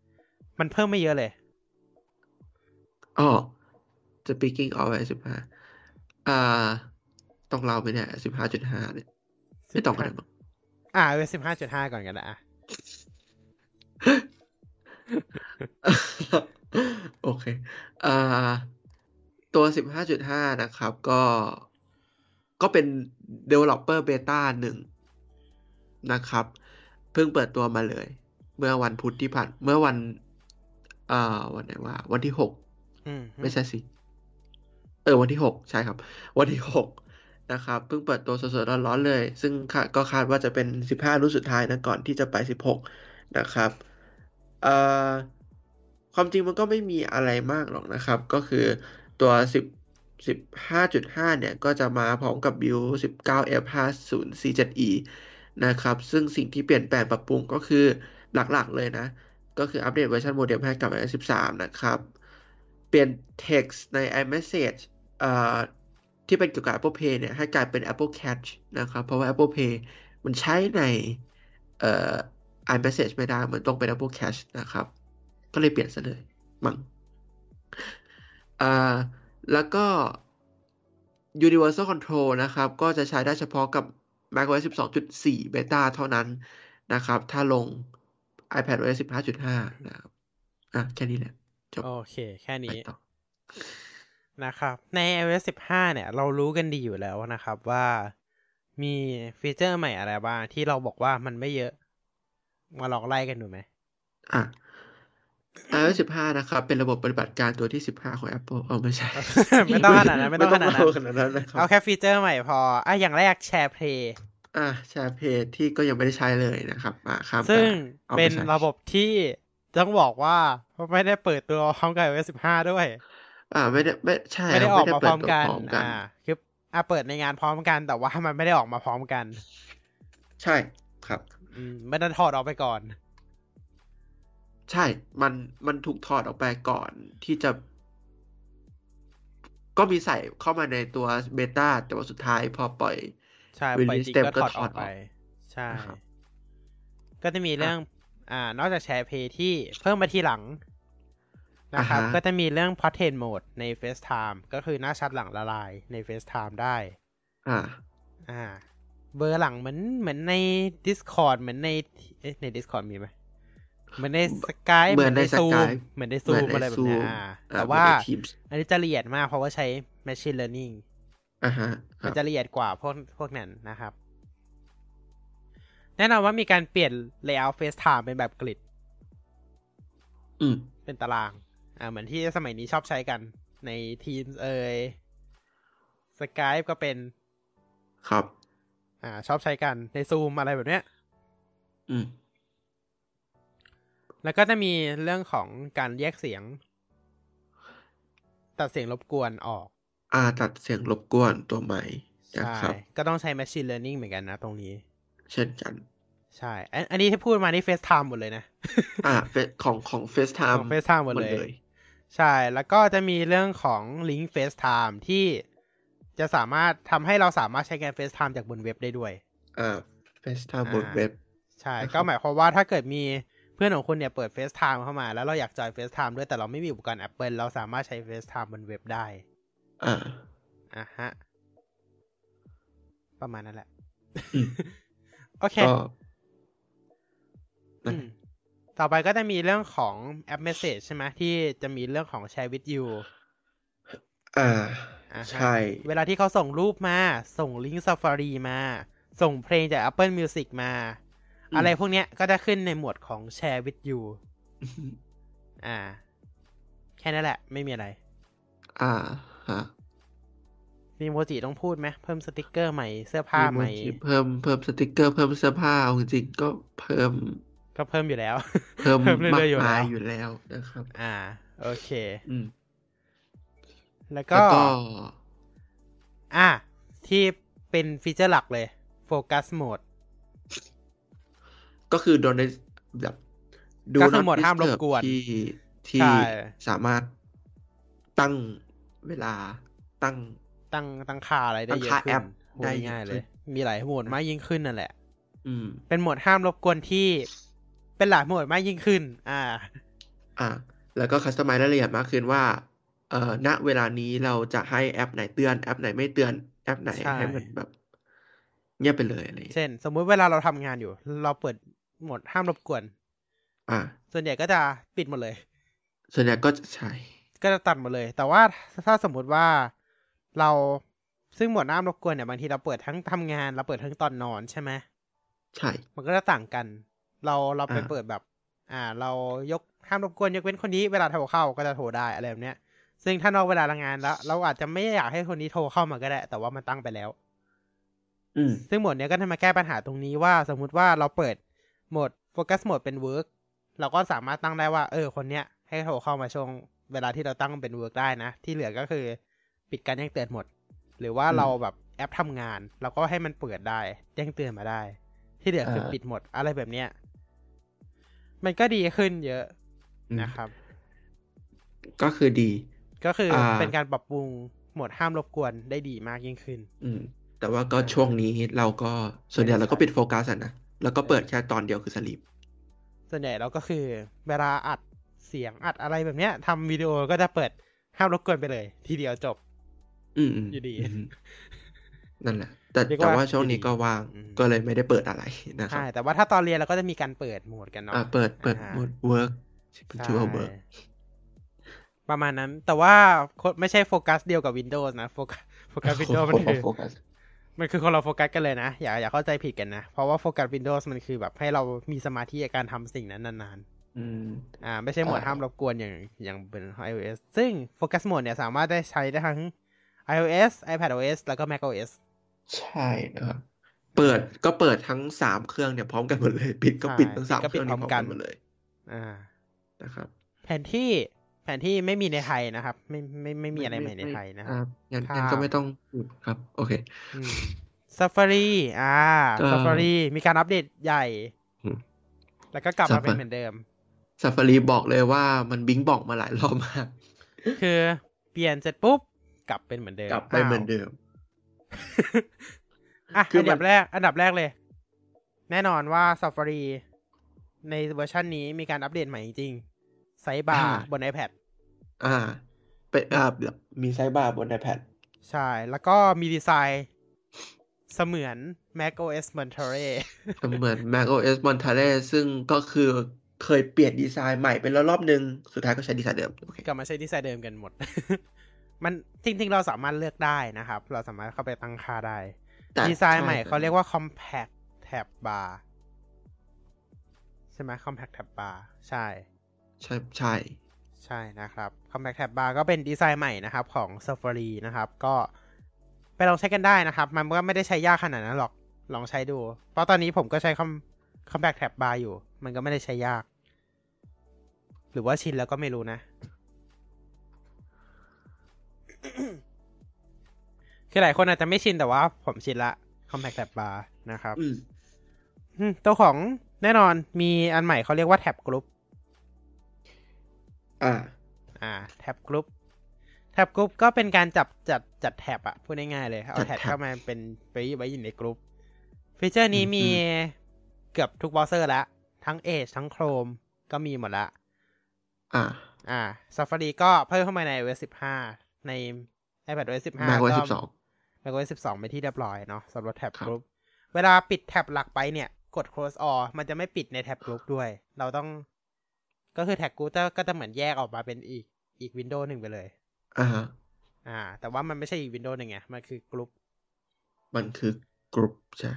A: มันเพิ่มไม่เยอะเลย
B: อ๋อ Speaking of 15อ่า ต้องเล่าไหมเนี่ย 15.5 เนี่ย ไม่ต้องกันหรอก
A: อ่า iOS 15.5 ก่อนกันนะอ่ะ
B: โอเคอ่าตัว 15.5 นะครับ ก็ ก็เป็น developer beta หนึ่งนะครับ เพิ่งเปิดตัวมาเลย เมื่อวันพุธที่ผ่าน เมื่อวันเอ่อวันไหนว่า วันที่หก
A: อืม
B: ไม่ใช่สิ เออ วันที่หกใช่ครับ วันที่หกนะครับ เพิ่งเปิดตัวสดๆร้อนๆเลย ซึ่งคาดก็คาดว่าจะเป็นสิบห้ารุ่นสุดท้ายนะก่อนที่จะไปสิบหกนะครับเอ่อความจริงมันก็ไม่มีอะไรมากหรอกนะครับ ก็คือตัวสิบสิบห้าจุดห้าเนี่ย ก็จะมาพร้อมกับบิวสิบเก้า F ห้าศูนย์ C เจ็ด E นะครับ ซึ่งสิ่งที่เปลี่ยนแปลงปรับปรุงก็คือหลักๆเลยนะ ก็คืออัปเดตเวอร์ชันโมเดมให้กับ iOS 13 นะครับ เปลี่ยน text ใน iMessage เอ่อที่เป็นเกี่ยวกับ Apple Pay เนี่ย ให้กลายเป็น Apple Catch นะครับ เพราะว่า Apple Pay มันใช้ในเอ่อ iMessage ไม่ได้ มันต้องเป็น Apple Catch นะครับ ก็เลยเปลี่ยนซะเลย มั้งอ่าแล้วก็ Universal Control นะครับ ก็จะใช้ได้เฉพาะกับ macOS 12.4 Beta เท่านั้นนะครับ ถ้าลง iPadOS 15.5 นะครับ อ่ะ แค่นี้แหละ จบ
A: โอเค แค่
B: ไป
A: นี้
B: ต่อ
A: นะครับ ใน iOS 15 เนี่ย เรารู้กันดีอยู่แล้วนะครับว่ามีฟีเจอร์ใหม่อะไรบ้างที่เราบอกว่ามันไม่เยอะ มาลองไล่กันดูไหม
B: อ่ะ iOS 15 นะครับ เป็นระบบปฏิบัติการตัวที่ 15 ของ Apple เอาไม่ใช่
A: ไม่ต้องขนาดนั้นไม่ต้องขนาดนั้น
B: ไม่ต้เอขนาดนั้นนะครั
A: เอา
B: บ
A: แค่ฟีเจอร์ใหม่พอ อ่ะ อย่างแรกแชร์เพลย์
B: อ่ะแชร์เพจที่ก็ยังไม่ได้ใช้เลยนะครับมาข้ามไป
A: ซึ่ง
B: เอาไป
A: เป็น
B: ใช้
A: ระบบที่ต้องบอกว่าไม่ได้เปิดตัวพร้อมกับ iOS 15 ด้วย
B: อ่าไม่ได้ไม่ใช่
A: ไม่ได้ออกมาพ
B: เปิด
A: ร้อม
B: ตัว
A: กัน
B: พร้อมกัน
A: อ่าคืออ่ะเปิดในงานพร้อมกัน แต่ว่ามันไม่ได้ออกมาพร้อมกัน
B: ใช่ครับ
A: อืมไม่ได้ถอดออกไปก่อน
B: ใช่ มันมันถูกถอดออกไปก่อนที่จะ ก็มีใส่เข้ามาในตัวเบต้าแต่ว่าสุดท้ายพอปล่อย
A: ใช่ป
B: Release
A: ล่อยจริงก็ถอดออกไป ใช่
B: นะครับ
A: ก็จะมีเรื่อง อ่านอกจากแชร์เพย์ที่เพิ่มมาทีหลังนะครับ
B: อ่าฮะ
A: ก็จะมีเรื่อง Portrait Mode ใน FaceTime ก็คือหน้าชัดหลังละลายใน FaceTime ได้
B: อ่า
A: อ่า เบอร์หลังเหมือนเหมือนใน Discord เหมือนในเอ๊ะใน Discord มีไหมเหมือนในสกาย
B: เหมือนใน Skype
A: เหมือนในซูมอะไรแบบเนี้ยอ่า
B: อ่
A: แต่ว่า
B: เหมือนใน Teams
A: อันนี้จะละเอียดมากเพราะว่าใช้ Machine Learning
B: อ่าฮะค
A: มั
B: รั
A: น
B: บ
A: จะละเอียดกว่าพวกพวกนั้นนะครับ แน่นอนว่ามีการเปลี่ยน layout FaceTime เป็นแบบกริด
B: อืม
A: เป็นตาราง อ่า เหมือนที่สมัยนี้ชอบใช้กันใน Teams เอ่ย Skype ก็เป็น
B: ครับ
A: อ่า ชอบใช้กันใน Zoom อะไรแบบเนี้ย
B: อืม
A: แล้วก็จะมีเรื่องของการแยกเสียง ตัดเสียงรบกวนออก
B: อ่าตัดเสียงรบกวนตัวใหม่นะ
A: ใช่
B: ครับ
A: ก็ต้องใช้ Machine Learning เหมือนกันนะตรงนี้
B: เช่นกัน
A: ใช่อันอันนี้ที่พูดมานี่ FaceTime หมดเลยนะ
B: อ่า Face- ของของ
A: ข
B: FaceTime
A: อง FaceTime หมดเลย ใช่ แล้วก็จะมีเรื่องของ Link FaceTime ที่จะสามารถทำให้เราสามารถใช้งาน FaceTime จากบนเว็บได้ด้วย
B: อ่า FaceTime
A: อ่า
B: บนเว็บ
A: ใช่
B: นะครับ
A: ก็หมายความว่าถ้าเกิดมีเพื่อนของคุณเนี่ยเปิด FaceTime เข้ามา แล้วเราอยากจอย FaceTime ด้วยแต่เราไม่มีอุปกรณ์ Apple เราสามารถใช้ FaceTime บนเว็บได้
B: อ่า
A: อ่ะฮะ ประมาณนั้นแหละ
B: อืม
A: โอเค
B: ก็
A: อืมต่อไปก็จะมีเรื่องของแอป Message ใช่ไหมที่จะมีเรื่องของ Share with you
B: อ่า
A: อ่าฮะ
B: ใช่
A: เวลาที่เขาส่งรูปมา ส่งลิงก์ Safari มา ส่งเพลงจาก Apple Music มา อะไรพวกเนี้ยก็จะขึ้นในหมวดของ Share with you
B: อืม
A: อ่า แค่นั้นแหละ ไม่มีอะไร
B: อ่าฮะ
A: มีโมจิต้องพูดไหม เพิ่มสติกเกอร์ใหม่ เสื้อผ้าใหม่
B: มีโมจิเพิ่มเพิ่มสติกเกอร์ เพิ่มเสื้อผ้าเอาจริงๆก็เพิ่ม
A: ก็เพิ่มอยู่แล้ว
B: เพิ่ม
A: เพิ่มเรื่
B: มา
A: อยๆอ
B: ก
A: ยู่
B: มา
A: แล้
B: ยว อยู่แล้วนะครับ
A: อ่า โอเค
B: อืม
A: แล้ว
B: แล้ว
A: ก็
B: ก็
A: อ่ะ ที่เป็นฟีเจอร์หลักเลยโฟกัสโหมด
B: ก็คือโดนในแบบ
A: ก็คือโหมดห้ามรบกวน
B: ที่ที่
A: ใช่
B: สามารถตั้งเวลาตั้ง
A: ตั้งตั้งค่าอะไรได้เยอะ
B: ตั้งค่า
A: ขึ้
B: แอน ป
A: โห
B: ได้
A: ย
B: เยอะ
A: ง่ายเล
B: ขึ้
A: ย
B: น
A: มีหลายโหมดมากยิ่งขึ้นนั่นแหละ
B: อืม
A: เป็นโหมดห้ามรบกวนที่เป็นหลายโหมดมากยิ่งขึ้น อ่า
B: อ่ะแล้วก็คัสตอมไมซ์รายละเอียดมากขึ้นว่า เอ่อ ณ เวลานี้เราจะให้แอปไหนเตือน แอปไหนไม่เตือน แอปไหน
A: ใช่
B: ให้มันแบบ เงียบไปเลยอะไรอย่างเงี้ย
A: เช่น สมมุติเวลาเราทำงานอยู่ เราเปิดโหมดห้ามรบกวน
B: อ่ะ
A: ส่วนใหญ่ก็จะปิดหมดเลย
B: ส่วนใหญ่ก็จะใช่
A: ก็จะตัดหมดเลย แต่ว่าถ้าสมมุติว่าเราซึ่งหมวดน้ำรบกวนเนี่ยบางทีเราเปิดทั้งทำงานเราเปิดทั้งตอนนอนใช่ไหม
B: ใช่
A: มันก็จะต่างกัน เราเราไป
B: อ่า
A: เปิดแบบ อ่า เรายกห้ามรบกวนยกเว้นคนนี้เวลาโทรเข้าก็จะโทรได้อะไรแบบเนี้ย ซึ่งถ้านอกเวลาทำงานแล้ว เราอาจจะไม่อยากให้คนนี้โทรเข้ามาก็ได้ แต่ว่ามันตั้งไปแล้ว
B: อืม
A: ซึ่งโหมดเนี้ยก็จะมาแก้ปัญหาตรงนี้ว่า สมมุติว่าเราเปิดโหมดโฟกัสโหมดเป็นเวิร์กเราก็สามารถตั้งได้ว่า เออ คนเนี้ยให้โทรเข้ามาช่วงเวลาที่เราตั้งเป็นเวิร์กได้นะ ที่เหลือก็คือปิดการแจ้งเตือนหมด หรือว่า
B: อืม
A: เราแบบแอปทำงานเราก็ให้มันเปิดได้แจ้งเตือนมาได้ ที่เหลือคือ
B: เออ
A: ปิดหมดอะไรแบบเนี้ยมันก็ดีขึ้นเยอะ
B: อืม
A: นะครับ
B: ก็คือดี
A: ก็คืออา เป็นการปรับปรุงโหมดห้ามรบกวนได้ดีมากยิ่งขึ้น
B: อืม แต่ว่าก็
A: เออ
B: ช่วงนี้เราก็ส่วนใหญ่
A: ไม่ได้
B: เราก็
A: ใช้
B: ปิดโฟกัสอะนะ แล้วก็เปิดแค่ตอนเดียวคือสลีป
A: ส่วนใหญ่เราก็คือเวลาอัดเสียงอัดอะไรแบบเนี้ยทำวิดีโอก็จะเปิดห้ามรบกวนไปเลย ทีเดียวจบ
B: อืมอืม
A: อยู่ดี
B: อืมนั่นแหละ แต่
A: เรียกว่า
B: แต่ว่าช่วงนี้ก็ว่าง
A: อืม
B: ก็เลยไม่ได้เปิดอะไรนะครับ
A: ใช่แต่ว่าถ้าตอนเรียนเราก็จะมีการเปิดโหมดกันเนาะ
B: อ่าเปิดเปิด
A: อ่า
B: หมดเวิร์กชื่อว่าเวิร์ก
A: ใช่ประมาณนั้น แต่ว่าไม่ใช่โฟกัสเดียวกับ Windows นะโฟกัสโฟกัส Windows มัน คือ
B: โฟกัส
A: มันคือคนเราโฟกัสกันเลยนะ อย่าอย่าเข้าใจผิดกันนะ เพราะว่าโฟกัส Windows มันคือแบบให้เรามีสมาธิในการทำสิ่งนั้นนานๆ
B: อืม
A: อ่าไม่ใช่โหมด
B: อ่า
A: ห้ามรบกวนอย่างอย่างเป็น iOS ซึ่ง Focus Mode เนี่ยสามารถได้ใช้ได้ทั้ง iOS iPadOS แล้วก็ macOS
B: ใช่นะครับ เปิดก็เปิดทั้งสามเครื่องเนี่ยพร้อมกันหมดเลย ปิดก็
A: ใช่
B: ปิดทั้งสาม
A: ปิดก็
B: เครื่องเนี่ย
A: ปิดพ
B: พร้อ
A: ร้อ
B: ม
A: มกั
B: กัน นหมดเลย
A: อ่า
B: นะครับ
A: แผนที่แผนที่ไม่มีในไทยนะครับ ไม่ไม่ไม่มีอะไรใหม่ในไทยนะครับ
B: งั้น
A: ค่ะ
B: งั้นก็ไม่ต้องพูดครับ โอเค
A: อืม Safari อ่า
B: เอ่อ
A: Safari มีการอัปเดตใหญ่
B: อืม
A: แล้วก็กลับมาเป็น
B: Safari
A: เหมือนเดิม
B: ซาฟารีบอกเลยว่ามันบิงบอกมาหลายรอบมาก
A: คือเปลี่ยนเสร็จปุ๊บ กลับเป็นเหมือนเดิม
B: กลับไปเหมือนเดิม
A: อ่ะ
B: คือ
A: อัน
B: มัน
A: ดับแรก อันดับแรกเลย แน่นอนว่า Safari ในเวอร์ชันนี้มีการอัปเดตใหม่จริงๆไซส์บาร์
B: อ่า
A: บน iPad
B: อ่า เป็นอ่าแบบมีไซส์บาร์บน iPad
A: ใช่ แล้วก็มีดีไซน์เสมือน Mac OS Monterey
B: เหมือน Mac OS Monterey ซึ่งก็คือเคยเปลี่ยนดีไซน์ใหม่ไปแล้วรอบนึง สุดท้ายก็ใช้ดีไซน์เดิมโอเค
A: กลับมาใช้ดีไซน์เดิมกันหมด มันจริงๆ เราสามารถเลือกได้นะครับ เราสามารถเข้าไปตั้งค่าได้
B: แต่
A: ดีไซน์ใหม่
B: ช่
A: เขาเรียกว่า compact tab bar ใช่ไหม compact tab bar ใช่
B: ใช่ใช่
A: ใช่นะครับ compact tab bar ก็เป็นดีไซน์ใหม่นะครับ ของ Safari นะครับ ก็ไปลองใช้กันได้นะครับ มันก็ไม่ได้ใช้ยากขนาดนั้นหรอก ลองใช้ดู เพราะตอนนี้ผมก็ใช้ com- compact tab bar อยู่ มันก็ไม่ได้ใช้ยาก หรือว่าชินแล้วก็ไม่รู้นะ คือหลายคนอาจจะไม่ชินแต่ว่าผมชินละ compact tab bar นะครับ
B: อืม
A: อืมตัวของแน่นอนมีอันใหม่เขาเรียกว่าแท็บกรุ๊ป
B: อ่า
A: อ่าแท็บกรุ๊ปแท็บกรุ๊ปก็เป็นการจับจัดจัดแท็บอะพูดง่ายๆเลย เอา
B: จัด
A: แท็บ
B: แท็บ
A: เข้ามาเป็นไปไว้อยู่ในกรุ๊ปฟีเจอร์นี้
B: อืม
A: มีเกือบทุกเบราว์เซอร์แล้ว ทั้ง Edge ทั้ง Chrome ก็มีหมดละ
B: อ่า
A: อ่า Safari ก็เพิ่มเข้ามาใน iOS 15 ใน iPadOS 15
B: Mac OS
A: ก็
B: 12
A: iOS 12 เป็นที่เรียบร้อยเนาะสำหรับแท็บ
B: ครับ
A: กรุ๊ปเวลาปิดแท็บหลักไปเนี่ย กด close all มันจะไม่ปิดในแท็บกรุ๊ปด้วย เราต้อง ก็คือแท็บกรุ๊ปก็จะเหมือนแยกออกมาเป็นอีกอีกวินโดว์หนึ่งไปเลย
B: อ่าฮะ
A: อ่า แต่ว่ามันไม่ใช่อีกวินโดว์หนึ่งไง มันคือกลุ่ม
B: มันคือกรุ๊ปใช่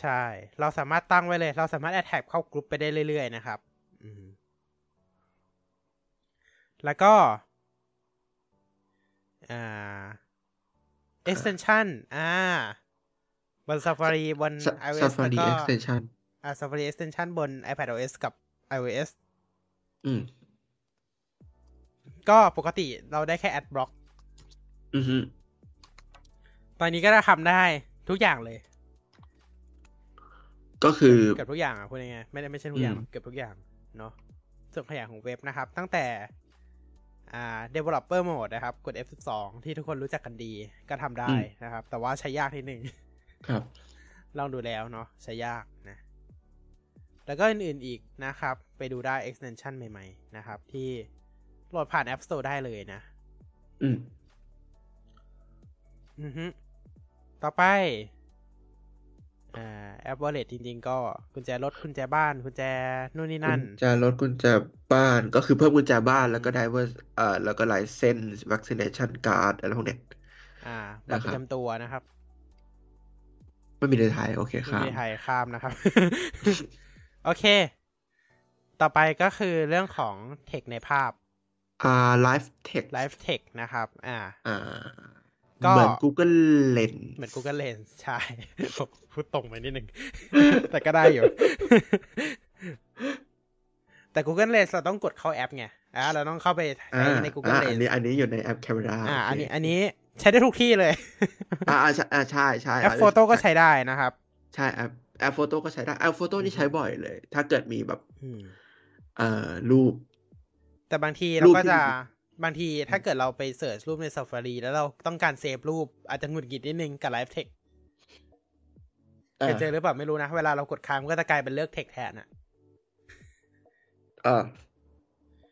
A: ใช่ เราสามารถตั้งไว้เลย เราสามารถแอดแท็บเข้ากลุ่มไปได้เรื่อย ๆ นะครับ อืม แล้วก็อ่า extension อ่า บน Safari บน
B: Sa-
A: iOS แล้ว
B: Safari
A: ก็
B: Extension
A: อ่า Safari extension บน iPadOS กับ iOS
B: อืม
A: ก็ปกติเราได้แค่ ad block
B: อือฮึ
A: ตอนนี้ก็ทำได้ทุกอย่างเลย
B: ก็คือ
A: เกือบทุกอย่างอ่ะพูดยังไงไม่ได้ไม่ใช่ทุกอย่าง
B: อืม
A: เกือบทุกอย่างเนาะส่วนขยายของเว็บนะครับ ตั้งแต่อ่า developer mode นะครับ กด F12 ที่ทุกคนรู้จักกันดีก็ทำได้นะครับ แต่ว่าใช้ยากนิดนึง
B: ครับ
A: ลองดูแล้วเนาะใช้ยากนะ แล้วก็อื่นๆอีกนะครับ ไปดูได้ extension ใหม่ๆ นะครับ ที่โหลดผ่าน App Store ได้เลยนะ
B: อืม
A: อือฮึต่อไปอ่าแอป Wallet จริงๆ ก็กุญแจรถกุญแจบ้านกุญแจนู่นนี่นั่น
B: กุญแจรถกุญแจบ้านก็คือเพิ่มกุญแจบ้านแล้วก็ได้ว่าเอ่อแล้วก็ลายเส้น vaccination card อะไรพวกเนี้ย
A: อ่าบัตร
B: นะค
A: ป
B: รับ
A: ระจำตัวนะครับ
B: ไม่มีในไทยโอเคค
A: ไม่
B: รับ
A: มีไทยข้าม นะครับ โอเค ต่อไปก็คือเรื่องของเทคในภาพ
B: อ่า live text
A: Live Tech นะครับ อ่า
B: อ่า
A: ก็
B: เหมือน Google Lens
A: เหมือน Google Lens ใช่ ผมพูดตรงไปนิดนึง แต่ก็ได้อยู่ แต่ Google Lens เราต้องกดเข้าแอปไงอ่าเราต้องเข้าไป
B: อ่า
A: ใช้ใน Google
B: อ่าอัน
A: Lens
B: นี้อันนี้อยู่ในแอป camera
A: อ่า อัน
B: โเค
A: นี้อันนี้ใช้ได้ทุกที่เลย
B: อ่าอ่าใช่อ่าใช่ใช่
A: แอปโฟโต้ก็ใช้ได้นะครับ
B: ใช่แอปแอปโฟโต้ก็ใช้ได้แอปโฟโต้นี่ใช้บ่อยเลย ถ้าเกิดมีแบบ
A: อืม
B: เอ่อรูป
A: แต่บางทีเราก็จะ
B: รูปที่
A: บางทีถ้าเกิดเราไปเสิร์ชรูปใน Safari แล้วเราต้องการเซฟรูป อาจจะหงุดหงิดนิดนึงกับ Live Tech เคยเจอหรือเปล่าไม่รู้นะ เวลาเรากดค้างมันก็จะกลายเป็นเลือก Tech แทนอะ
B: อ่า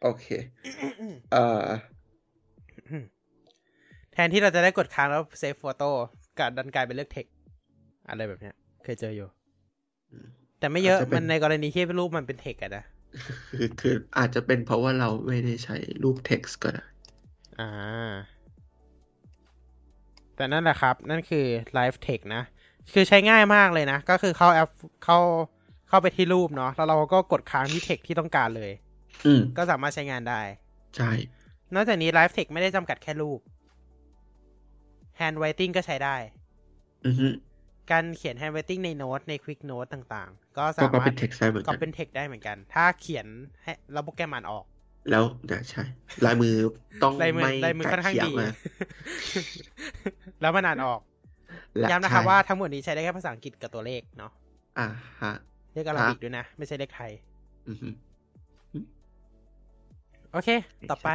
B: โอเคอ่า
A: แทนที่เราจะได้กดค้างแล้วเซฟโฟโต้กลับดันกลายเป็นเลือกเทคอะไรแบบเนี้ย เคยเจออยู่
B: อืม
A: แต่ไม่เยอะ
B: อาจจะเป็น
A: มันในกรณีที่รูปมันเป็นเทคอะนะ
B: คือคืออาจจะเป็นเพราะว่าเราไม่ได้ใช้รูป text ก็ได้
A: อ่า แต่นั่นแหละครับ นั่นคือ Live Tech นะ คือใช้ง่ายมากเลยนะ ก็คือเข้าแอปเข้าเข้าไปที่รูปเนาะแล้วเราก็กดค้างที่เทคที่ต้องการเลย
B: อืม
A: ก็สามารถใช้งานได้
B: ใช่
A: นอกจากนี้ Live Tech ไม่ได้จำกัดแค่รูป Handwriting ก็ใช้ได้
B: อือฮึ
A: การเขียน handwriting ในโน้ตใน quick note ต่างๆ ก็
B: ก็
A: สา
B: ก็
A: มาร
B: เป็
A: ถ
B: น text ได้เหมือน
A: ก็
B: กัน
A: เป็น text ได้เหมือนกัน ถ้าเขียนให้แล้วโปรแกรมอ่านออก
B: แล้วนะใช่ ลายมือต้อง
A: ลายมือ
B: ไม่
A: ลายมือค่อนข้าง
B: กะ
A: ดี
B: เขียม
A: แล้วมันอ่านออก
B: และ
A: ย้ำนะครับ
B: ใช่
A: ว่าทั้งหมดนี้ใช้ได้แค่ภาษาอังกฤษกับตัวเลขเนาะ
B: อ่าฮะ
A: เลขอาราบิ
B: ครั
A: ก
B: บ
A: ด้วยนะ ไม่ใช่เลขไทย
B: อือฮึ
A: โอเค ต่อไป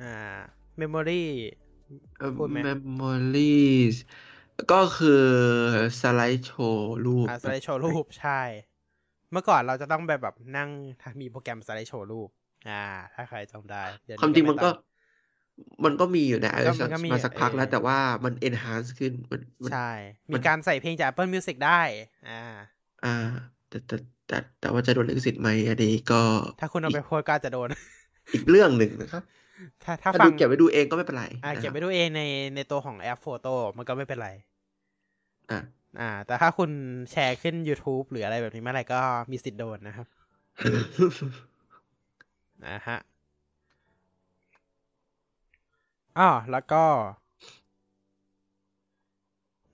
A: อ่า memory พูดไหม
B: เมมโมรีก็คือสไลด์โชว์รูป
A: อ่าสไลด์โชว์รูปใช่ เมื่อก่อนเราจะต้องไปแบบนั่งมีโปรแกรมสไลด์โชว์รูป อ่า ถ้าใครจำได้เดี๋ย
B: ความจริง
A: ไ
B: มันก็
A: อง
B: มันก็มีอยู่นะ
A: มันก็มันก็มี
B: มาสักพักแล้ว
A: เออ
B: แต่ว่ามัน enhance ขึ้นมันมัน
A: ใช่
B: มั
A: มี
B: น
A: การใส่เพลงจาก Apple Music ได้ อ่า
B: อ่า แต่แต่แต่แต่ว่าจะโดนลิขสิทธิ์ไหมอันนี้ก็
A: ถ้าคุณเอาไปโพสต์ก็อาจจะโดน
B: อีกเรื่องหนึ่งนะครับ
A: ถ้าถ้า
B: ถ้า
A: ฟั
B: ดู
A: ง
B: เก็บไว้ดูเองก็ไม่เป็นไร
A: อ่า
B: นะ
A: เก็บ
B: ค
A: ไว้
B: รั
A: ดู
B: บ
A: เองในในตัวของแอปโฟโต้มันก็ไม่เป็นไร
B: อ่า
A: อ่า แต่ถ้าคุณแชร์ขึ้น YouTube หรืออะไรแบบนี้เมื่อไหร่ก็มีสิทธิ์โดนนะครับนะฮะอ๋อแล้วก็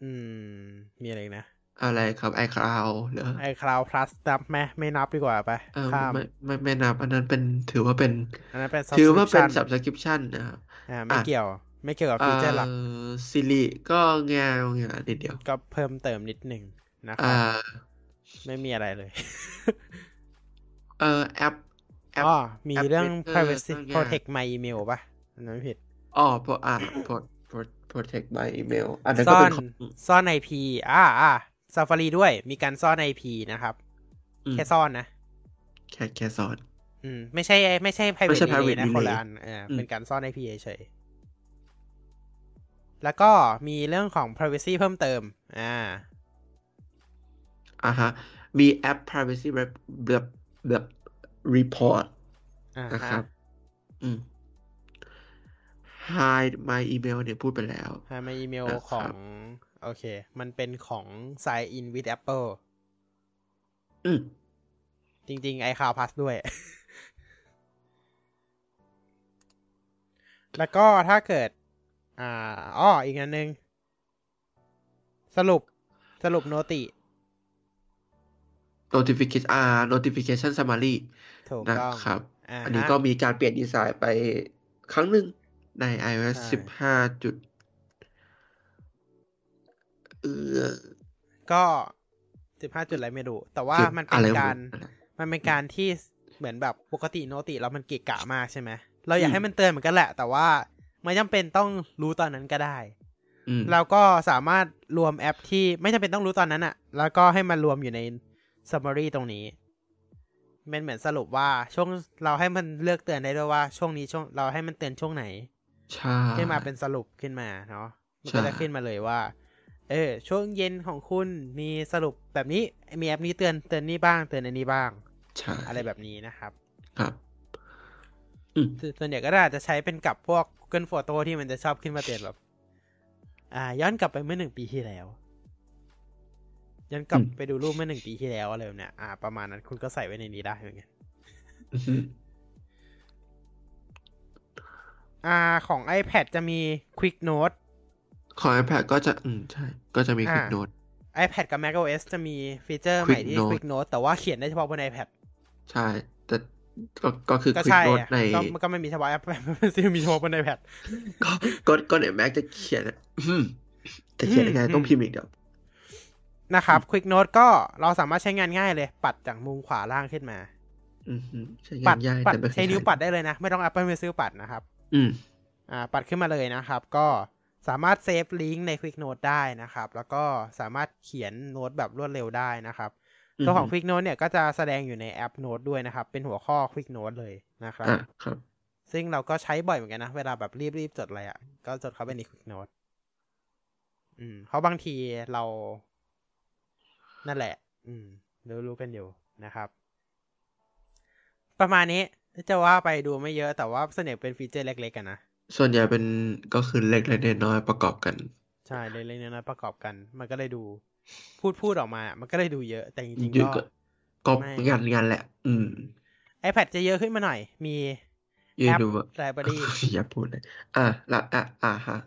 A: อืม มีอะไรอีกนะ
B: อะไรครับ iCloud เหรอ
A: ไอคลาวพลัสนับไหมไม่นับดีกว่าไป
B: เออ
A: ข้าม
B: ไม่ไม่ไม่นับ อันนั้นเป็นถือว่าเป็น
A: อันนั้นเป็น
B: ถือว่าเป็น
A: subscription
B: subscription นะครับ
A: อ่าไม่เกี่ยว ไม่เกี่ยวกับฟีเจอร์หลัก
B: เอ่อ Siri ก็แงวแงวนิดเดียว
A: ก็เพิ่มเติมนิดหนึ่งนะครั
B: อ่า
A: บ ไม่มีอะไรเลย
B: เออแอป แอป
A: อ๋อ มีเรื่อง
B: Twitter
A: privacy
B: ก็ง่าย
A: protect my email ป่ะอันนั้นไม่ผิด
B: อ๋อพออ่า pro- pro- protect by email อันนั้น
A: ซ่
B: ก็
A: อ
B: เป็น
A: น
B: ของ
A: ซ่อน IP อ่าอ่า Safari ด้วย มีการซ่อน IP นะครับ
B: อืม
A: แค่ซ่อนนะ
B: แค่แค่สอน
A: อืม ไม่ใช่ ไม่ใช่
B: ไม่
A: private
B: ใช่
A: relay
B: private
A: นะ
B: relay
A: คนละอันเอออ
B: ม
A: เป็นการซ่อน IP เฉยๆแล้วก็มีเรื่องของ privacy เพิ่มเติม อ่า
B: อ่าฮะ มีแอป privacy rep แบบแบบ report
A: อ่า
B: นะค
A: ฮะ
B: รับ อืม hide my email เนี่ยพูดไปแล้ว
A: หามาอีเมล
B: นะครับ
A: ของ โอเค มันเป็นของ sign in with Apple
B: อืม
A: จริงๆ iCloud Plus ด้วย แล้วก็ถ้าเกิด อ่าอ้ออีกอันหนึ่ง สรุป สรุปโนติ
B: notification อ่า notification summary
A: ถูก
B: นะ
A: ต้อง
B: ครับ
A: าฮะ
B: อันนี้ก็มีการเปลี่ยนดีไซน์ไปครั้งหนึ่งใน iOS
A: ใช่
B: 15.1 เออ
A: ก็สิบห้าจุดอะไรไม่รู้แต่ว่ามันเป็นการ
B: อะไรวะ
A: มันเป็นการที่เหมือนแบบปกติโนติแล้วมันเกะกะมากใช่ไหมเราอยากให้มันเตือนเหมือนกันแหละ แต่ว่าไม่จำเป็นต้องรู้ตอนนั้นก็ได้
B: อืม
A: เราก็สามารถรวมแอปที่ไม่จำเป็นต้องรู้ตอนนั้นอะแล้วก็ให้มันรวมอยู่ใน summary ตรงนี้มันเหมือนสรุปว่าช่วงเราให้มันเลือกเตือนได้ด้วยว่าช่วงนี้ช่วงเราให้มันเตือนช่วงไหน
B: ใช่
A: ขึ้นมาเป็นสรุปขึ้นมาเนาะมัน
B: ใช่
A: ก็จะขึ้นมาเลยว่า เออ ช่วงเย็นของคุณมีสรุปแบบนี้ มีแอปนี้เตือนเตือนนี่บ้างเตือนอันนี้บ้าง
B: ใช่
A: อะไรแบบนี้นะครับ
B: ครับ
A: สส่วนใหญ่ก็อาจจะใช้เป็นกับพวก Google Photo ที่มันจะชอบขึ้นมาเตือนแบบ อ่า ย้อนกลับไปเมื่อหนึ่งปีที่แล้ว ย้อนกลับ
B: อืม
A: ไปดูรูปเมื่อหนึ่งปีที่แล้วอะไรแบบเนี่ยอ่า ประมาณนั้นคุณก็ใส่ไว้ในนี้ได้เหมือนกัน
B: อือฮึ
A: อ่า ของ iPad จะมี Quick Note
B: ของ iPad ก็จะอืมใช่ ก็จะมี
A: อ่า
B: คลิปโน้ต
A: iPad กับ macOS จะมีฟีเจอร์ใหม่ที่
B: Quick Note
A: Quick Note แต่ว่าเขียนได้เฉพาะบน iPad
B: ใช่ แต่ก็ก็คือ
A: ก็
B: คลิป
A: ใช่
B: โน้ต
A: อะ
B: ใน
A: ก็มันก็ไม่มีเฉพาะแอปมันจะมีเฉพาะบน iPad
B: ก็ก็ก็เดี๋ยวแม็กจะเขียนอืมแต่เขียนยังไงต้องพิมพ์อีกเดี๋ยว
A: นะครับ Quick Note ก็เราสามารถใช้งานง่ายเลย ปัดจากมุมขวาล่างขึ้นมา
B: อือฮึใช้
A: ปั
B: งา
A: ด
B: นยาก
A: ปัด
B: แต่ไม่เคย
A: ใช้นิ้ว
B: ทำ
A: ปัดได้เลยนะ ไม่ต้อง Apple Pencil ปัดนะครับ
B: อืม
A: อ่า ปัดขึ้นมาเลยนะครับ ก็สามารถเซฟลิงก์ใน Quick Note ได้นะครับ แล้วก็สามารถเขียนโน้ตแบบรวดเร็วได้นะครับตัวของ Quick Note เนี่ยก็จะแสดงอยู่ในแอป Note ด้วยนะครับ เป็นหัวข้อ Quick Note เลยนะครับ
B: อ่ะครับ
A: ซึ่งเราก็ใช้บ่อยเหมือนกันนะ เวลาแบบรีบๆจดอะไรอะ่ะ ก็จดเข้าไปใน Quick Note อืมเพราะบางทีเรา นั่นแหละ อืมรู้รู้กันอยู่นะครับ ประมาณนี้จะว่าไปดูไม่เยอะแต่ว่าส่วนใหญ่เป็นฟีเจอร์เล็กๆกันนะ
B: ส่วนใหญ่เป็นก็คือเล็กเล็กน้อยๆประกอบกัน
A: ใช่เล็กๆน้อยๆประกอบกัน มันก็เลยดู พูดพูดออกมา มันก็เลยดูเยอะ แต่จริง
B: เย
A: ๆ
B: อะ
A: ก็
B: ก็ก็
A: ไม่
B: งานงานแหละ อืม
A: iPad จะเยอะขึ้นมาหน่อย มี
B: ยืน
A: แอป
B: ดูว่า
A: Library
B: อย่าพูดเลย อ่ะละอ่ะอ่ะฮะ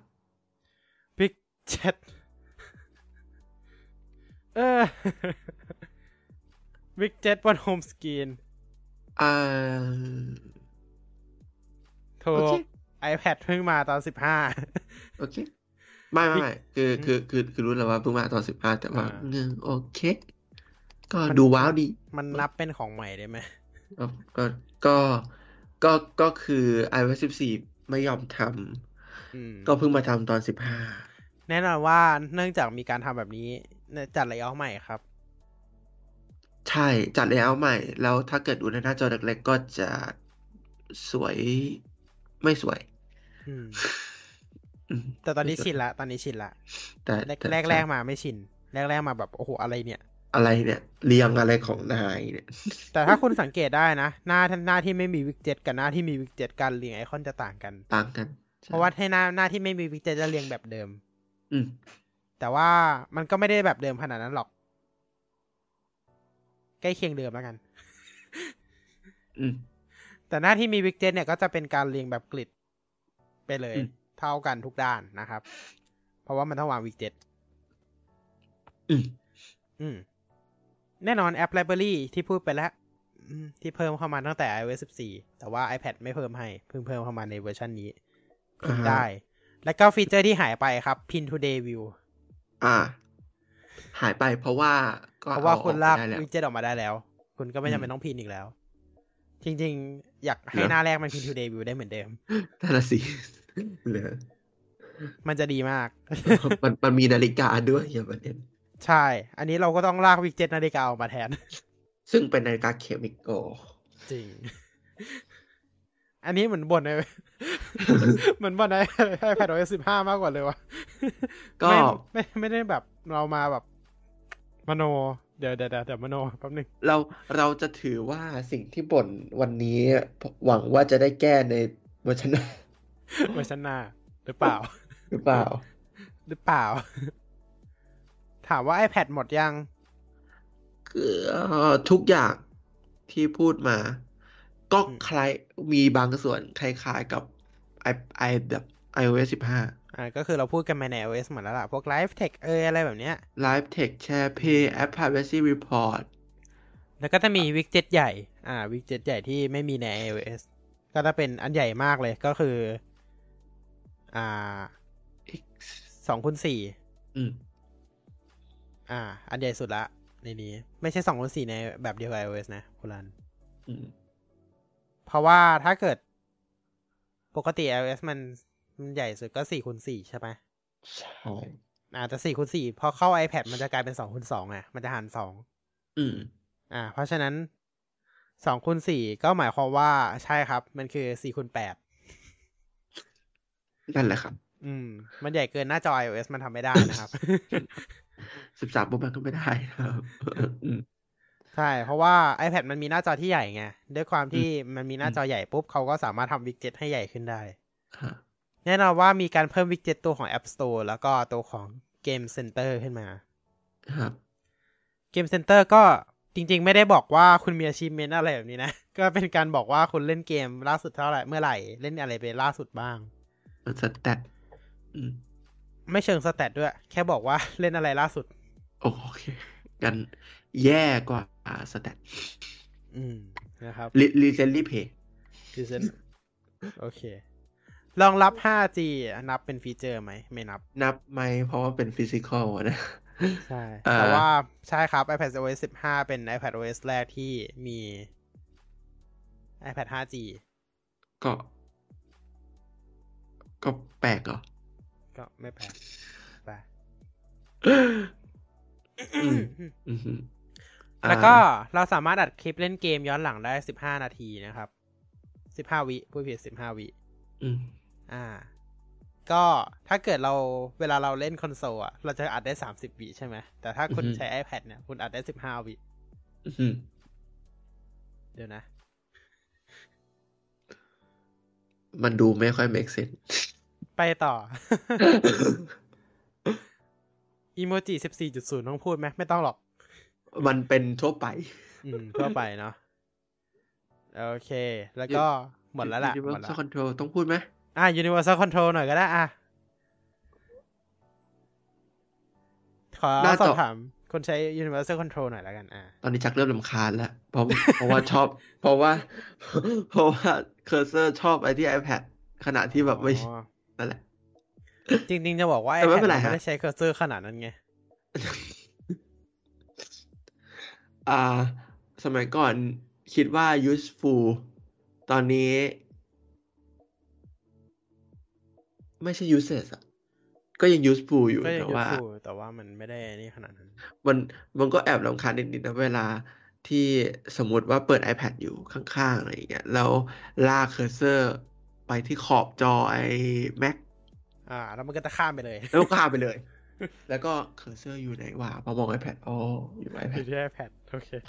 A: Big Chat เออ Big Chat บน Home Screen
B: อ่า
A: ถู
B: โอก เค
A: iPad เพิ่งมาตอนสิบห้า
B: โอเค ไม่ไม่ไม่คือ
A: อืม
B: คือคือคือรู้แล้วว่าเพิ่งมาตอนสิบห้าแต่ว่า
A: อ่า
B: เงโอเค ก็
A: มัน
B: ดูว้าวดี
A: มันนับเป็นของใหม่ได้ไหม
B: ก็ก็ก็ก็ก็คือ iOS 14 ไม่ยอมท
A: อืม
B: ำก็เพิ่งมาทำตอนสิบห้า
A: แน่นอนว่าเนื่องจากมีการทำแบบนี้ จัดเลเยอร์ใหม่ครับ
B: ใช่ จัดแล้วใหม่ แล้วถ้าเกิดดูในหน้าจอเล็กๆก็จะสวยไม่สวย
A: อืม
B: อืม
A: แต่ตอนนี้
B: ไม่สวย
A: ชินละ ตอนนี้ชินละ
B: แต่
A: แรก
B: ต่
A: แรกแรกมาไม่ชิน แรกแรกมาแบบ โอ้โห อะไรเนี่ย
B: อะไรเนี่ย เรียงอะไรของนายเนี่ย
A: แต่ถ้าคุณสังเกตได้นะ หน้าหน้าที่ไม่มีวิกเจ็ตกับหน้าที่มีวิกเจ็ตการเรียงไอคอนจะต่างกัน
B: ต่างกันใช่
A: เพราะว่าให้หน้าหน้าที่ไม่มีวิกเจ็ตจะเรียงแบบเดิม
B: อืม
A: แต่ว่ามันก็ไม่ได้แบบเดิมขนาดนั้นหรอก ใกล้เคียงเดิมแล้วกัน
B: อืม
A: แต่หน้าที่มีวิกเจตเนี่ยก็จะเป็นการเรียงแบบกริดไปเลย
B: อืม
A: เท่ากันทุกด้านนะครับ เพราะว่ามันต้องวางวิกเจต
B: อืม
A: อืม แน่นอนแอป Library ที่พูดไปแล้วอืมที่เพิ่มเข้ามาตั้งแต่ iOS 14 แต่ว่า iPad ไม่เพิ่มให้ เพิ่งเพิ่มเข้ามาในเวอร์ชันนี้
B: อ่าฮะ
A: ได้ แล้วก็ฟีเจอร์ที่หายไปครับ Pin to Day View
B: อ่า หายไปเพราะว่าก็
A: เพราะว่า
B: ออ
A: คุณ
B: ออ
A: ลาก
B: ได้แล้ว
A: วิกเจตออกมาได้แล้ว คุณก็ไม่จำเป็นต้องพินอีกแล้ว จริงๆ อยากให้
B: เหรอ
A: หน้าแรกมันพินทูเดวิวได้เหมือนเดิม
B: นั่นนะสิ เหลือ
A: มันจะดีมาก
B: มันมันมีนาฬิกาด้วยอย่าประเด็น
A: ใช่ อันนี้เราก็ต้องลากวิกเจตนาฬิกาออกมาแทน
B: ซึ่งเป็นนาฬิกาเข็มอีกโอ้
A: จริง อันนี้เหมือนบ่นเลย เหมือนบ่นไอ้ไอแพดโอเอสสิบห้ามากกว่าเลยวะ
B: ก็
A: ไม่ไม่ไม่ได้แบบเรามาแบบ มโน เดี๋ยวเดี๋ยวเดี๋ยวเดี๋ยวมโนแป๊บนึง
B: เราเราจะถือว่าสิ่งที่บ่นวันนี้หวังว่าจะได้แก้ใน เวอร์ชันหน้า
A: เวอร์ชันหน้าหรือเปล่า
B: หรือเปล่า
A: หรือเปล่า ถามว่า iPad หมดยัง
B: คือเอ่อทุกอย่างที่พูดมา ก็
A: อืม
B: คล้ายมีบางส่วนคล้ายๆกับไอไอแบบ iOS 15
A: อ่าก็คือเราพูดกันมาใน iOS หมดแล้วล่ะ พวก Live Tech เอยอะไรแบบเนี้ย
B: Live Tech Share Pay App Privacy Report
A: แล้วก็จะมีวิกเจ็ตใหญ่ อ่า วิกเจ็ตใหญ่ที่ไม่มีใน iOS ก็จะเป็นอันใหญ่มากเลยก็คือ อ่า
B: X
A: สองคูณสี่
B: อืม
A: อ่า อันใหญ่สุดละในนี้ ไม่ใช่สองสี่ในแบบเดียวกับ iOS นะคุณรัน
B: อืม
A: เพราะว่าถ้าเกิดปกติ iOS มันมันใหญ่สุดก็สี่คูณสี่ใช่ไหม
B: ใช่
A: อ่าแต่สี่คูณสี่พอเข้า iPad มันจะกลายเป็นสองคูณสองอ่ะ มันจะหารสอง
B: อืม
A: อ่า เพราะฉะนั้นสองคูณสี่ก็หมายความว่าใช่ครับ มันคือสี่คูณแปด
B: นั่นแหละครับ
A: อืม มันใหญ่เกินหน้าจอ iOS มันทำไม่ได้นะครับ
B: สิบสามปุ๊บมันก็ไม่ได้นะครับ อืม
A: ใช่ เพราะว่า iPad มันมีหน้าจอที่ใหญ่ไง ด้วยความที่มันมีหน้าจอใหญ่ปุ๊บเขาก็สามารถทำวิกเจ็ตให้ใหญ่ขึ้นได้
B: ฮะ
A: แน่นอนว่ามีการเพิ่มวิกเจ็ตตัวของ App Store แล้วก็ตัวของ Game Center ขึ้นมา
B: ครับ
A: Game Center ก็จริงๆ ไม่ได้บอกว่าคุณมีอาชีพเมนอะไรแบบนี้นะ ก็เป็นการบอกว่าคุณเล่นเกมล่าสุดเท่าไหร่เมื่อไหร่ เล่นอะไรไปล่าสุดบ้าง
B: มันสแตทอืม
A: ไม่เชิงสแตทด้วย แค่บอกว่าเล่นอะไรล่าสุด
B: โอเคกันแย่กว่าสแตท
A: อืมนะครับ
B: รีเซนรีเพย์
A: คือเซนโอเครองรับ 5G นับเป็นฟีเจอร์ไหมไม่นับ
B: นับไหมเพราะว่าเป็นฟิสิกอลนะ
A: ใช่
B: อ่า
A: แต่ว่าใช่ครับ iPad OS 15 เป็น iPad OS แรกที่มี iPad 5G
B: ก็ ก็แปลกเหรอ
A: ก็ไม่แปลกไป
B: อืมอืมฮึอ่า
A: แล้วก็เราสามารถอัดคลิปเล่นเกมย้อนหลังได้ 15 นาทีนะครับ 15 วิผู้ผิด 15 วิ
B: อืม
A: อ่า ก็ถ้าเกิดเราเวลาเราเล่นคอนโซลอะเราจะอัดได้ 30 วิใช่ไหม แต่ถ้าคุณใช้ iPad เนี่ย คุณอัดได้ 15 วิ
B: อืมฮึ
A: เดี๋ยวนะ
B: มันดูไม่ค่อย make sense
A: ไปต่อ อีโมจิ 14.0 ต้องพูดไหมไม่ต้องหรอก
B: มันเป็นทั่วไป
A: อืมทั่วไปเนาะโอเค แล้วก็หมดแล้วล่ะ หมด
B: Universal
A: แล้ว
B: Control ต้องพูดไหม
A: อ่ะ Universal Control หน่อยก็ได้อ่ะ ขอสอบถามคนใช้ Universal Control หน่อยแล้วกันอ่ะ
B: ตอนนี้จักเริ่มลำคาญแล้วเพราะเพราะว่าชอบ เพราะว่า เพราะว่าเคอร์เซอร์ชอบไอที่ iPad ขณะที่แบบไม่
A: อ๋อ
B: นั่นแหละ
A: จริง ๆ จะบอกว่า
B: แต่ไม่
A: iPad
B: เป็นไร
A: มัน
B: ฮะ
A: ไม่ได้ใช้เคอร์เซอร์ขนาดนั้นไง
B: อ่า สมัยก่อนคิดว่า useful ตอนนี้ ไม่ใช่ useless อะก็ยัง useful อยู่
A: ก็ยัง
B: แต่
A: ยู
B: ว่า
A: ทูแต่ว่ามันไม่ได้นี่ขนาดนั้น
B: มันมันก็แอบรำคาญนิดๆนะเวลาที่สมมติว่าเปิด iPad อยู่ข้างๆ อะไรอย่างเงี้ยแล้วลากเคอร์เซอร์ไปที่ขอบจอไอ้ Mac
A: อ่า แล้วมันก็จะข้ามไป เลย
B: แล้วก็ข้ามไปเลย แล้วก็เคอร์เซอร์อยู่ไหนวะมามอง iPad อ๋ออยู่
A: อยู่
B: iPad
A: ที่ iPad โอเค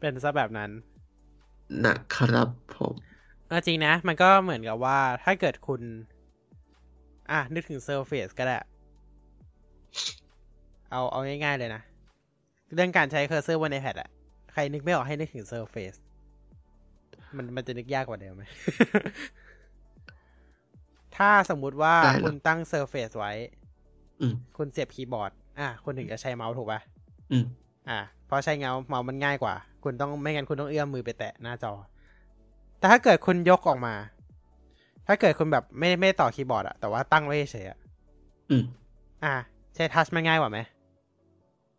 A: เป็นซะแบบนั้น
B: นะครับผม
A: เอาจริงนะ มันก็เหมือนกับว่าถ้าเกิดคุณ อ่ะ นึกถึง Surface ก็ได้ เอาเอาง่ายๆเลยนะ เรื่องการใช้เคอร์เซอร์บน iPad อะใครนึกไม่ออกให้นึกถึง Surface มันมันจะนึกยากกว่าเดิมไหม ถ้าสมมุติว่าคุณตั้ง Surface ไว้
B: อืม
A: คุณเสียบคีย์บอร์ด อ่ะ คุณถึงจะใช้เมาส์ถูกป่ะ
B: อืม
A: อ่าเพราะใช้เงาเมาส์มันง่ายกว่า คุณต้องไม่งั้นคุณต้องเอื้อมมือไปแตะหน้าจอ แต่ถ้าเกิดคุณยกออกมา ถ้าเกิดคุณแบบไม่ไม่ได้ต่อคีย์บอร์ดอะแต่ว่าตั้งไว้เฉยๆอะ
B: อืม
A: อ่า ใช้ทัชมันง่ายกว่าไหม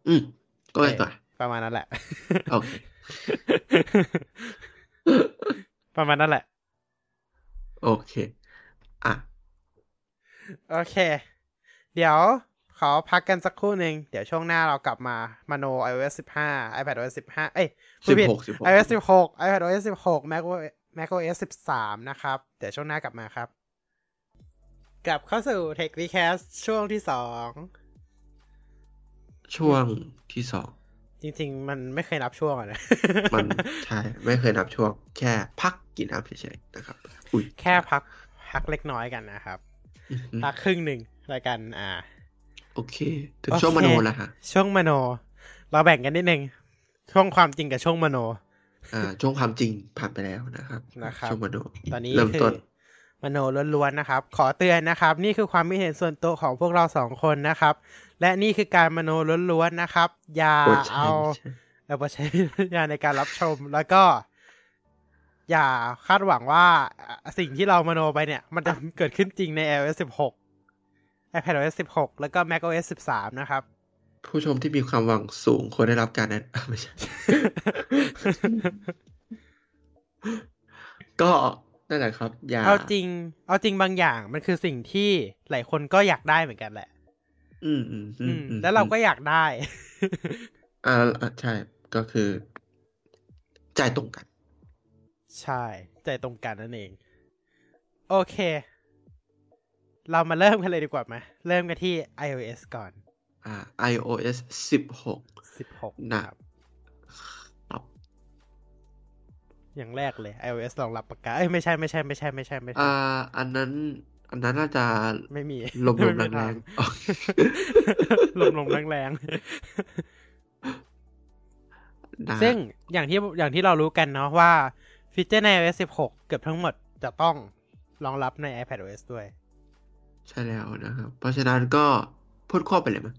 B: อืม ก็ง่ายกว่า
A: ประมาณนั้นแหละ
B: โอเค
A: ประมาณนั้นแหละ
B: โอเค อ่ะ
A: โอเค เดี๋ยวขอพักกันสักครู่หนึ่ง เดี๋ยวช่วงหน้าเรากลับมามาโน iOS 15 iPad OS 15 เอ้ยพู
B: สิ
A: ด
B: บ
A: ผิด
B: หกสิบหก
A: iOS 16 iPad OS 16 Mac OS Mac OS 13 นะครับ เดี๋ยวช่วงหน้ากลับมาครับ กลับเข้าสู่ Tech Recast ช่วงที่ 2
B: ช่วงที่สอง
A: จริง ๆ มันไม่เคยนับช่วงอ่ะนะ
B: มัน ใช่ ไม่เคยนับช่วง แค่พักกินน้ำเฉยๆนะครับ อุ้ย
A: แค่พักพักเล็กน้อยกันนะครับ
B: อืม
A: พักครึ่งหนึ่งแล้วกันอ่า
B: โอเค ถึงช่วงมโนแล้วฮะ
A: ช่วงมโน เราแบ่งกันนิดนึง ช่วงความจริงกับช่วงมโน
B: อ่า ช่วงความจริงผ่านไปแล้วนะครับ
A: นะครับ
B: ช่วงมโน
A: ตอนนี้
B: เริ่ม
A: คื
B: ต้น
A: อมโนล้วนๆนะครับ ขอเตือนนะครับ นี่คือความไม่เห็นส่วนตัวของพวกเราสองคนนะครับ และนี่คือการมโนล้วนๆนะครับ อย่า
B: โอ้ใช่
A: เอา
B: ใช่
A: เอาไปใช้วิญญาณในการรับชม แล้วก็ อย่าคาดหวังว่าอ่ะสิ่งที่เรามโนไปเนี่ย มันจะเกิดขึ้นจริงใน iOS 16 iPad OS 16 แล้วก็ Mac OS 13 นะครับ
B: ผู้ชมที่มีความหวังสูงควรได้รับการแนะน ำ ไม่ใช่ ก็นั่นแหละครับ อย่า
A: เอาจริง เอาจริงบางอย่างมันคือสิ่งที่หลายคนก็อยากได้เหมือนกันแหละ
B: อืมอืมอื
A: อื
B: ม
A: ม
B: อืม
A: แล้วเราก็อยากได้
B: อ่าอ่าใช่ ก็คือ จ่ายตรงกัน
A: ใช่ ใจตรงกันนั่นเอง โอเค เรามาเริ่มกันเลยดีกว่าไหมเริ่มกันที่ iOS ก่อน
B: อ่า iOS สิบหก
A: 16
B: หนัก
A: ครับ อย่างแรกเลย iOS รองรับปากกา เอ้ยไม่ใช่ไม่ใช่ไม่ใช่ไม่ใช่ไม่ใช่
B: อ่า อันนั้น อันนั้นน่าจะ
A: ไม่มี
B: ลมๆ
A: ไม่มี
B: แรง ๆ
A: ทา ลมลมแรงแรง
B: นะ
A: ๆซึ่งอย่างที่อย่างที่เรารู้กันเนาะว่าฟีเจอร์ใน iOS 16 เกือบทั้งหมดจะต้องรองรับใน iPadOS ด้วย
B: ใช่แล้วนะครับ เพราะฉะนั้นก็พูดควบไปเลยมั้ย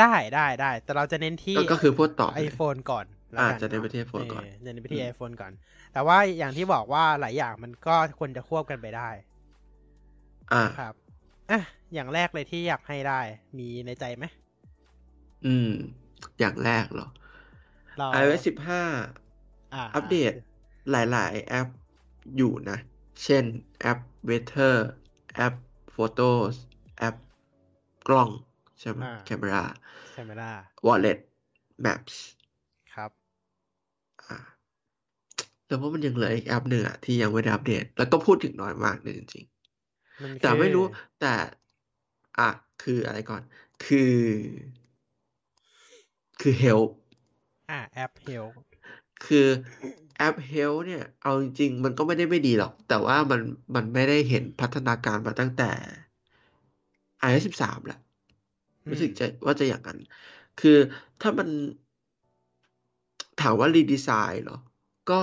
A: ได้ได้ได้ แต่เราจะเน้นที่
B: ก็ก็คือพูดต่อไปเลย
A: iPhone ก่อนแล้ว
B: อ่า
A: กั
B: จะเน้นไปที่ iPhone ก่อน
A: เจะเน้นไปที่
B: อืม
A: iPhone ก่อน แต่ว่าอย่างที่บอกว่าหลายอย่างมันก็ควรจะควบกันไปได้
B: อ่า
A: ครับ อ่ะ อย่างแรกเลยที่อยากให้ได้ มีในใจไหม
B: อืม อย่างแรกเหรอ
A: เรา
B: iOS สิบห้า
A: า
B: อัปเดต หลาย ๆ แอปอยู่นะ เช่นแอป Weather แอป Photos แอปกล้อง ใช่ไหม
A: อ่า
B: แคมรา
A: ใช่ไหมล่ะ
B: Wallet Maps
A: ครับ
B: อ่าแต่ว่ามันยังเหลืออีกแอปหนึ่งอะที่ยังไม่ได้อัปเดต แล้วก็พูดถึงน้อยมากเลยจริง
A: มัน
B: ๆ แต่
A: คือ
B: ไม่รู้แต่ อ่ะ คืออะไรก่อน คือ คือ Help
A: อ่ะแอปเฮล
B: คือแอป Health เนี่ย เอาจริงๆ มันก็ไม่ได้ไม่ดีหรอก แต่ว่ามันมันไม่ได้เห็นพัฒนาการมาตั้งแต่ iOS 13แหละรู้สึกจะว่าจะอย่างนั้น คือถ้ามันถามว่ารีดีไซน์เหรอ ก็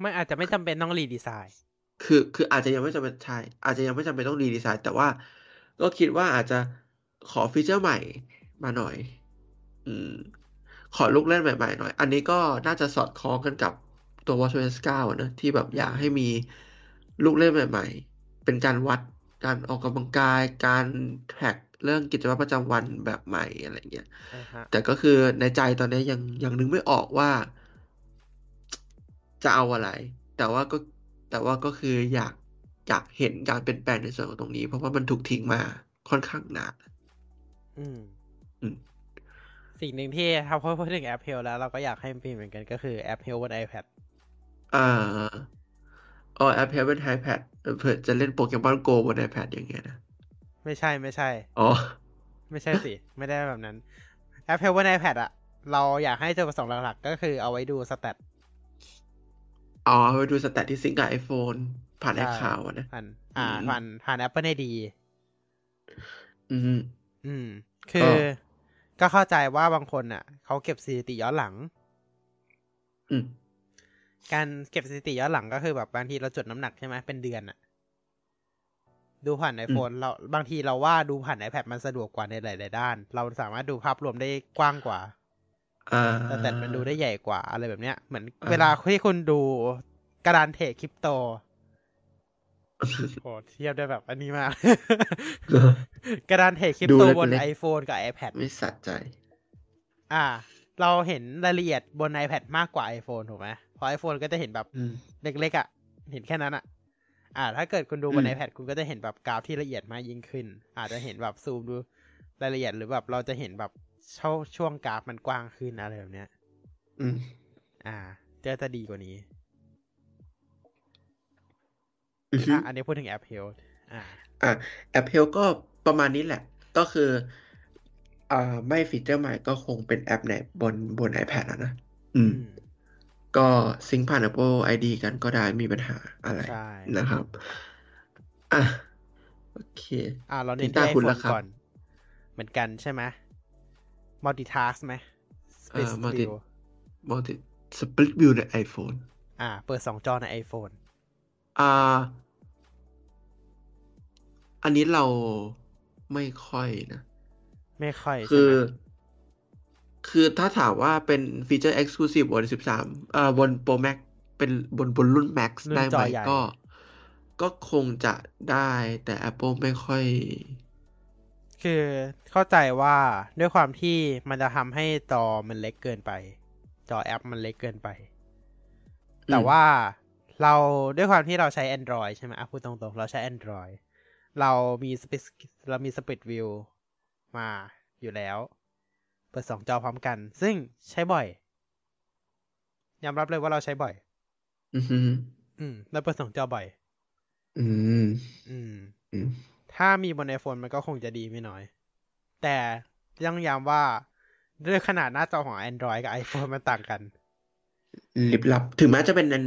A: ไม่อาจจะไม่จำเป็นต้องรีดีไซน์
B: คือคืออาจจะยังไม่จำเป็นใช่อาจจะยังไม่จำเป็นต้องรีดีไซน์แต่ว่าก็คิดว่าอาจจะขอฟีเจอร์ใหม่มาหน่อย อืม ขอลูกเล่นใหม่ๆหน่อย อันนี้ก็น่าจะสอดคล้องกันกับตัว WatchOS 9อะนะที่แบบอยากให้มีลูกเล่นใหม่ ๆ เป็นการวัดการออกกำลังกาย การแท็กเรื่องกิจวัตรประจำวันแบบใหม่อะไรเงี้ย
A: อ่าฮะ
B: แต่ก็คือในใจตอนนี้ยังยังนึกไม่ออกว่า จะเอาอะไร แต่ว่าก็แต่ว่าก็คืออยากอยากเห็นการเปลี่ยนแปลงในส่วนของตรงนี้ เพราะว่ามันถูกทิ้งมาค่อนข้างนาน
A: อืม
B: อืม
A: สิ่งหนึ่งที่ทำพอพูดถึงแอปเฮลแล้วเราก็อยากให้มีเหมือนกันก็คือแอปเฮลบน iPad
B: อ่าเออแอปเปิลเป็น iPad เผื่อจะเล่นโปเกมอนโกบน iPad อย่างเงี้ยนะ
A: ไม่ใช่ไม่ใช่
B: อ๋อ
A: ไม่ใช่สิ ไม่ได้แบบนั้นแอปเฮลบน iPad อะเราอยากให้จุดประสงค์หลักๆ ก็คือเอาไว้ดูสแตท
B: อ๋อไปดูสแตทที่ซิงก์กับ iPhone ผ่านไอคาวนะ
A: ผ่านอ่า
B: อืม
A: ผ่านผ่าน Apple ได้ดี
B: อืม
A: อืม คื
B: ก็
A: อก็เข้าใจว่าบางคนอ่ะ เขาเก็บสถิติย้อนหลัง
B: อืม
A: การเก็บสถิติย้อนหลังก็คือแบบบางทีเราจดน้ำหนักใช่ไหมเป็นเดือนอะดูผ่านไอโฟนเราบางทีเราว่าดูผ่าน iPad มันสะดวกกว่าในหลายๆด้าน เราสามารถดูภาพรวมได้กว้างกว่า
B: อ่า
A: แต่แต่มันดูได้ใหญ่กว่าอะไรแบบเนี้ยเหมือน
B: อ่า
A: เวลาที่คุณดูกระดานเทรดคริป โตโอ้เทียบได้แบบอันนี้มาก กระดานเทรดคริปโต
B: ดูเล็กๆ
A: บน iPhone กับ iPad
B: ไม่สัใจ
A: อ่า เราเห็นรายละเอียดบน iPad มากกว่า iPhone ถูกไหมเพราะ iPhone ก็จะเห็นแบบ
B: อืม
A: เล็กๆอะ่ะ เห็นแค่นั้นอะ่ะ อ่า ถ้าเกิดคุณดูบน
B: อืม
A: iPad คุณก็จะเห็นแบบกราฟที่ละเอียดมากยิ่งขึ้น อาจจะเห็นแบบซูมดูรายละเอียดหรือแบบเราจะเห็นแบบช่องช่วงกราฟมันกว้างขึ้นอะไรแบบเนี้ย
B: อืม
A: อ่าเจอจะดีกว่านี้
B: อือฮึ
A: อ่ะอันนี้พูดถึงแอปเฮลอ่า
B: อ่ะ Apple ก็ประมาณนี้แหละ ก็คืออ่าไม่ฟีเจอร์ใหม่ก็คงเป็นแอปในบนบน iPad แล้วนะ อื
A: อื
B: ม
A: ม
B: ก็ซิงค์ผ่าน Apple ID กันก็ได้ไม่มีปัญหาอะไร
A: ใช่
B: นะครับ อ่ะ โอเค
A: อ่า เราเน้น
B: ถึง
A: ที่
B: ตา
A: ไอ
B: คุณ
A: โฟ
B: แล้
A: น
B: วครับ
A: ก่อน เหมือนกันใช่ไหมมัลติทัสไหม
B: เอ่อ multi-
A: Studio
B: มองติด Split View ใน iPhone
A: อ่า เปิดสองจอใน iPhone
B: อ่า อันนี้เราไม่ค่อยนะ
A: ไม่ค่อย
B: คื
A: ใช่
B: อ
A: ไหม
B: คือถ้าถามว่าเป็นฟีเจอร์ Exclusive บน 13เอ่อบน Pro Max เป็นบนบนรุ่น Max ได้ไหมก็ ก็คงจะได้แต่ Apple ไม่ค่อย
A: คือเข้าใจว่าด้วยความที่มันจะทำให้จอมันเล็กเกินไป จอแอปมันเล็กเกินไป
B: อืม
A: แต่ว่าเราด้วยความที่เราใช้ Android ใช่ไหมอ่ะพูดตรงๆ เราใช้ Android เรามีสปิเรามีสปิ t วิวมาอยู่แล้ว เปิดสองจอพร้อมกัน ซึ่งใช้บ่อยยอมรับเลยว่าเราใช้บ่อย
B: อือหือ
A: อืมเราเปิดสองจอบ่อย
B: อืม
A: อืม
B: อืม
A: ถ้ามีบน iPhone มันก็คงจะดีไม่น้อย แต่ยังย้ำว่าด้วยขนาดหน้าจอของ Android กับ iPhone มันต่างกัน
B: ลิบลับ ถึงแม้จะเป็นอัน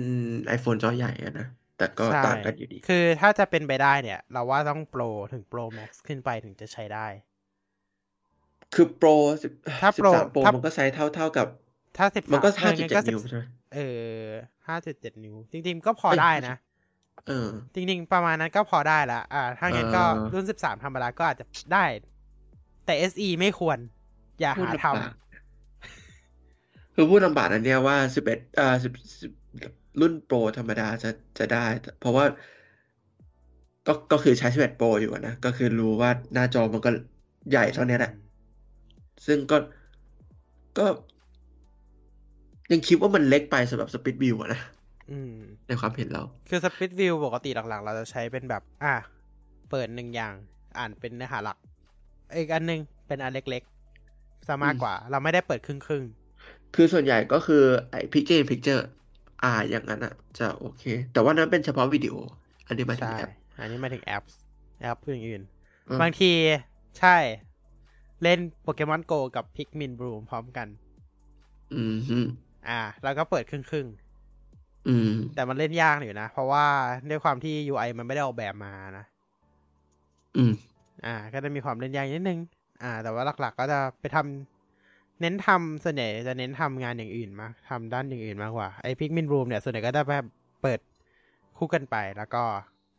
B: iPhone จอใหญ่อะนะ แต่ก็
A: ใช่
B: ต่างกันอยู่ดี
A: คือถ้าจะเป็นไปได้เนี่ย เราว่าต้องโปรถึงโปรแม็กซ์ขึ้นไปถึงจะใช้ได้
B: คือโปร
A: ถ้า Pro
B: สามโปร
A: ถ้ามั
B: มันก็ไซส์เท่าเท่าๆกับ
A: ถ้าสิบ
B: มันก็
A: เอ
B: ห้า
A: อ
B: จุด
A: งั้
B: เจ็
A: ก็
B: ด
A: สิบ
B: นิ้วใช่ไหม
A: เออห้าจุดเจ็ดนิ้ว จริง ๆ ก็พอ
B: เอ้ย
A: ได้นะ
B: เออ
A: จริง ๆ ประมาณนั้นก็พอได้ละอ่า ถ้างั้นก็
B: เออ
A: รุ่นสิบสามธรรมดาก็อาจจะได้ แต่ SE ไม่ควร อย่าหา
B: พูด
A: ท
B: ลำบาก คือพูดลำบากอันเนี้ยว่าสิบเอ็ดอ่าสิบรุ่นโปรธรรมดาจะจะได้ เพราะว่า ก็ก็คือใช้สิบเอ็ดโปรอยู่อะนะ ก็คือรู้ว่าหน้าจอมันก็ใหญ่
A: ำ
B: เท่าเนี้ยแหละ ซึ่งก็ก็ ยังคิดว่ามันเล็กไปสำหรับสปีดวิวอะนะ
A: อืม
B: ในความเห็นเรา
A: คือสป i t วิวปกติหลักๆ เราจะใช้เป็นแบบ อ่ะ เปิดหนึ่งอย่าง อ่านเป็นเนื้อหาหลัก อีกอันหนึ่งเป็นอันเล็กๆซะมากกว่า เราไม่ได้เปิดครึ่งครึ่ง
B: คือส่วนใหญ่ก็คือไอ้พิกเจอร์พิกเจอร์อ่าอย่างนั้นอ่ะ จะโอเค แต่ว่านั้นเป็นเฉพาะวิดีโอ อันนี้หมาย
A: ๆ
B: ถึง
A: ใช่
B: แอป
A: อันนี้หมายถึงแอป แอปอย่างอื่น
B: อืม
A: บางทีใช่ เล่นโปเกมอนโกกับพิกมินบลูมพร้อมกัน
B: อืมฮึ
A: อ่ะเราก็เปิดครึ่งครึ่ง
B: อืม
A: ๆแต่มันเล่นยากอยู่นะ เพราะว่าด้วยความที่ UI มันไม่ได้ออกแบบมานะ
B: อืม
A: อ่า ก็จะมีความเล่นยากนิดนึง อ่า แต่ว่าหลักๆ ก็จะไปทำเน้นทำส่วนใหญ่จะเน้นทำงานอย่างอื่นมากทำด้านอย่างอื่นมากกว่า ไอพิกมินรูมเนี่ยส่วนใหญ่ก็จะแบบเปิดคู่กันไปแล้วก็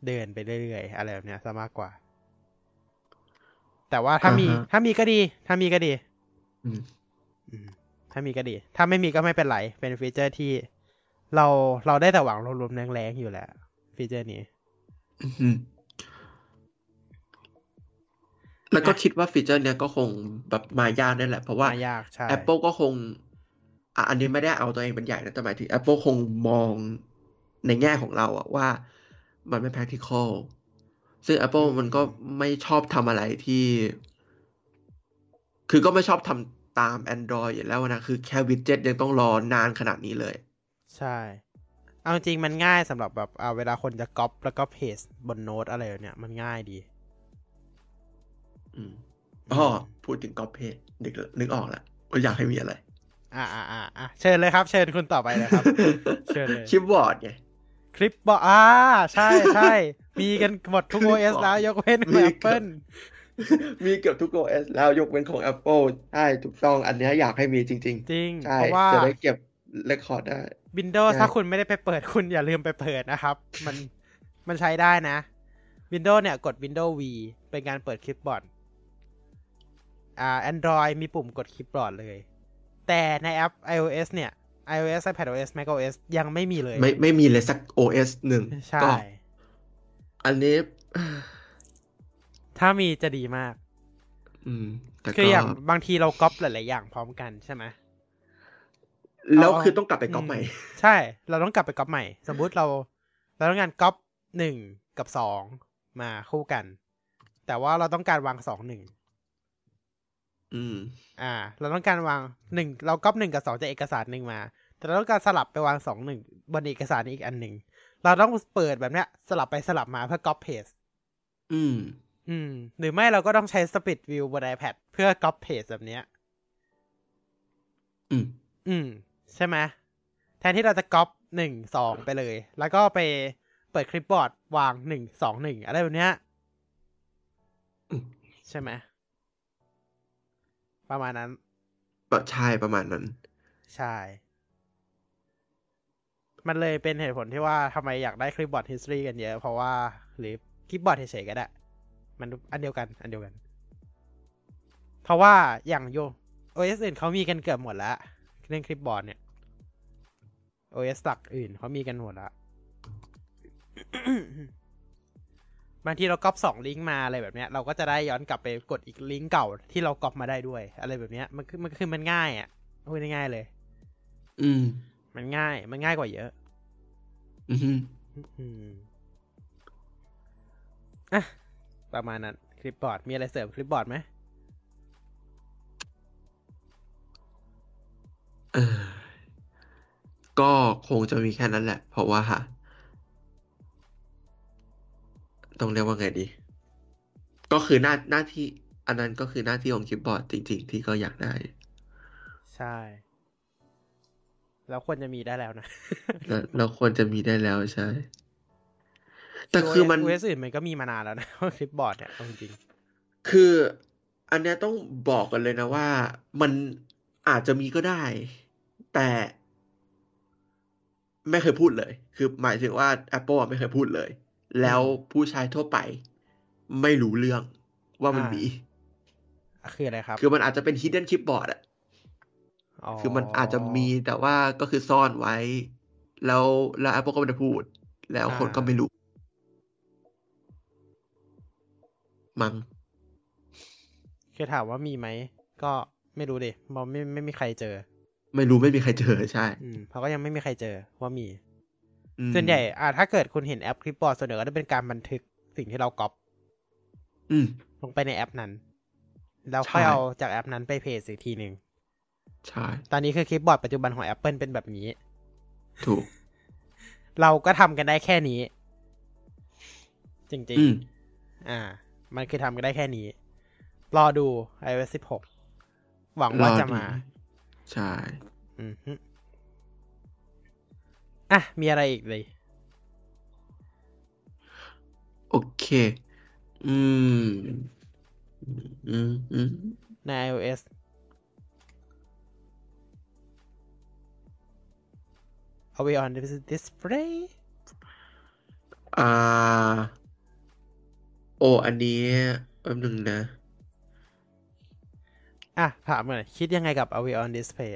A: เดินไปเรื่อยๆ อะไรแบบเนี้ยซะมากกว่า แต่ว่าถ้ามี
B: อ่าฮะ
A: ถ้ามีก็ดี ถ้ามีก็ดี
B: อืม
A: อืมถ้ามีก็ดี ถ้าไม่มีก็ไม่เป็นไร เป็นฟีเจอร์ที่เราเราได้แต่หวังรวมๆแรงๆอยู่แหละฟีเจอร์นี้
B: อืมฮึแล้วก็คิดว่าฟีเจอร์เนี้ยก็คงแบบมายากนั่นแหละ เพราะว่า
A: มายากใช่
B: Apple ก็คงอ่ะอันนี้ไม่ได้เอาตัวเองเป็นใหญ่นะแต่หมายถึง Apple คงมองในแง่ของเราอะว่ามันไม่ practical ซึ่ง Apple
A: อืม
B: มันก็ไม่ชอบทำอะไรที่ คือก็ไม่ชอบทำตาม Android อยู่แล้วนะ คือแค่วิดเจ็ตยังต้องรอนานขนาดนี้เลย
A: ใช่ เอาจริงมันง่ายสำหรับแบบอ่าเวลาคนจะก๊อปแล้วก็เพสบนโน้ตอะไรแบบเนี่ยมันง่ายดี
B: อืมอ๋อพูดถึง copy นึกนึกออกแล้วว่าอยากให้มี อะไร
A: อ่าอ่าอ่าอ่าเชิญเลยครับ เชิญคุณต่อไปเลย ครับ เชิญเลย
B: คีย์บอร์ดไง
A: คลิปบอกอ่าใช่ใช่มีกันหมดทุก
B: คลิปบอก
A: OS แล้วยกเว้น
B: มี
A: แอป
B: ครั
A: เปิ
B: บ
A: ล
B: มีเกือบทุก OS แล้วยกเว้นของ Apple ใช่ถูกต้องอันเนี้ยอยากให้มีจริง
A: จริง
B: ๆ ใช่
A: เพราะว่า
B: จะได้เก็บเรคคอร์ดได้
A: Windows
B: ใช่
A: ถ้าคุณไม่ได้ไปเปิดคุณอย่าลืมไปเปิด นะครับ มันมันใช้ได้นะ Windows เนี่ยกด Windows V เป็นการเปิดคลิปบอร์ดอ่า Android มีปุ่มกดคลิปบอร์ดเลย แต่ในแอป iOS เนี่ย iOS iPadOS macOS ยังไม่มีเลย
B: ไม่ไม่มีเลยสัก OS หนึ่ง
A: ใช่
B: ก็อันนี้
A: ถ้ามีจะดีมาก
B: อืม แต่
A: คืออย่าง
B: ก็
A: บางทีเราก๊อปหลาย ๆ อย่างพร้อมกันใช่ไหม
B: แล้ว
A: เอา
B: คือต้องกลับไปก๊อปใหม่
A: ใช่ เราต้องกลับไปก๊อปใหม่ สมมุติเรา เราต้องการก๊อปหนึ่งกับสองมาคู่กัน แต่ว่าเราต้องการวางสองหนึ่ง
B: อืม
A: อ่า เราต้องการวางหนึ่ง เราก๊อปหนึ่งกับสองจากเอกสารหนึ่งมา แต่เราต้องการสลับไปวางสองหนึ่งบนเอกสารอีกอันหนึ่ง เราต้องเปิดแบบเนี้ย สลับไปสลับมาเพื่อก๊อปเพจ
B: อืม
A: อืม หรือไม่เราก็ต้องใช้สปิดวิวบน iPad เพื่อก๊อปเพจแบบเนี้ย
B: อืม
A: อืม ใช่ไหมแทนที่เราจะก๊อปหนึ่งสองไปเลย แล้วก็ไปเปิดคลิปบอร์ดวางหนึ่งสองหนึ่งอะไรแบบเนี้ย
B: อืม
A: ใช่ไหมประมาณนั้น
B: แบบใช่ประมาณนั้น
A: ใช่ มันเลยเป็นเหตุผลที่ว่าทำไมอยากได้คลิปบอร์ด history กันเยอะ เพราะว่าหรือคลิปบอร์ดเฉยๆก็ได้ มันอันเดียวกัน อันเดียวกัน เพราะว่าอย่างโย OS อื่นเขามีกันเกือบหมดแล้วเรื่องคลิปบอร์ดเนี่ย OS หลักอื่นเขามีกันหมดละ บางทีเราก๊อปสองลิงก์มาอะไรแบบเนี้ย เราก็จะได้ย้อนกลับไปกดอีกลิงก์เก่าที่เราก๊อปมาได้ด้วย อะไรแบบเนี้ยมันคือมันคือมันง่ายอ่ะพูดง่ายๆเลย
B: อืม
A: มันง่ายมันง่ายกว่าเยอะ
B: อืม
A: อืมอ่ะประมาณนั้นคลิปบอร์ดมีอะไรเสริมคลิปบอร์ดไหม
B: เออ ก็คงจะมีแค่นั้นแหละ เพราะว่าต้องเรียกว่าไงดี ก็คือหน้าหน้าที่ อันนั้นก็คือหน้าที่ของคลิปบอร์ดจริง ๆ ที่ก็อยากได้
A: ใช่ แล้วควรจะมีได้แล้วนะ
B: เราเราควรจะมีได้แล้วใช่ แต่คือมัน
A: เวสอื่นมันก็มีมานานแล้วนะ คลิปบอร์ดเนี่ยเอาจริง
B: คืออันเนี้ยต้องบอกกันเลยนะว่ามันอาจจะมีก็ได้ แต่ไม่เคยพูดเลย คือหมายถึงว่า Apple อะไม่เคยพูดเลย แล้วผู้ใช้ทั่วไป ไม่รู้เรื่องว่ามันมี
A: ๆอ่ะคืออะไรครับ
B: คือมันอาจจะเป็น hidden clipboard อะคือมันอาจจะมีแต่ว่าก็คือซ่อนไว้ แล้วแล้ว Apple ก็ไม่ได้พูด แล้วคนก็ไม่รู้ มัง
A: คือถามว่ามีไหม ก็ไม่รู้ดิมองไม่ไม่มีใครเจอ
B: ไม่รู้ไม่มีใครเจอใช่
A: อืมเพราะก็ยังไม่มีใครเจอว่ามี
B: อืม
A: ส่วนใหญ่อ่ะถ้าเกิดคุณเห็นแอปคลิปบอร์ดส่วนใหญ่ก็จะเป็นการบันทึกสิ่งที่เราก๊อป
B: อืม
A: ลงไปในแอปนั้น แล้วค่อย
B: ใช่
A: เอาจากแอปนั้นไปเพจอีกทีหนึ่ง
B: ใช่
A: ตอนนี้คือคลิปบอร์ดปัจจุบันของ Apple เป็นแบบนี้
B: ถูก
A: เราก็ทำกันได้แค่นี้ จริง
B: อืม
A: ๆ อ่า มันคือทำกันได้แค่นี้ รอดู iOS 16 หวังว่าร
B: อดู
A: จะมา
B: ใช่
A: อือฮึอ่ะ มีอะไรอีกเลย
B: โอเค อืม อืมอืม
A: ใน iOS เอาไว้ on display
B: อ่า โอ อันนี้แป๊บหนึ่งนะ
A: อ่ะ ถามหน่อยคิดยังไงกับ a w a y on display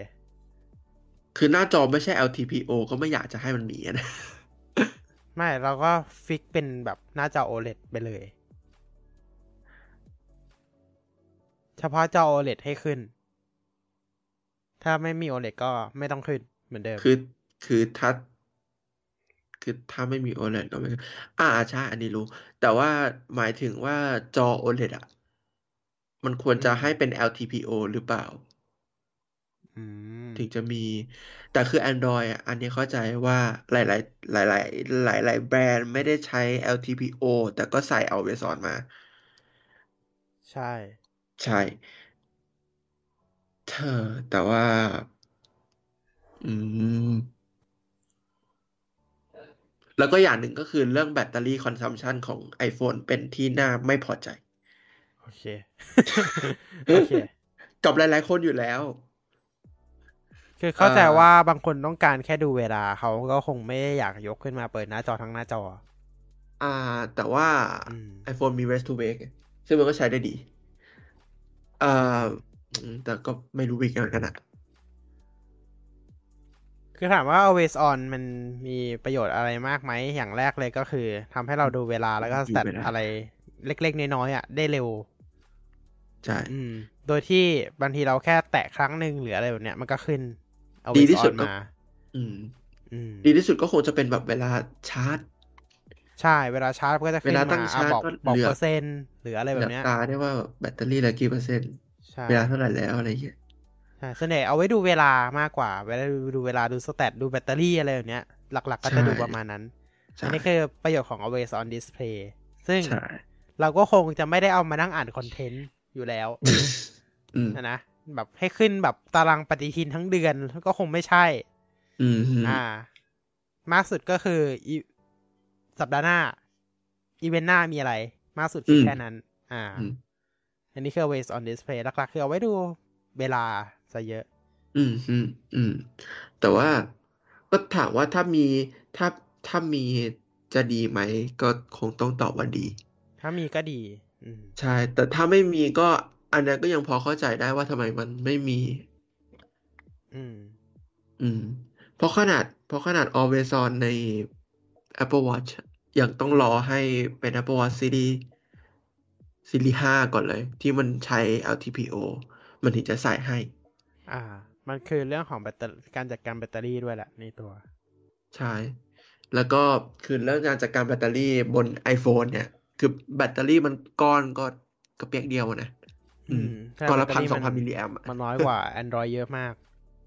B: คือหน้าจอไม่ใช่ LTPO ก็ไม่อยากจะให้มันมีอะนะ
A: ไม่เราก็ฟิกเป็นแบบหน้าจอ OLED ไปเลย เฉพาะจอ OLED ให้ขึ้น ถ้าไม่มี OLED ก็ไม่ต้องขึ้นเหมือนเดิม
B: คือ คือถ้าคือถ้าไม่มี OLED ก็ไม่อ่าใช่ อันนี้รู้ แต่ว่าหมายถึงว่าจอ OLED อ่ะ มันควรจะให้เป็น LTPO หรือเปล่า
A: อืม
B: ถึงจะมี แต่คือ Android อ่ะอันนี้เข้าใจว่าหลายๆ หลาย ๆ หลาย ๆ แบรนด์ไม่ได้ใช้ LTPO แต่ก็ใส่ Always On มา
A: ใช่
B: ใช่ เธอ แต่ว่า อืม แล้วก็อย่างหนึ่งก็คือเรื่องแบตเตอรี่ consumption ของ iPhone เป็นที่น่าไม่พอใจ
A: โอเค โอเค
B: กับหลาย ๆ คนอยู่แล้ว
A: คือเข้าใจ
B: เอ่อ
A: ว่าบางคนต้องการแค่ดูเวลา เขาก็คงไม่ได้อยากยกขึ้นมาเปิดหน้าจอทั้งหน้าจอ
B: อ่า แต่ว่า
A: อืม
B: iPhone มี Race to Wake ซึ่งมันก็ใช้ได้ดีเอ่ออืมแต่ก็ไม่รู้อีกเหมือนกันอะ
A: คือถามว่า always on มันมีประโยชน์อะไรมากไหม อย่างแรกเลยก็คือทำให้เราดูเวลาแล้วก็สแตทอะไรเล็กๆ น้อยๆอ่ะได้เร็ว
B: ใช่
A: อืม โดยที่บางทีเราแค่แตะครั้งหนึ่งหรืออะไรแบบเนี้ยมันก็ขึ้น เอา
B: ดี
A: ไว้
B: ที่
A: สอ
B: สุด
A: น
B: ก็
A: มา
B: อืม
A: อืม
B: ดีที่สุดก็คงจะเป็นแบบเวลาชาร์จ
A: ใช่ เวลาชาร์จก็จะขึ้น
B: เว
A: มา
B: ลาตั้งชาร์จ
A: อ่ะบอก
B: ก็
A: บอก
B: เหลือ
A: เปอร์เซ็นต์หรืออะไรแบบ
B: บ
A: เนี้ย
B: ตาได้ว่าแบบแบตเตอรี่เหลือกี่เปอร์เซ็นต์
A: ใช่
B: เวลาเท่าไหร่แล้วอะไรอย่างเงี้ย
A: ใช่ส่วนใหญ่เอาไว้ดูเวลามากกว่า เวลาดูดูเวลาดูสแตทดูแบตเตอรี่อะไรแบบเนี้ย หลักๆก็จะ
B: ใช่
A: ดูประมาณนั้น
B: ใช่
A: อันนี้คือประโยชน์ของ always on display ซึ่ง
B: ใช่
A: เราก็คงจะไม่ได้เอามานั่งอ่านคอนเทนต์อยู่ แล้ว
B: อืม
A: นะนะแบบให้ขึ้นแบบตารางปฏิทินทั้งเดือนก็คงไม่ใช่
B: อืมฮึ
A: อ่า มากสุดก็คืออีสัปดาห์หน้า อีเวนต์หน้ามีอะไร มากสุดคือแค่นั้น อ่า
B: อืม
A: อันนี้คือ ways on display หลักๆ คือเอาไว้ดูเวลาซะเยอะ
B: อืมฮึอืม แต่ว่าก็ถามว่าถ้ามี ถ้า ถ้ามีจะดีไหม ก็คงต้องตอบว่าดี
A: ถ้ามีก็ดี อืม
B: ใช่ แต่ถ้าไม่มีก็ อันนั้นก็ยังพอเข้าใจได้ว่าทำไมมันไม่มี
A: อืม
B: อืม เพราะขนาด เพราะขนาด always on ใน Apple Watch ยังต้องรอให้เป็น Apple Watch Series Series 5 ก่อนเลย ที่มันใช้ LTPO มันถึงจะใส่ให้
A: อ่า มันคือเรื่องของแบตเตอการจัดการแบตเตอรี่ด้วยแหละในตัว
B: ใช่ แล้วก็คือเรื่องการจัดการแบตเตอรี่บน iPhone เนี่ย คือแบตเตอรี่มันก้อนก็กระเปียกเดียวนะอืม
A: ใช่
B: ก้อนละ
A: แบต
B: พัน
A: เตรี่
B: สองพันมิลลิแอมอะ
A: มันน้อยกว่า Android เยอะมาก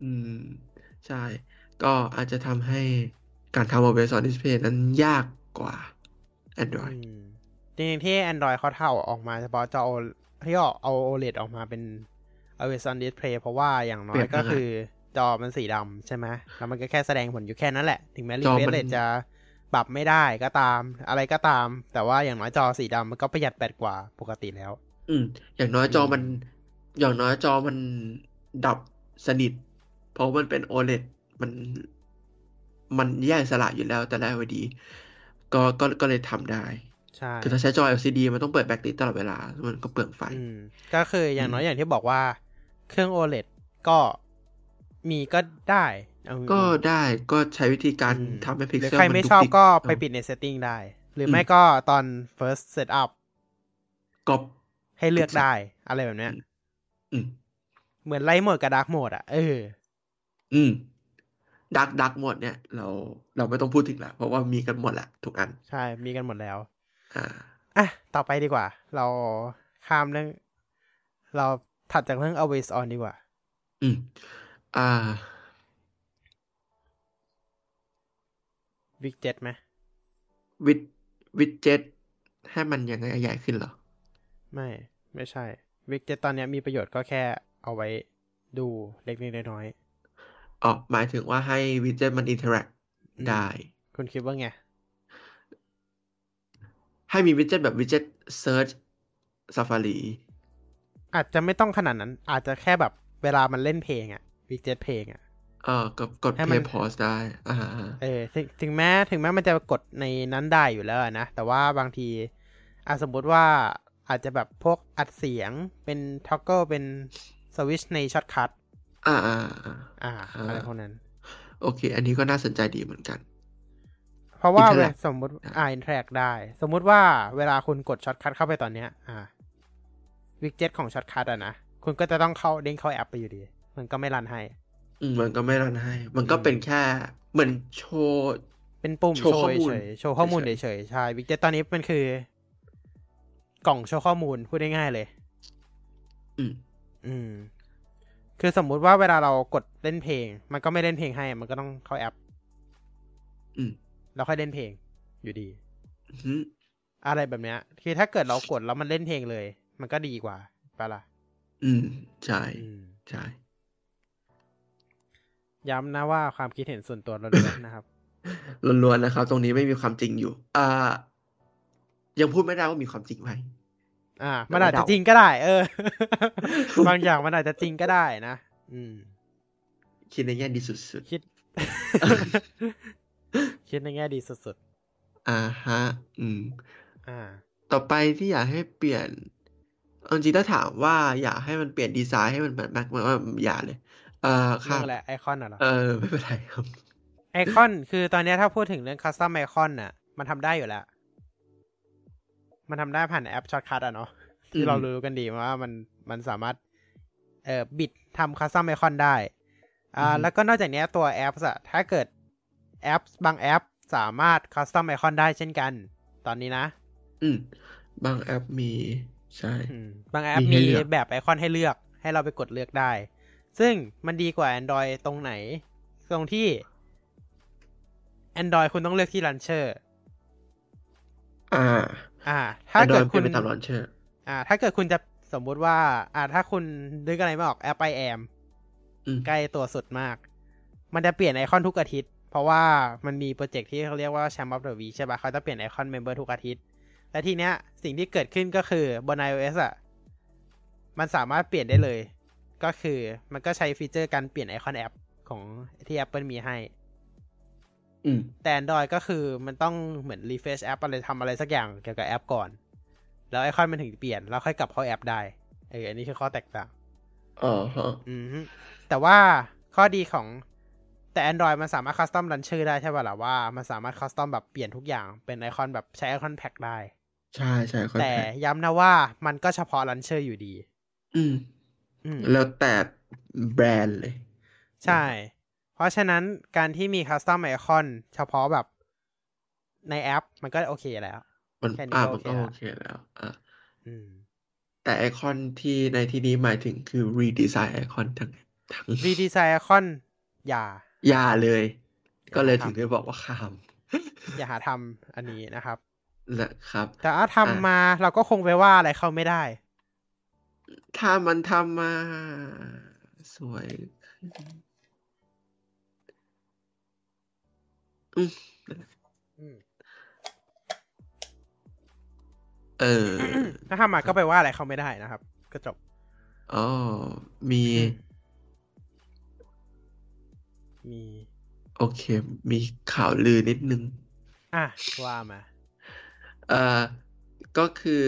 B: อืม ใช่ ก็อาจจะทำให้การทำ OS on display นั้นยากกว่า Android
A: อืมจริงๆที่ Android เขาเท่าออกมาเฉพาะจอ O- ที่เอาเอา OLED ออกมาเป็น always on display เพราะว่าอย่างน้อ
B: เปรี
A: ย
B: ยบเท่า
A: ก็
B: ไหร่
A: คือจอมันสีดำใช่ไหมแล้วมันก็แค่แสดงผลอยู่แค่นั้นแหละ ถึงแม้
B: จอ
A: refresh
B: มัน
A: rate จะปรับไม่ได้ก็ตาม อะไรก็ตาม แต่ว่าอย่างน้อยจอสีดำมันก็ประหยัดแบตกว่าปกติแล้ว
B: อืม อย่างน้อยจอมัน อย่างน้อยจอมันดับสนิท เพราะมันเป็น OLED มัน มันแยกอิสละอยู่แล้วแต่ละ LED ก็ก็ก็เลยทำได้
A: ใช่
B: คือถ้าใช้จอ LCD มันต้องเปิดแบตเตอรี่ตลอดเวลา มันก็เปลืองไฟ
A: อืมก็คืออย่างน้อยอย่างที่บอกว่าเครื่อง OLED ก็มีก็ได้เอาจริงๆ
B: ก็ได้ก็ใช้วิธีการ
A: อืม
B: ทำให้พิก
A: หรือ
B: เซล
A: ใคร
B: มัน
A: ไม่
B: ดุก
A: ชอบ
B: ดิก
A: ก็
B: เอา
A: ไปปิดใน setting ได้ หรือไม่ก็ตอน first setup
B: กอบ
A: ให้เลือก
B: ปิด set
A: ได้อะไรแบบเนี้ย
B: อืม
A: เหมือนไลท์โหมดกับดาร์กโหมดอ่ะ เออ
B: อืมดักดักหมดเนี่ย เราเราไม่ต้องพูดถึงละเพราะว่ามีกันหมดแหละทุกอัน
A: ใช่ มีกันหมดแล้ว
B: อ่า
A: อ่ะ ต่อไปดีกว่า เราข้ามเรื่อง เราถัดจากเรื่อง always on ดีกว่า
B: อืม อ่า
A: big jet ไหม
B: วิดวิดเจ็ตให้มันยังไงใหญ่ขึ้นเหรอ
A: ไม่ ไม่ใช่ big jet ตอนเนี้ยมีประโยชน์ก็แค่เอาไว้ดูเล็กนิดๆน้อย
B: อ๋อ หมายถึงว่าให้วิดเจ็ตมันอินเทอร์แอค
A: ๆอืม
B: ได้
A: คุณคิดว่าไง
B: ให้มีวิดเจ็ตแบบวิดเจ็ตเซิร์ช Safari
A: อาจจะไม่ต้องขนาดนั้น อาจจะแค่แบบเวลามันเล่นเพลงอ่ะ big jet เพลงอ่ะ
B: เอ่อกดกด
A: ให้มัน
B: play pause ได้ อ่าฮะ
A: เออถึงถึงแม้ถึงแม้มันจะกดในนั้นได้อยู่แล้วอะนะ แต่ว่าบางทีอาสมมติว่าอาจจะแบบพวกอัดเสียงเป็นท็อกเกลเป็นสวิชในช็อตคัท
B: อ่าอ่าอ่า
A: อ่า
B: อ่า
A: อะไรพวกนั้น
B: โอเค อันนี้ก็น่าสนใจดีเหมือนกัน
A: เพราะว่า
B: Interact
A: เวลาสมมติอ่าอินเทอร์แอคได้ สมมุติว่าเวลาคุณกดช็อตคัทเข้าไปตอนเนี้ยอ่าวิกเจ็ตของช็อตคัทอะนะ คุณก็จะต้องเข้าเด้งเข้าแอปไปอยู่ดี มันก็ไม่รันให้
B: อืมมันก็ไม่รันให้ มันก็
A: อืม
B: เป็นแค่เหมือนโชว์
A: เป็นปุ่ม
B: โช
A: โช
B: ว์
A: ว์
B: ข้อมูล
A: เฉยๆโชว์ข้อมูล
B: เฉ
A: เฉ
B: ย
A: ยๆใช่วิกเจ็ตตอนนี้มันคือ กล่องโชว์ข้อมูลพูดได้ง่ายเลย
B: อืม
A: อืม คือสมมุติว่าเวลาเรากดเล่นเพลง มันก็ไม่เล่นเพลงให้ มันก็ต้องเข้าแอป
B: อืม
A: แล้วค่อยเล่นเพลงอยู่ดี
B: อื้อหือ
A: อะไรแบบเนี้ย คือถ้าเกิดเรากดแล้วมันเล่นเพลงเลย มันก็ดีกว่าปะล่ะ
B: อืม ใช่
A: อืม
B: ใช่
A: ย้ำนะว่าความคิดเห็นส่วนตัวเราล้วนๆนะครับ
B: ล้วนๆนะครับ ตรงนี้ไม่มีความจริงอยู่ อ่า ยังพูดไม่ได้ว่ามีความจริงไหม
A: อ่า มันอาจจะจริงก็ได้ เออ บางอย่างมันอาจจะจริงก็ได้นะอืม
B: คิดในแง่ดีสุด
A: คิด คิดในแง่ดีสุด
B: ๆ อ่าฮะ อืม
A: ๆอ่า
B: ต่อไปที่อยากให้เปลี่ยนเอาจริงๆถ้าถามว่าอยากให้มันเปลี่ยนดีไซน์ให้มันเหมือนแม็กมันว่าอย่าเลย เอ่อค
A: เรื่อ
B: รั
A: บ งอะไรไอคอนน่ะเหรอ
B: เออ ไม่เป็นไรครับ
A: ไอคอนคือตอนเนี้ยถ้าพูดถึงเรื่องคัสตอมไอคอนน่ะ มันทำได้อยู่แล้ว มันทำได้ผ่านแอปช็อตคัทอะเนาะที่เรารู้กันดีว่ามันมันสามารถเอ่อบิดทำคัสตอมไอคอนได้
B: อือ
A: อ่า
B: ฮึ
A: แล้วก็นอกจากเนี้ยตัวแอปอะถ้าเกิดแอปบางแอปสามารถคัสตอมไอคอนได้เช่นกัน ตอนนี้นะ
B: อืม บางแอปมีใช่
A: อืมบางแอปมี
B: มีให้เลือก
A: แบบไอคอนให้เลือก ให้เราไปกดเลือกได้ ซึ่งมันดีกว่า Android ตรงไหน ตรงที่ Android คุณต้องเลือกที่ Launcher
B: อ่า
A: อ่า ถ้าเกิด
B: คุ
A: คุณ
B: ณไปตามลอนเชอร์
A: อ่า ถ้าเกิดคุณจะสมมุติว่า อ่า ถ้าคุณนึกอะไรไม่ออกแอปไอแอม
B: อืม
A: ใกล้ตัวสุดมาก มันจะเปลี่ยนไอคอนทุกอาทิตย์ เพราะว่ามันมีโปรเจกต์ที่เขาเรียกว่า Champ of the Week ใช่ปะเขาจะเปลี่ยนไอคอนเมมเบอร์ทุกอาทิตย์ และทีเนี้ย สิ่งที่เกิดขึ้นก็คือบน iOS อ่ะ มันสามารถเปลี่ยนได้เลย ก็คือมันก็ใช้ฟีเจอร์การเปลี่ยนไอคอนแอปของที่ Apple มีให้
B: อืม
A: แต่ Android ก็คือมันต้องเหมือนรีเฟซแอปอะไรทำอะไรสักอย่างเกี่ยวกับแอปก่อน แล้วไอคอนมันถึงเปลี่ยน แล้วค่อยกลับเข้าแอปได้เอออันนี้คือข้อแตกต่าง
B: อ๋อฮะ
A: อืมแต่ว่าข้อดีของ แต่ Android มันสามารถคัสตอมรันชื่อได้ใช่ป่ะล่ะว่า มันสามารถคัสตอมแบบเปลี่ยนทุกอย่างเป็นไอคอนแบบใช้ไอคอนแพ็กได้
B: ใช่ใช่คอน
A: แต่
B: แทค
A: ย้ำนะว่ามันก็เฉพาะรันชื่ออยู่ดี
B: อืม
A: อืม
B: แล้วแต่แบรนด์เลย
A: ใช่ เพราะฉะนั้นการที่มีคัสตอมไอคอนเฉพาะแบบในแอปมันก็โอเคแล้ว
B: มัน
A: แค่นี้
B: อ่า
A: ก็
B: มันก็
A: โอ
B: โอ
A: เค
B: เคแล้วอ่ะ
A: อืม
B: แต่ไอคอนที่ในที่นี้หมายถึงคือ redesign ไอคอนทั้งทั้ง
A: รีดีไซน์ไอคอนอย่า
B: อย่าเลย ก็เลย
A: อย่าทำ
B: ถึงได้บอกว่าข้าม
A: อย่าหาทำอันนี้นะครับ
B: นะครับ
A: แต่ถ้าทำมาเราก็คงไปว่าอะไรเขาไม่ได้
B: ถ้ามันทำมา สวยขึ้นอืม
A: อืม
B: เอ อ
A: ถ้าทำมาก็ไปว่าอะไรเขาไม่ได้นะครับ ก็จบ
B: อ๋อ มี
A: อืม มี
B: โอเค มีข่าวลือนิดนึง
A: อ่ะว่ามา
B: เอ่อ ก็คือ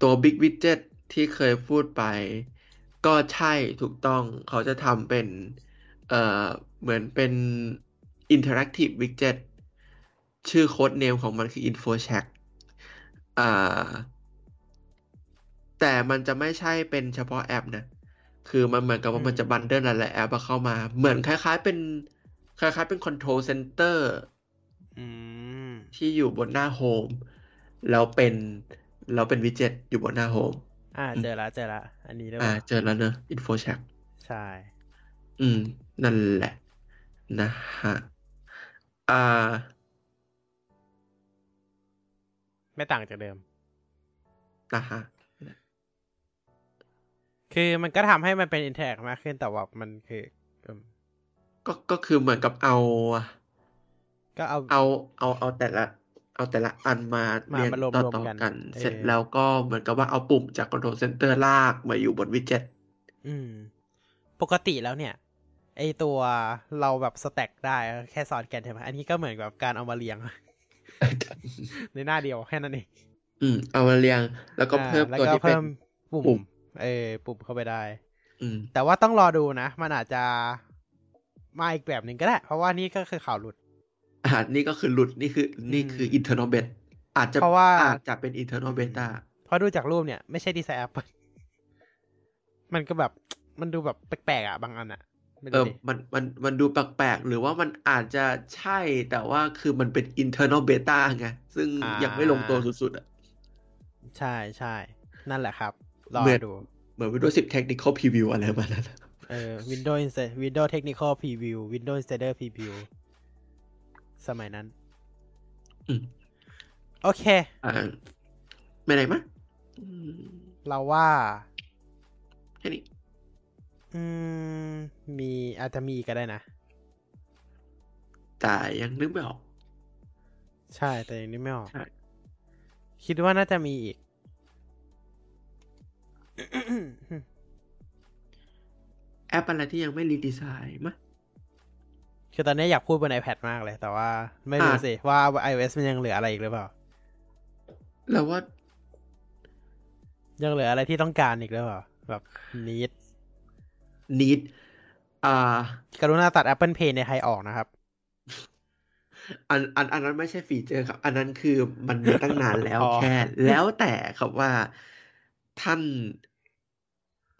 B: ตัว Big Widget ที่เคยพูดไป ก็ใช่ถูกต้องเขาจะทำเป็น เอ่อ เหมือนเป็น Interactive Widget ชื่อโค้ดเนมของมันคือ InfoCheck อ่า แต่มันจะไม่ใช่เป็นเฉพาะแอปนะ คือมันเหมือนกับว่ามันจะบันเดิลหลายๆแอปมาเข้ามา เหมือนคล้ายๆเป็น คล้ายๆเป็น Control Center
A: อืม
B: ที่อยู่บนหน้าโฮมแล้วเป็นแล้วเป็นวิดเจ็ตอยู่บนหน้าโฮม
A: อ่าเจอละเจอละอันนี้ด้วย
B: อ่าเจอแล้วเนอะอินโฟแชก
A: ใช่
B: อืม นั่นแหละ นะฮะ อ่า
A: ไม่ต่างจากเดิม
B: นะฮะ
A: คือมันก็ทำให้มันเป็นอินเทอร์แอคมากขึ้นแต่ว่ามันคืออืม
B: ก็ก็คือเหมือนกับเอา
A: ก็เอา
B: เอาเอาเอาแต่ละ เอาแต่ละอันมา
A: มา
B: เรียง
A: มารวม
B: ต่
A: รวม
B: อ
A: กั
B: ๆ
A: น
B: กัน
A: เออ
B: เสร็จแล้วก็เหมือนกับว่าเอาปุ่มจาก Control Center ลากมาอยู่บนวิดเจ็ต
A: อืม ปกติแล้วเนี่ย ไอตัวเราแบบสแต็กได้แค่ซ้อนกันใช่ไหมอันนี้ก็เหมือนกับการเอามาเรียง ในหน้าเดียวแค่นั้นเอง
B: อืม เอามาเรียง แล้วก็เพิ่ม
A: อ่าแล้ว
B: ตัว
A: ก็
B: ที่เป็น
A: เพิ่มปุ่
B: ปุ่
A: ม
B: ม
A: เออปุ่มเข้าไปได้
B: อืม
A: แต่ว่าต้องรอดูนะ มันอาจจะมาอีกแบบหนึ่งก็ได้ เพราะว่านี่ก็คือข่าวหลุด
B: อ่านี่ก็คือหลุดนี่คือนี่คือ
A: ม
B: internal bet อาจจะ
A: เพราะว่า
B: อาจจะเป็น internal beta
A: เพราะดูจากรูปเนี่ยไม่ใช่ดีไซน์แอป มันก็แบบมันดูแบบแปลกๆอ่ะบางอันอ่ะไม่
B: เอ
A: รู้
B: อ
A: ดิ
B: มันมันมันดูแปลกๆ หรือว่ามันอาจจะใช่แต่ว่าคือมันเป็น internal beta ไง ซึ่งยังไม่ลงตัวสุดๆอ่ะ
A: ใช่ใช่นั่นแหละครับ รอ
B: เหมือน
A: ดู
B: เหมือน Windows 10 technical preview อะไรประมาณนั้นอะ
A: เออ Windows Insider Windows Technical Preview Windows Insider Preview สมัยนั้น
B: อืม
A: โอเค
B: อ่าไม่ไหนมะอืม
A: เราว่า
B: แค่นี้
A: อืมมีอาจจะมีก็ได้นะ
B: แต่ยังนึกไม่ออก
A: ใช่แต่ยังนึกไม่ออก
B: ใช่
A: คิดว่าน่าจะมีอีก
B: แอปอะไรที่ยังไม่รีดีไซน์มะ
A: คือตอนนี้อยากพูดบน iPad มากเลย แต่ว่าไม่รู้
B: อ่ะ
A: สิว่า iOS มันยังเหลืออะไรอีกหรือเปล่า
B: แล้วว่า
A: ยังเหลืออะไรที่ต้องการอีกหรือเปล่า แบบนิด
B: นีดอ่า
A: กรุณาตัด Apple Pay ในไทยออกนะครับ
B: อันอันอันนั้นไม่ใช่ฟีเจอร์ครับ อันนั้นคือมันมีตั้งนานแล้ว
A: อ๋อ
B: แค่แล้วแต่ครับว่าท่าน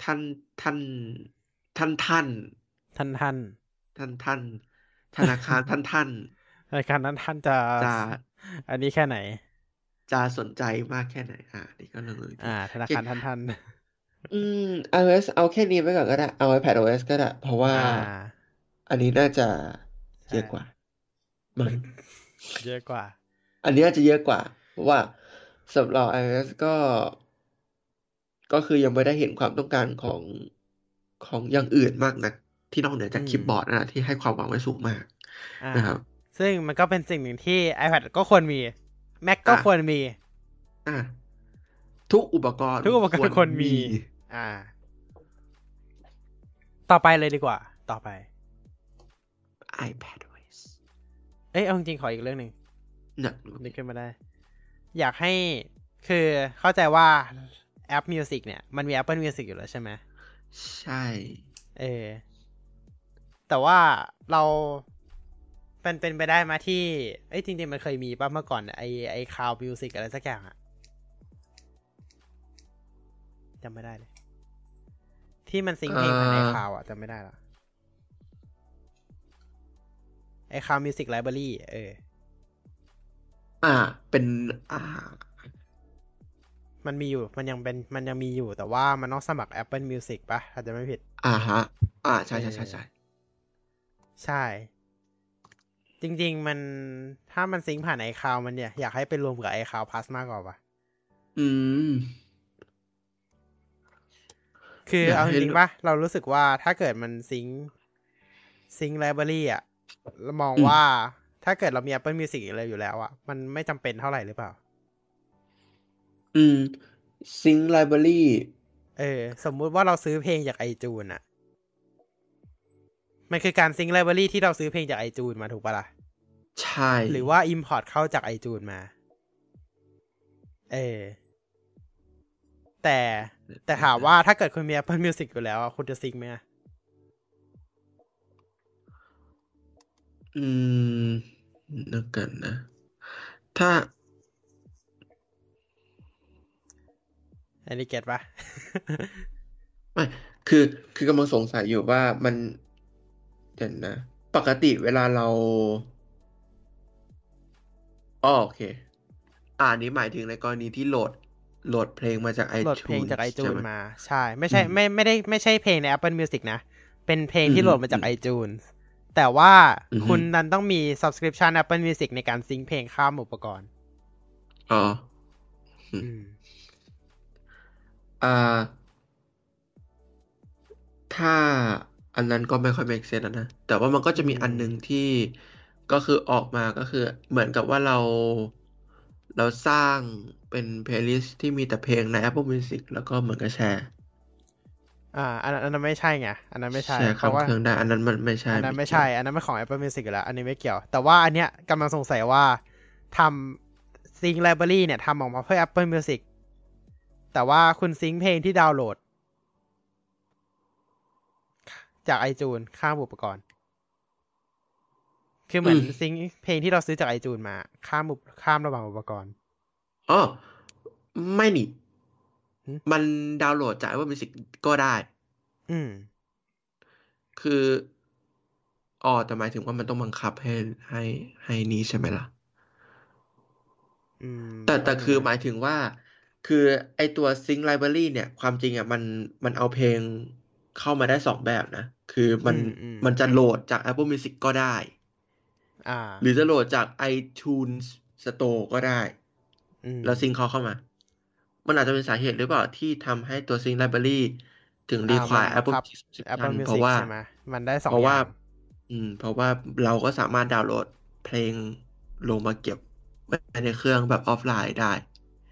B: ท่านท่านท่านท่าน
A: ท่านท่าน
B: ท่านท่านธนาคาร ท่านท่าน
A: รายการนั้นท่านจะ
B: จะ
A: อันนี้แค่ไหน
B: จะสนใจมากแค่ไหน อ่านี่ก็เรื่องอื่น
A: อ่า ธนาคารท่านท่าน
B: อืม iOS เอาแค่นี้ไปก่อนก็ได้ เอา iPad OS ก็ได้ เพราะว่า
A: อ่า
B: อันนี้น่าจะ
A: ใช่
B: เยอะกว่ามั้ง
A: เยอะกว่า
B: อันนี้อาจจะเยอะกว่า เพราะว่าสำหรับ iOS ก็ ก็คือยังไม่ได้เห็นความต้องการของของอย่างอื่นมากนะที่นอกเหนือจาก
A: อืม
B: คีย์บอร์ดนะ ที่ให้ความหวังไว้สูงมาก
A: อ่า
B: นะครับ
A: ซึ่งมันก็เป็นสิ่งหนึ่งที่ iPad ก็ควรมี Mac ก็
B: อ่ะ
A: ควรมี
B: อ่ะทุกอุปกรณ์
A: ทุกอุปกรณ์ควรมี อ่า ต่อไปเลยดีกว่า ต่อไป
B: มี iPad OS
A: เอ้ยเอาจริงๆขออีกเรื่องหนึ่ง
B: เนี่ย
A: นึกขึ้นมาได้ อยากให้คือเข้าใจว่าแอป Music เนี่ย มันมี Apple Music อยู่แล้วใช่ไหม
B: ใช่
A: เออ แต่ว่าเรา เป็นเป็นไปได้ไหมที่เอ้ยจริงๆมันเคยมีป่ะเมื่อก่อนไอไอคาวมิวสิกอะไรสักอย่างอะจำไม่ได้เลย ที่มันซิงค์เพลงผ่านไอ
B: เอ่อ
A: คาวอะจำไม่ได้ละไอคาวมิวสิกไลบรารีเออ
B: อ่า เป็นอ่า
A: มันมีอยู่มันยังเป็นมันยังมีอยู่แต่ว่ามันต้องสมัคร Apple Music ปะอาจจะไม่ผิด
B: อ่าฮะ อ่าใช่ใช่ใช่ใช่
A: ใช่ จริง ๆ มันถ้ามันซิงค์ผ่านไอคาวมันเนี่ย อยากให้ไปรวมกับไอคาวพ u สมากกว่าปะ
B: อืม
A: คืออย
B: าก
A: เอาจ
B: ให้
A: ริงๆปะเรารู้สึกว่าถ้าเกิดมันซิงค์ซิงค์ไลบรารีอะเรามองว่าถ้าเกิดเรามี Apple Music อะไรอยู่แล้วอะมันไม่จำเป็นเท่าไหร่หรือเปล่า
B: อืมซิงไลบรารี
A: เออ สมมุติว่าเราซื้อเพลงจากไอจูนอะมันคือการซิงค์ไลบรารีที่เราซื้อเพลงจากไอจูนมาถูกปะล่ะ
B: ใช่
A: หรือว่า Import เข้าจาก iTunes มา เออ แต่แต่ถามว่าถ้าเกิดคุณมี Apple Music อยู่แล้วอะคุณจะซิงค์ไหมอะ
B: อืมนึกกันนะ ถ้า
A: อันนี้เก็ตปะ
B: ไม่ คือ คือกำลังสงสัยอยู่ว่ามันเดี๋ยวนะ ปกติเวลาเราอ๋อโอเค อ่าอันนี้หมายถึงในกรณีที่โหลด โหลดเพลงมาจาก
A: โหลดเพลง
B: iTunes
A: จาก
B: ใช่
A: iTunes
B: ไหม
A: มา ใช่ ไม่ใช่
B: อืม
A: ไม่ไม่ได้ไม่ใช่เพลงใน Apple Music นะ เป็นเพลงที่
B: อืม
A: โหลดมาจาก
B: อืม
A: iTunes แต่ว่า
B: อือฮึ
A: คุณนั้นต้องมี subscription Apple Music ในการซิงค์เพลงข้ามอุปกรณ์
B: อ๋อ อื
A: อืม
B: อ่า ถ้าอันนั้นก็ไม่ค่อย make sense แล้วนะ แต่ว่ามันก็จะมี
A: อืม
B: อันหนึ่งที่ก็คือออกมาก็คือ เหมือนกับว่าเรา เราสร้างเป็น playlist ที่มีแต่เพลงใน Apple Music แล้วก็เหมือนกับแชร์
A: อ่าอันนั้นอันนั้นไม่ใช่ไง อันนั้นไม่ใช่
B: แชร์
A: เพ
B: ข้าม
A: ราะว่า
B: เครื่องได้ อันนั้นมันไม่ใช่
A: อันนั้นไม่ใช่ อันนั้นไม่ของ Apple Music อยู่แล้ว อันนี้ไม่เกี่ยว แต่ว่าอันเนี้ยกำลังสงสัยว่าทำซิง k ์ไลบรารีเนี่ยทำออกมาเพื่อ Apple Music แต่ว่าคุณซิงค์เพลงที่ดาวน์โหลด จาก iTunes ข้ามอุปกรณ์ คือเหมือนซิงค์เพลงที่เราซื้อจาก iTunes มา ข้ามอุปข้ามระหว่างอุปกรณ์
B: อ๋อไม่นี่
A: หืม
B: มันดาวน์โหลดจาก Apple Music ก็ได้
A: อืม
B: คืออ๋อแต่หมายถึงว่ามันต้องบังคับให้ให้ให้นี้ใช่ไหมล่ะ
A: อืม
B: แต่แต่คือหมายถึงว่า คือไอตัวซิง k ์ไลบรารีเนี่ย ความจริงอ่ะมันมันเอาเพลงเข้ามาได้สองแบบนะ คือมัน
A: อือื
B: มันจะโหลดจาก Apple Music ก็ได้
A: อ่า
B: หรือจะโหลดจาก iTunes Store ก็ได้
A: อืม
B: แล้วซิงค์เขาเข้ามา มันอาจจะเป็นสาเหตุหรือเปล่าที่ทำให้ตัวซิง k ์ไลบรารีถึงรี
A: อ่า
B: ควาย
A: มันบัง
B: Apple
A: คับ
B: Music
A: Apple
B: เพราะ
A: Music
B: ว่า
A: ใช่ไหมมันได้สอง
B: เพราะ
A: อ
B: ว่า
A: ย่าง
B: อืม เพราะว่าเราก็สามารถดาวน์โหลดเพลงลงมาเก็บไว้ในเครื่องแบบออฟไลน์ได้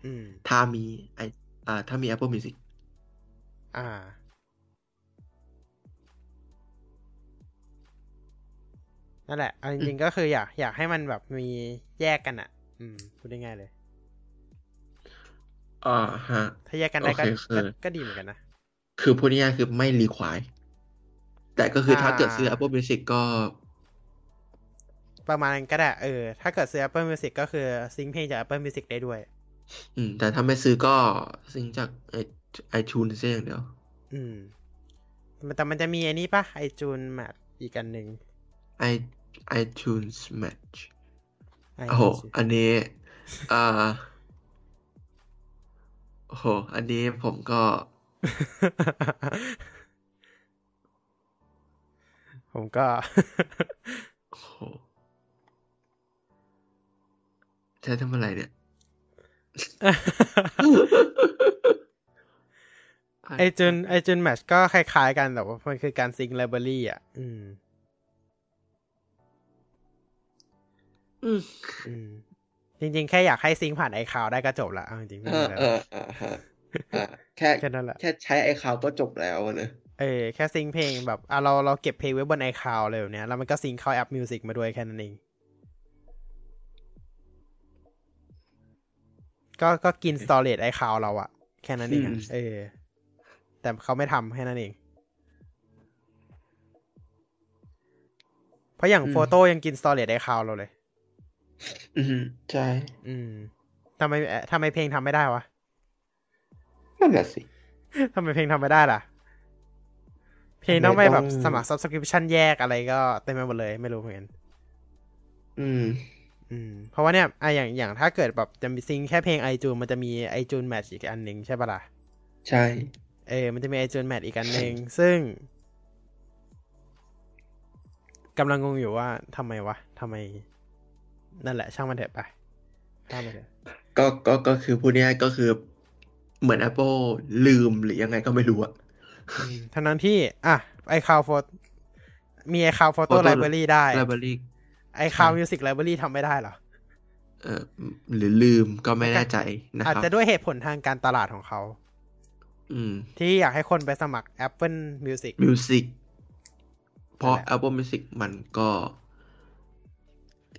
A: อืม
B: ถ้ามีไออ่า ถ้ามี Apple Music
A: อ่า นั่นแหละเอาจริงๆก็คืออยากอยากให้มันแบบมีแยกกันอ่ะ อืมพูดได้ง่ายเลย
B: อ่าฮะ
A: ถ้าแยกกันได้ก็
B: โอเคคือ
A: ก็ก็ดีเหมือนกันนะ
B: คือพูดง่ายๆคือไม่รีควายแต่ก็คืออา ถ้าเกิดซื้อ Apple Music ก็
A: ประมาณนั้นก็ได้ เออ ถ้าเกิดซื้อ Apple Music ก็คือซิงค์เพลงจาก Apple Music ได้ด้วย
B: อืม แต่ถ้าไม่ซื้อก็ซิงจากไอไอทูนเสียอย่างเดียว
A: อืม แต่มันจะมีอันนี้ปะไอจูนแมทอีกอันหนึ่ง
B: i iTunes Match โอ้โห
A: iTunes
B: อันนี้อ่าโอ้โห อันนี้ผมก็
A: ผมก็
B: โอ้โหใช้ทำอะไร เนี่ย
A: ไอจูนไอจูนแมชก็คล้ายๆกันแต่ว่ามันคือการซิงค์ไลบรารีอ่ะ อืม
B: อืม
A: อืม จริงๆ แค่อยากให้ซิงค์ผ่านไอคาวได้ก็จบละเอาจริงๆไม่
B: เอ
A: มี
B: อ
A: อะไร
B: เออเออฮะอ่ะแค่
A: แค่นั้นแหละ
B: แค่ใช้ไอคาวก็จบแล้วอะเลย
A: เออ แค่ซิงค์เพลงแบบอ่ะเราเราเก็บเพลงไว้บนไอคาวเลยแบบเนี้ยแล้วมันก็ซิงค์เข้าแอปมิวสิกมาด้วยแค่นั้นเอง ก็ก็กินสตอเรจไอคาวเราอะแค่นั้นเองอะเออ แต่เขาไม่ทำแค่นั้นเอง เพราะอย่าง
B: อืม
A: โฟโต้ยังกินสตอเรจไอคาวเราเลย
B: อืมใช่
A: อืมทำไมเอ่อทำไมเพลงทำไม่ได้วะ
B: นั่นแหละสิ
A: ทำไมเพลงทำไม่ได้ล่ะ เพลงต้องไปแบบสมัคร subscription แยกอะไรก็เต็มไปหมดเลยไม่รู้เหมือนกัน
B: อืม
A: อืมเพราะว่าเนี่ยอะอย่างอย่างถ้าเกิดแบบจะมีซิงแค่เพลงไอจูนมันจะมีไอจูนแมทอีกอันหนึ่งใช่ปะล่ะ
B: ใช่
A: เออ มันจะมีไอจูนแมทอีกอันหนึ่งซึ่งกำลังงงอยู่ว่าทำไมวะทำไม นั่นแหละ ช่างมันเถอะไปตามไปเถอะ
B: ก็ก็ก็คือพูดง่ายๆก็คือเหมือน Apple ลืมหรือยังไงก็ไม่รู้อะ
A: อืมทั้งนั้นที่ อ่ะไอคาวโฟมีไอคาวโฟโต้
B: Photo
A: ไลบรารีได้
B: ไลบรารี
A: ไอคาวมิวสิกไลบรารีทำไม่ได้เหรอ
B: เออหรือลืมก็ไม่แน่ใจนะค
A: อาจ
B: รับ
A: จะด้วยเหตุผลทางการตลาดของเขา
B: อืม
A: ที่อยากให้คนไปสมัคร Apple Music
B: Music เพราะ
A: นั่นแหละ
B: Apple Music มันก็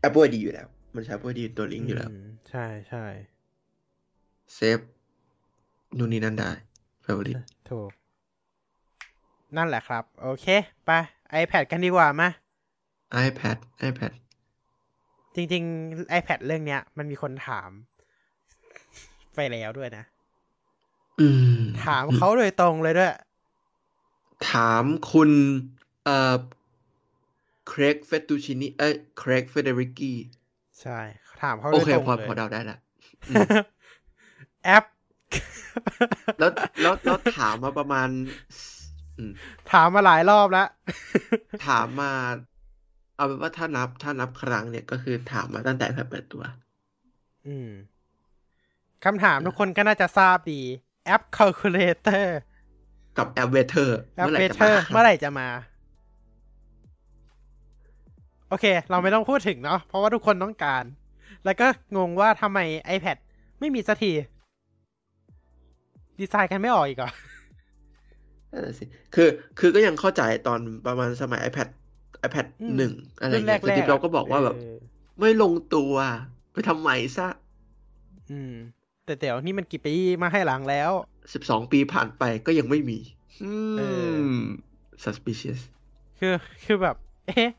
B: Apple ID อยู่แล้ว มันใช้ Apple ID ตัวลิงก์อยู่แล้ว
A: มใช่ใช่
B: เซฟนู่นนี่นั่นได้ Favorite
A: ถูก นั่นแหละครับ โอเค ไป iPad กันดีกว่ามา
B: iPad iPad
A: จริง ๆ iPad เรื่องเนี้ย มันมีคนถาม ไปแล้วด้วยนะ
B: อืม
A: ถามเขาโดยตรงเลยด้วย
B: ถามคุณเอ่อเครกเฟตูชินีเอ้ยเครกเฟเดริกี
A: ใช่ ถามเขาโด
B: โอย เค
A: ตรง
B: พอ
A: เล
B: พอย เดาได้ละ อืม
A: แอป
B: แล้วแล้วแล้วถามมาประมาณอืม
A: ถามมาหลายรอบแล้ว
B: ถามมา เอาเป็นว่าถ้านับถ้านับครั้งเนี่ยก็คือถามมาตั้งแต่แพทเปิดตัว
A: อืมคำถามทุกคนก็น่าจะทราบดี แอป Calculator
B: กับแอปเวเทอร์
A: แอปเวเทอร์เมื่อไหร่จะมา โอเค เราไม่ต้องพูดถึงเนาะเพราะว่าทุกคนต้องการ แล้วก็งงว่าทำไม iPad ไม่มีสักที ดีไซน์กันไม่ออกอีกเหรอ
B: นั่นน่ะสิคือคือก็ยังเข้าใจตอนประมาณสมัย iPad iPad
A: อืม
B: หนึ่งอะไร
A: รุ่นแรก
B: เงี้
A: ๆ
B: ยที่เราก็บอกว่าแบบ
A: เ
B: ไม่ลงตัว ไปทำใหม่ซะ
A: อืม แต่เดี๋ยวนี่มันกี่ปีมาให้หลังแล้ว
B: สิบสองปีผ่านไปก็ยังไม่มีอื
A: เอ
B: ม suspicious
A: คือคือแบบ เอ๊ะ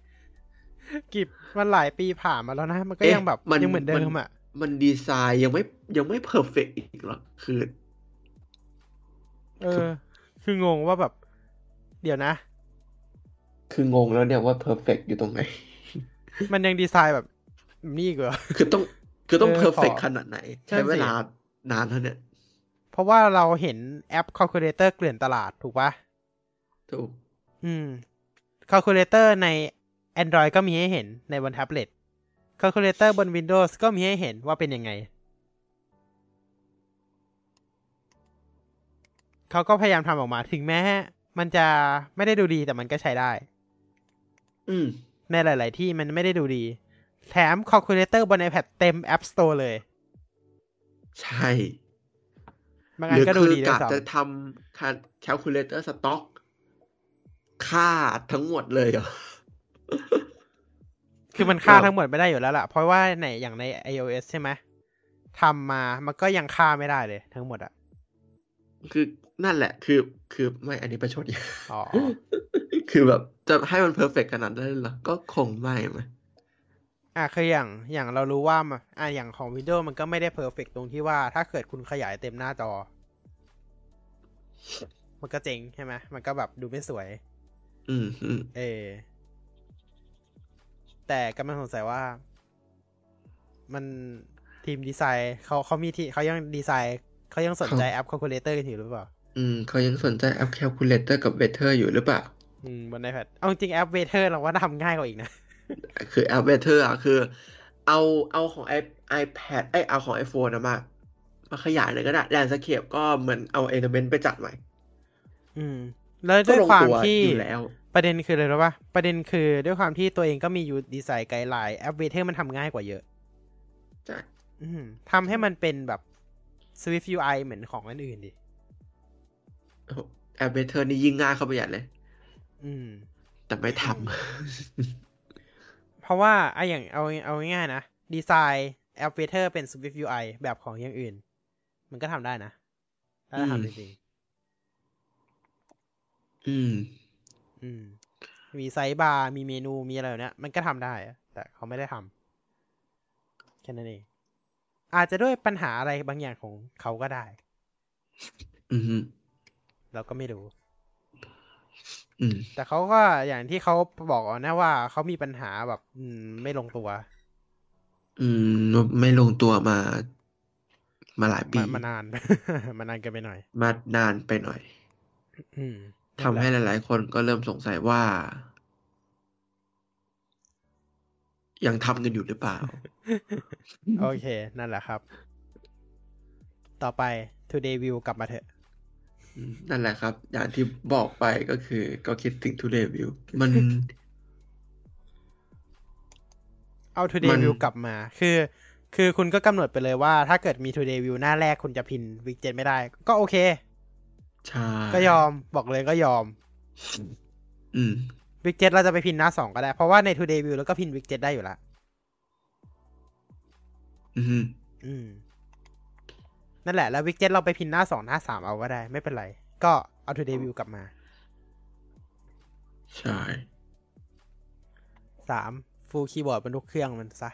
A: กี่มันหลายปีผ่านมาแล้วนะ มันก็
B: เอ๊ะ
A: ยังแบบ
B: มัน
A: ยังเหมือนเดิมอ่ะ
B: มันดีไซน์ยังไม่ยังไม่เพอร์เฟกอีกเหรอคือ
A: เออ คืองงว่าแบบ เดี๋ยวนะ
B: คืองงแล้วเนี่ยว่าเพอร์เฟกอยู่ตรงไหน
A: มันยังดีไซน์แบบนี่อีกเหรอ
B: คือต้องคือต้อง
A: เออ
B: เพอร์เฟก
A: ขอ
B: ขนาดไหน ใช้
A: นั่นสิ
B: เวลานานเท่าเนี้ย
A: เพราะว่าเราเห็นแอป Calculator เกลื่อนตลาดถูกปะ
B: ถูก
A: อืม Calculator ใน Android ก็มีให้เห็นในบนแท็บเล็ต Calculator บน Windows ก็มีให้เห็นว่าเป็นยังไง เขาก็พยายามทำออกมาถึงแม้ มันจะไม่ได้ดูดีแต่มันก็ใช้ได้
B: อืม
A: ในหลาย ๆ ที่มันไม่ได้ดูดี แถม Calculator บน iPad เต็ม App Store เลย
B: ใช่
A: บาง
B: ห
A: อั
B: รื
A: น
B: อ
A: ก็ดู
B: คือ
A: ดีด้วย
B: กะ
A: ซ้
B: จะทำคันแคลคูลเลเตอร์สต็อก ค่าทั้งหมดเลยเหรอ
A: ำคือมันค่า
B: เรา
A: ทั้งหมดไม่ได้อยู่แล้วล่ะ เพราะว่าในอย่างใน iOS ใช่ไหมทำมามันก็ยังค่าไม่ได้เลยทั้งหมดอะ
B: คือนั่นแหละ คือคือไม่อันนี้ประชดอย่าง
A: อ๋อ
B: คือแบบจะให้มันเพอร์เฟกขนาดนั้นเลยเหรอ ก็คงไม่ไหมย
A: อ่ะคืออย่างอย่างเรารู้ว่ามันอ่ะอย่างของ Windows มันก็ไม่ได้เพอร์เฟกตรงที่ว่าถ้าเกิดคุณขยายเต็มหน้าจอ มันก็เจ๋งใช่ไหมมันก็แบบดูไม่สวย
B: อืมอืม
A: เออ แต่กำลังสงสัยว่า มันทีมดีไซน์เขาเขามีที่เขายังดีไซน์เขายังสนใจแอป Calculator กันอยู่หรือเปล่า
B: อืมเขายังสนใจแอปแคลคูลเลเตอร์กับเวเทอร์อยู่หรือเปล่า
A: อืมบน iPad เอาจริงแอป Waiter เราว่าทำง่ายกว่าอีกนะ
B: คือแอปเวเทอร์อ่ะคือ เอาเอาของ i- iPad ไอยเอาของ iPhone นะมา มาขยายเลยก็ได้แลนสเคปก็เหมือนเอาเอลเมนต์ไปจัดใหม่
A: อืม แล้ว
B: ก็
A: ด้วย
B: ลง
A: ความ
B: ตัว
A: ที่
B: อยู่แล้ว
A: ประเด็นคืออะไรรู้ป่ะ ประเด็นคือด้วยความที่ตัวเองก็มียูดีไซน์ไกด์ไลน์แอปเวเทอร์มันทำง่ายกว่าเยอะ
B: ใช่
A: อืมทำให้มันเป็นแบบ Swift UI เหมือนของอันอื่นดิ
B: โอ้โหแอปเบเทอร์นี่ยิ่งง่ายเข้าไปใหญ่เลย
A: อืม
B: แต่ไม่ ท
A: เพราะว่าไอะอย่างเอาเอาง่ายๆนะ ดีไซน์แอปเวเทอร์เป็น Swift UI แบบของอย่างอื่น มันก็ทำได้นะ ถ้าทำจริง
B: ำ อืม
A: ๆอืม มีไซส์บาร์ มีเมนู มีอะไรแบบเนี้ย มันก็ทำได้อะแต่เขาไม่ได้ทำแค่นั้นเอง อาจจะด้วยปัญหาอะไรบางอย่างของเขาก็ได้
B: อืมฮึ
A: เราก็ไม่รู้
B: อืม
A: แต่เขาก็อย่างที่เขาบอกนะว่าเขามีปัญหาแบบอืมไม่ลงตัว
B: อืม ไม่ลงตัวมา มาหลายปี
A: มามาน าน มานานเกันไปหน่อย
B: มานานไปหน่อย
A: อืม
B: ทำให้หลาย ๆ คนก็เริ่มสงสัยว่า ยังทำกันอยู่หรือเปล่า
A: โอเค นั่นแหละครับ ต่อไป today view กลับมาเถอะ
B: อืมนั่นแหละครับ อย่างที่บอกไปก็คือ ก็คิดถึง Today View มัน
A: เอา today
B: มัน
A: view กลับมา คือ คือคุณก็กำหนดไปเลยว่า ถ้าเกิดมี today view หน้าแรกคุณจะพินวิกเจ็ไม่ได้ ก็โอเค
B: ใช่
A: ก็ยอมบอกเลยก็ยอม
B: อืม
A: วิกเจ็เราจะไปพินหน้าสองก็ได้ เพราะว่าใน today view แล้วก็พินวิกเจ็ได้อยู่ละ
B: อืมฮึ
A: อืม นั่นแหละ แล้ววิกเจ็เราไปพินหน้าสองหน้าสามเอาก็ได้ ไม่เป็นไร ก็เอา today view กลับมา
B: ใช่
A: สามฟูลคีย์บอร์ดบนทุกเครื่องมันซะ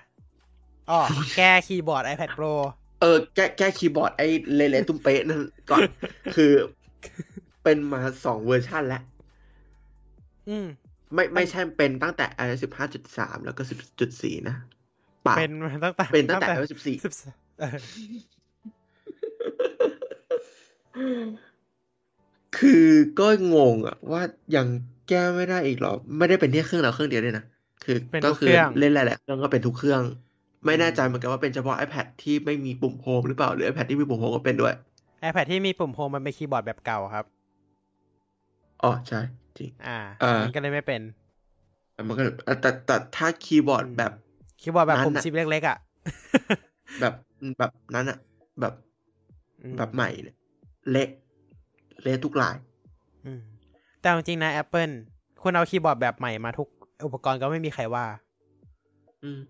A: อ๋อแก้คีย์บอร์ด iPad Pro
B: เออ แก้แก้คีย์บอร์ดไอ้เละๆตุ้มเป๊ะนั่นก่อน คือ เป็นมาสองเวอร์ชันแล้ว
A: อืม
B: ไม่ไม่ใช่เป็นตั้งแต่ iOS 15.3 แล้วก็ 10.4 นะปล่า
A: เป็นมาตั้งแต่
B: เป็นตั้งแต่ iOS 14
A: สิบเออ
B: คือก็งงอะว่ายังแก้ไม่ได้อีกเหรอ ไม่ได้เป็นที่เครื่องเราเครื่องเดียวด้วยนะ คือ
A: เป็นทุ
B: ก็
A: กเค
B: คื
A: รื่อง
B: เล่นหลายๆเครื่องก็เป็นทุกเครื่อง ไม่แน่ใจเหมือนกันว่าเป็นเฉพาะ iPad ที่ไม่มีปุ่มโฮมหรือเปล่า หรือ iPad ที่มีปุ่มโฮมก็เป็นด้วย
A: iPad ที่มีปุ่มโฮมมันเป็นคีย์บอร์ดแบบเก่าครับ
B: อ๋อ ใช่ จริง
A: อ่า
B: อ่ามั
A: นก็เลยไม่เป็น
B: มันก็แต่แต่แต่ถ้าคีย์บอร์ดแบบ
A: คีย์บอร์ดแบบ
B: นั้น
A: ปุ่ม
B: น่ะ
A: ชิปเล็กๆอ่ะ
B: แบบแบบนั้นอะแบบ
A: อืม
B: แบบใหม่เนี่ยเละเละทุกลาย
A: อืมแต่เอาจริงๆนะ Apple คุณเอาคีย์บอร์ดแบบใหม่มาทุกอุปกรณ์ก็ไม่มีใครว่า
B: อืม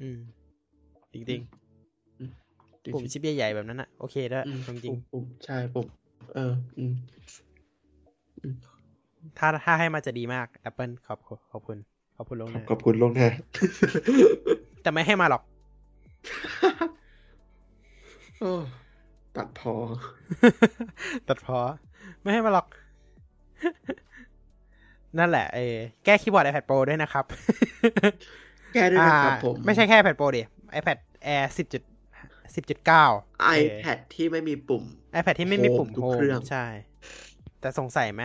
A: อืม จริง
B: จริ
A: ๆ
B: ง
A: ปุ่มชิปใหญ่ๆแบบนั้นอ่ะโอเคด้วย
B: อืม
A: จริง
B: ปุ่มปุ่มใช่ปุ่มเออ อืม
A: ๆถ้าถ้าให้มาจะดีมาก Apple ขอบคุณขอบคุณขอบคุณลวงห
B: ขอบ
A: นะ
B: ขอบคุณลวงหน้า
A: แต่ไม่ให้มาหรอก
B: โอ้ตัดพอ
A: ตัดเพอไม่ให้มาหรอก นั่นแหละเออแก้คีย์บอร์ด iPad Pro ด้วยนะครับ
B: แก้ด้วยนะครับ
A: อ่า
B: ผม
A: ไม่ใช่แค่ iPad Pro ดิ iPad Air 10.10.9
B: iPad ที่ไม่มีปุ่ม
A: iPad ที่ไม่มีปุ่ม
B: Home ทุก
A: Home
B: เครื่อง
A: ใช่ แต่สงสัยไหม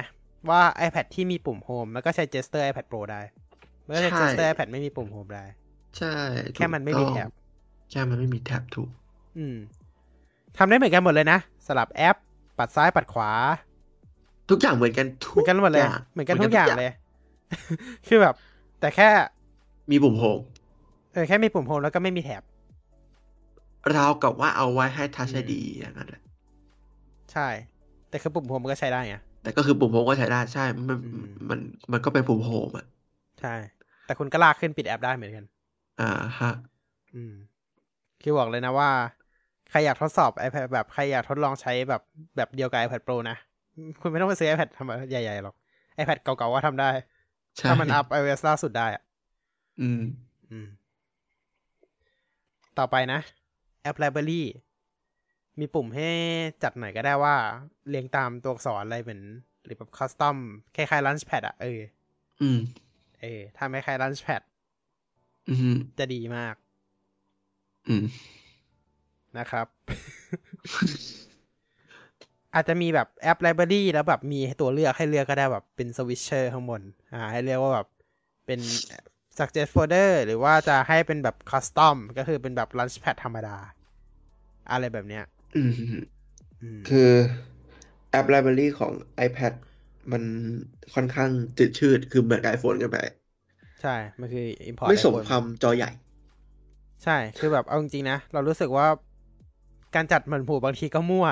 A: ว่า iPad ที่มีปุ่ม Home แล้วก็ใช้ Gesture iPad Pro ได้แล้วก็ใช้
B: ใช่
A: Gesture iPad ไม่มีปุ่ม Home ได้
B: ใช่
A: แค่มันไม่มีแท็บ
B: ถูกต้องแค่มันไม่มีแท็บถูก
A: อืมทำได้เหมือนกันหมดเลยนะ สลับแอป ปัดซ้ายปัดขวา
B: ทุกอย่างเหมือนกันทุ
A: เหมือนกันหมดเลย
B: ย่าง
A: เหมือนกันทุกอย่างเลย คือแบบ แต่แค่
B: มีปุ่มโฮม
A: เออแค่มีปุ่มโฮมแล้วก็ไม่มีแท็บ
B: เราวกับว่าเอาไว้ให้ทัช
A: อืม
B: ดีอย่างนั้นแหละ
A: ใช่ แต่คือปุ่มโฮมมันก็ใช้ได้ไง
B: แต่ก็คือปุ่มโฮมก็ใช้ได้ใช่ มัน
A: อืม
B: มันมันก็เป็นปุ่มโฮมอ่ะ
A: ใช่ แต่คุณก็ลากขึ้นปิดแอปได้เหมือนกัน
B: อ่าฮะ
A: อืม คือบอกเลยนะว่า ใครอยากทดสอบ iPad แบบใครอยากทดลองใช้แบบแบบเดียวกับ iPad Pro นะ คุณไม่ต้องไปซื้อ iPad ทำใหญ่ๆหรอก iPad เก่าๆว่าทำได้
B: ใช่
A: ถ้ามันอัพ iOS ล่าสุดได้อะ
B: อืม
A: อืม ต่อไปนะ App Library มีปุ่มให้จัดหน่อยก็ได้ว่า เรียงตามตัวอักษรอะไรเหมือน หรือแบบคัสตอมคล้ายๆ Launchpad อะเออ
B: อืม
A: เออถ้าไม่ใครลันช์แพด
B: อืมฮึ
A: จะดีมาก
B: อืม
A: นะครับ อาจจะมีแบบแอปไลบรารีแล้วแบบมีให้ตัวเลือกให้เลือกก็ได้แบบเป็นสวิตเชอร์ข้างบน อ่า ให้เลือกว่าแบบเป็น suggest folder หรือว่าจะให้เป็นแบบ custom ก็คือเป็นแบบ launch pad ธรรมดา อะไรแบบเนี้ย
B: อืม
A: อืม
B: คือแอปไลบรารีของ iPad มันค่อนข้างจืดชืด คือเหมือนกับ iPhone กันไป
A: ใช่ มันคือ import
B: ไม่สม
A: ไอโฟน
B: ความจอใหญ่
A: ใช่ คือแบบเอาจริงๆนะ เรารู้สึกว่าการจัดหมันผูบางทีก็มั่ว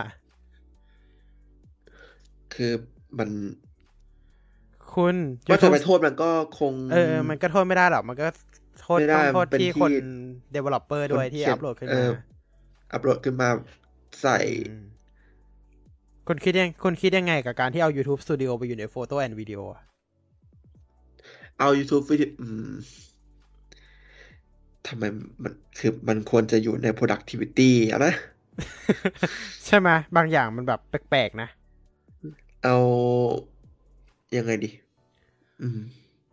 B: คือมัน
A: คุณ
B: ก็จะไปโทษมันก็คง
A: เออ มันก็โทษไม่ได้หรอก มันก็โทษ
B: ไม่ได้
A: ต้องโทษ
B: เป็น
A: ที่
B: ที่
A: คน developer
B: คน
A: ด้วยที่
B: เขีย
A: อัพโหลดขึ้น
B: เอ
A: มา
B: ออัพโหลดขึ้นมาใส่
A: มคุณ คิดยังคุณคิดยังไงกับการที่เอา YouTube Studio ไปอยู่ใน Photo and Video อะ
B: เอา YouTube วิดีอืมทำไมมันคือมันควรจะอยู่ใน productivity อะนะ
A: ใช่ไหมบางอย่างมันแบบแปลกๆนะ
B: เอายังไงดี อืม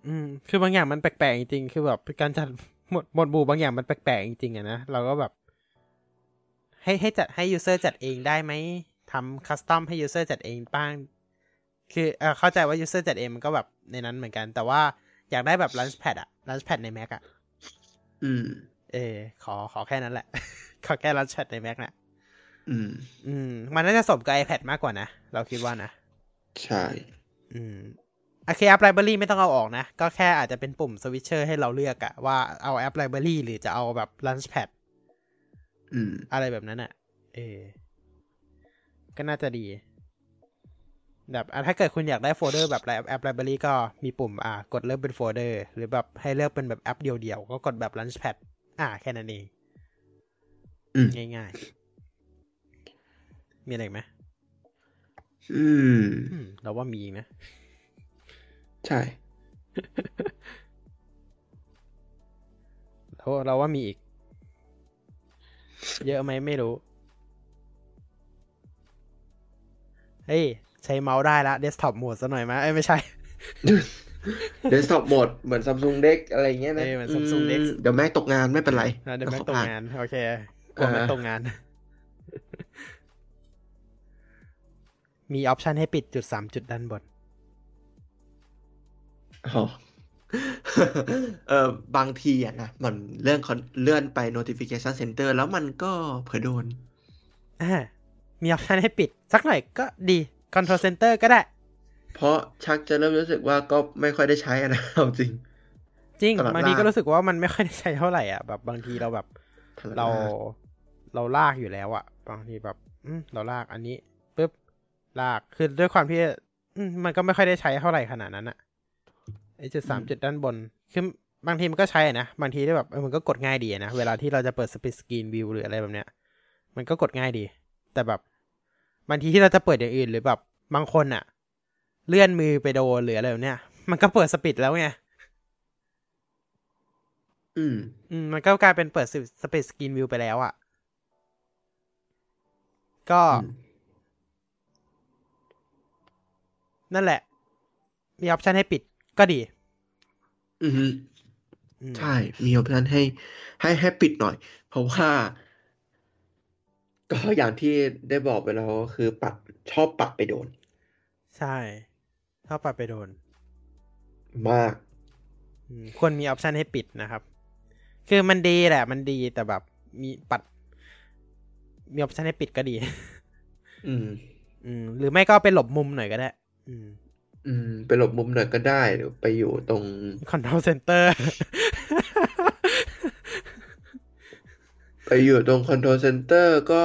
A: อืม คือบางอย่างมันแปลกๆจริงๆคือแบบการจัด หมวดหมวดบูบางอย่างมันแปลกๆจริงๆอะนะ เราก็แบบ ให้ให้จัดให้ยูเซอร์จัดเองได้ไหมทำคัสตอมให้ยูเซอร์จัดเองบ้าง คือเออเข้าใจว่ายูเซอร์จัดเองมันก็แบบในนั้นเหมือนกัน แต่ว่าอยากได้แบบ Launchpad อะ Launchpad ใน Mac อะ
B: อืม
A: เออ ขอขอแค่นั้นแหละ ขอแค่ Launchpad ใน Mac นะ
B: อืม
A: อืม มันน่าจะสมกับ iPad มากกว่านะ เราคิดว่านะ
B: ใช่
A: อืมโอเคแอปไลบรารีไม่ต้องเอาออกนะ ก็แค่อาจจะเป็นปุ่มสวิตเชอร์ให้เราเลือกอะว่าเอาแอปไลบรารีหรือจะเอาแบบลันช์แพด
B: อืม
A: อะไรแบบนั้นอะเออ ก็น่าจะดี แบบอ่ะถ้าเกิดคุณอยากได้โฟลเดอร์แบบแอปไลบรารีก็มีปุ่มอ่ากดเลือกเป็นโฟลเดอร์ หรือแบบให้เลือกเป็นแบบแอปเดียวๆ ก็กดแบบลันช์แพดอ่าแค่นั้นเอง
B: อืม
A: ง่ายๆ มีอะไรอีกไหม
B: อืม
A: อืม เราว่ามีอีกนะ
B: ใช่
A: เราเราว่ามีอีก เยอะไหมไม่รู้ เฮ้ย ใช้เมาส์ได้ละเดสก์ท็อปโหมดซะหน่อยไหมเอ้ยไม่ใช่
B: เดสก์ท็อปหมด เหมือน Samsung Dex อะไรย่างเงี้ยนะ
A: เออเหมือน Samsung Dex
B: เดี๋ยวแม่ตกงานไม่เป็นไร
A: เดี๋ยวแม่ง
B: ขอ
A: ตก
B: อ่าน
A: งาน โอเคกลัวแม่ง
B: เออ
A: ตกงาน มีออปชันให้ปิดจุดสามจุดด้านบน
B: อ๋อ เออบางทีอ่ะนะ มันเรื่อง con- เลื่อนไป notification center แล้วมันก็เผลอโดน
A: อ่า มีออปชันให้ปิด สักหน่อยก็ดี Control Center ก็ได้
B: เพราะชักจะเริ่มรู้สึกว่าก็ไม่ค่อยได้ใช้อะ นะ เอาจริง
A: จริง
B: ตลอด
A: บางที
B: ลาก
A: ก็รู้สึกว่ามันไม่ค่อยได้ใช้เท่าไหร่อ่ะ แบบบางทีเราแบบ เราเราลากอยู่แล้วอะบางทีแบบอืมเราลากอันนี้ปุ๊บลากคือด้วยความที่อืมมันก็ไม่ค่อยได้ใช้เท่าไหร่ขนาดนั้นอะไอจุดสาม
B: อืม
A: จุดด้านบน คือบางทีมันก็ใช้อะนะบางทีได้แบบเออมันก็กดง่ายดีอะนะเวลาที่เราจะเปิดสปิสกรีนวิวหรืออะไรแบบเนี้ย มันก็กดง่ายดี แต่แบบบางทีที่เราจะเปิดอย่างอื่นหรือแบบบางคนอะเลื่อนมือไปโดนหรืออะไรแบบเนี้ยมันก็เปิดสปิดแล้วไง
B: อืม
A: อืมมันก็กลายเป็นเปิดสเปซสกินวิวไปแล้วอะ่ะ ก็
B: อืม
A: นั่นแหละ มีออปชันให้ปิดก็ดี
B: อืม
A: อืม
B: ใช่ มีออปชันให้ให้ให้ปิดหน่อย เพราะว่า ก็อย่างที่ได้บอกไปแล้วก็คือปัดชอบปัดไปโดน
A: ใช่ชอบปัดไปโดน
B: มาก
A: อืมควรมีออปชันให้ปิดนะครับ คือมันดีแหละ มันดีแต่แบบมีปัด มีออปชันให้ปิดก็ดี
B: อืม
A: อืม หรือไม่ก็ไปหลบมุมหน่อยก็ได้ อืม
B: อืม ไปหลบมุมหน่อยก็ได้หรือไปอยู่ตรง
A: คอนโทรลเซ็นเตอร์
B: ไปอยู่ตรงคอนโทรลเซ็นเตอร์ก็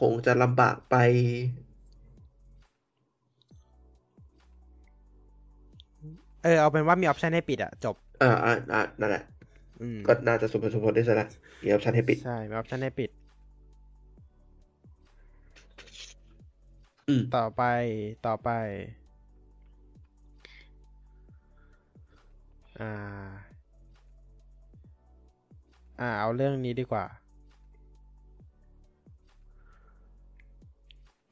B: คงจะลำบากไป
A: เออเอาเป็นว่ามีออปชันให้ปิดอะจบ
B: อ่าอ่าอ่านั่นแหละ
A: อืม
B: ก็น่าจะสมบูรณ์สมบูรณ์ได้ซะละมีออปชันให้ปิด
A: ใช่มีออปชันให้ปิด
B: อืม
A: ต่อไปต่อไป อ่า อ่า เอาเรื่องนี้ดีกว่า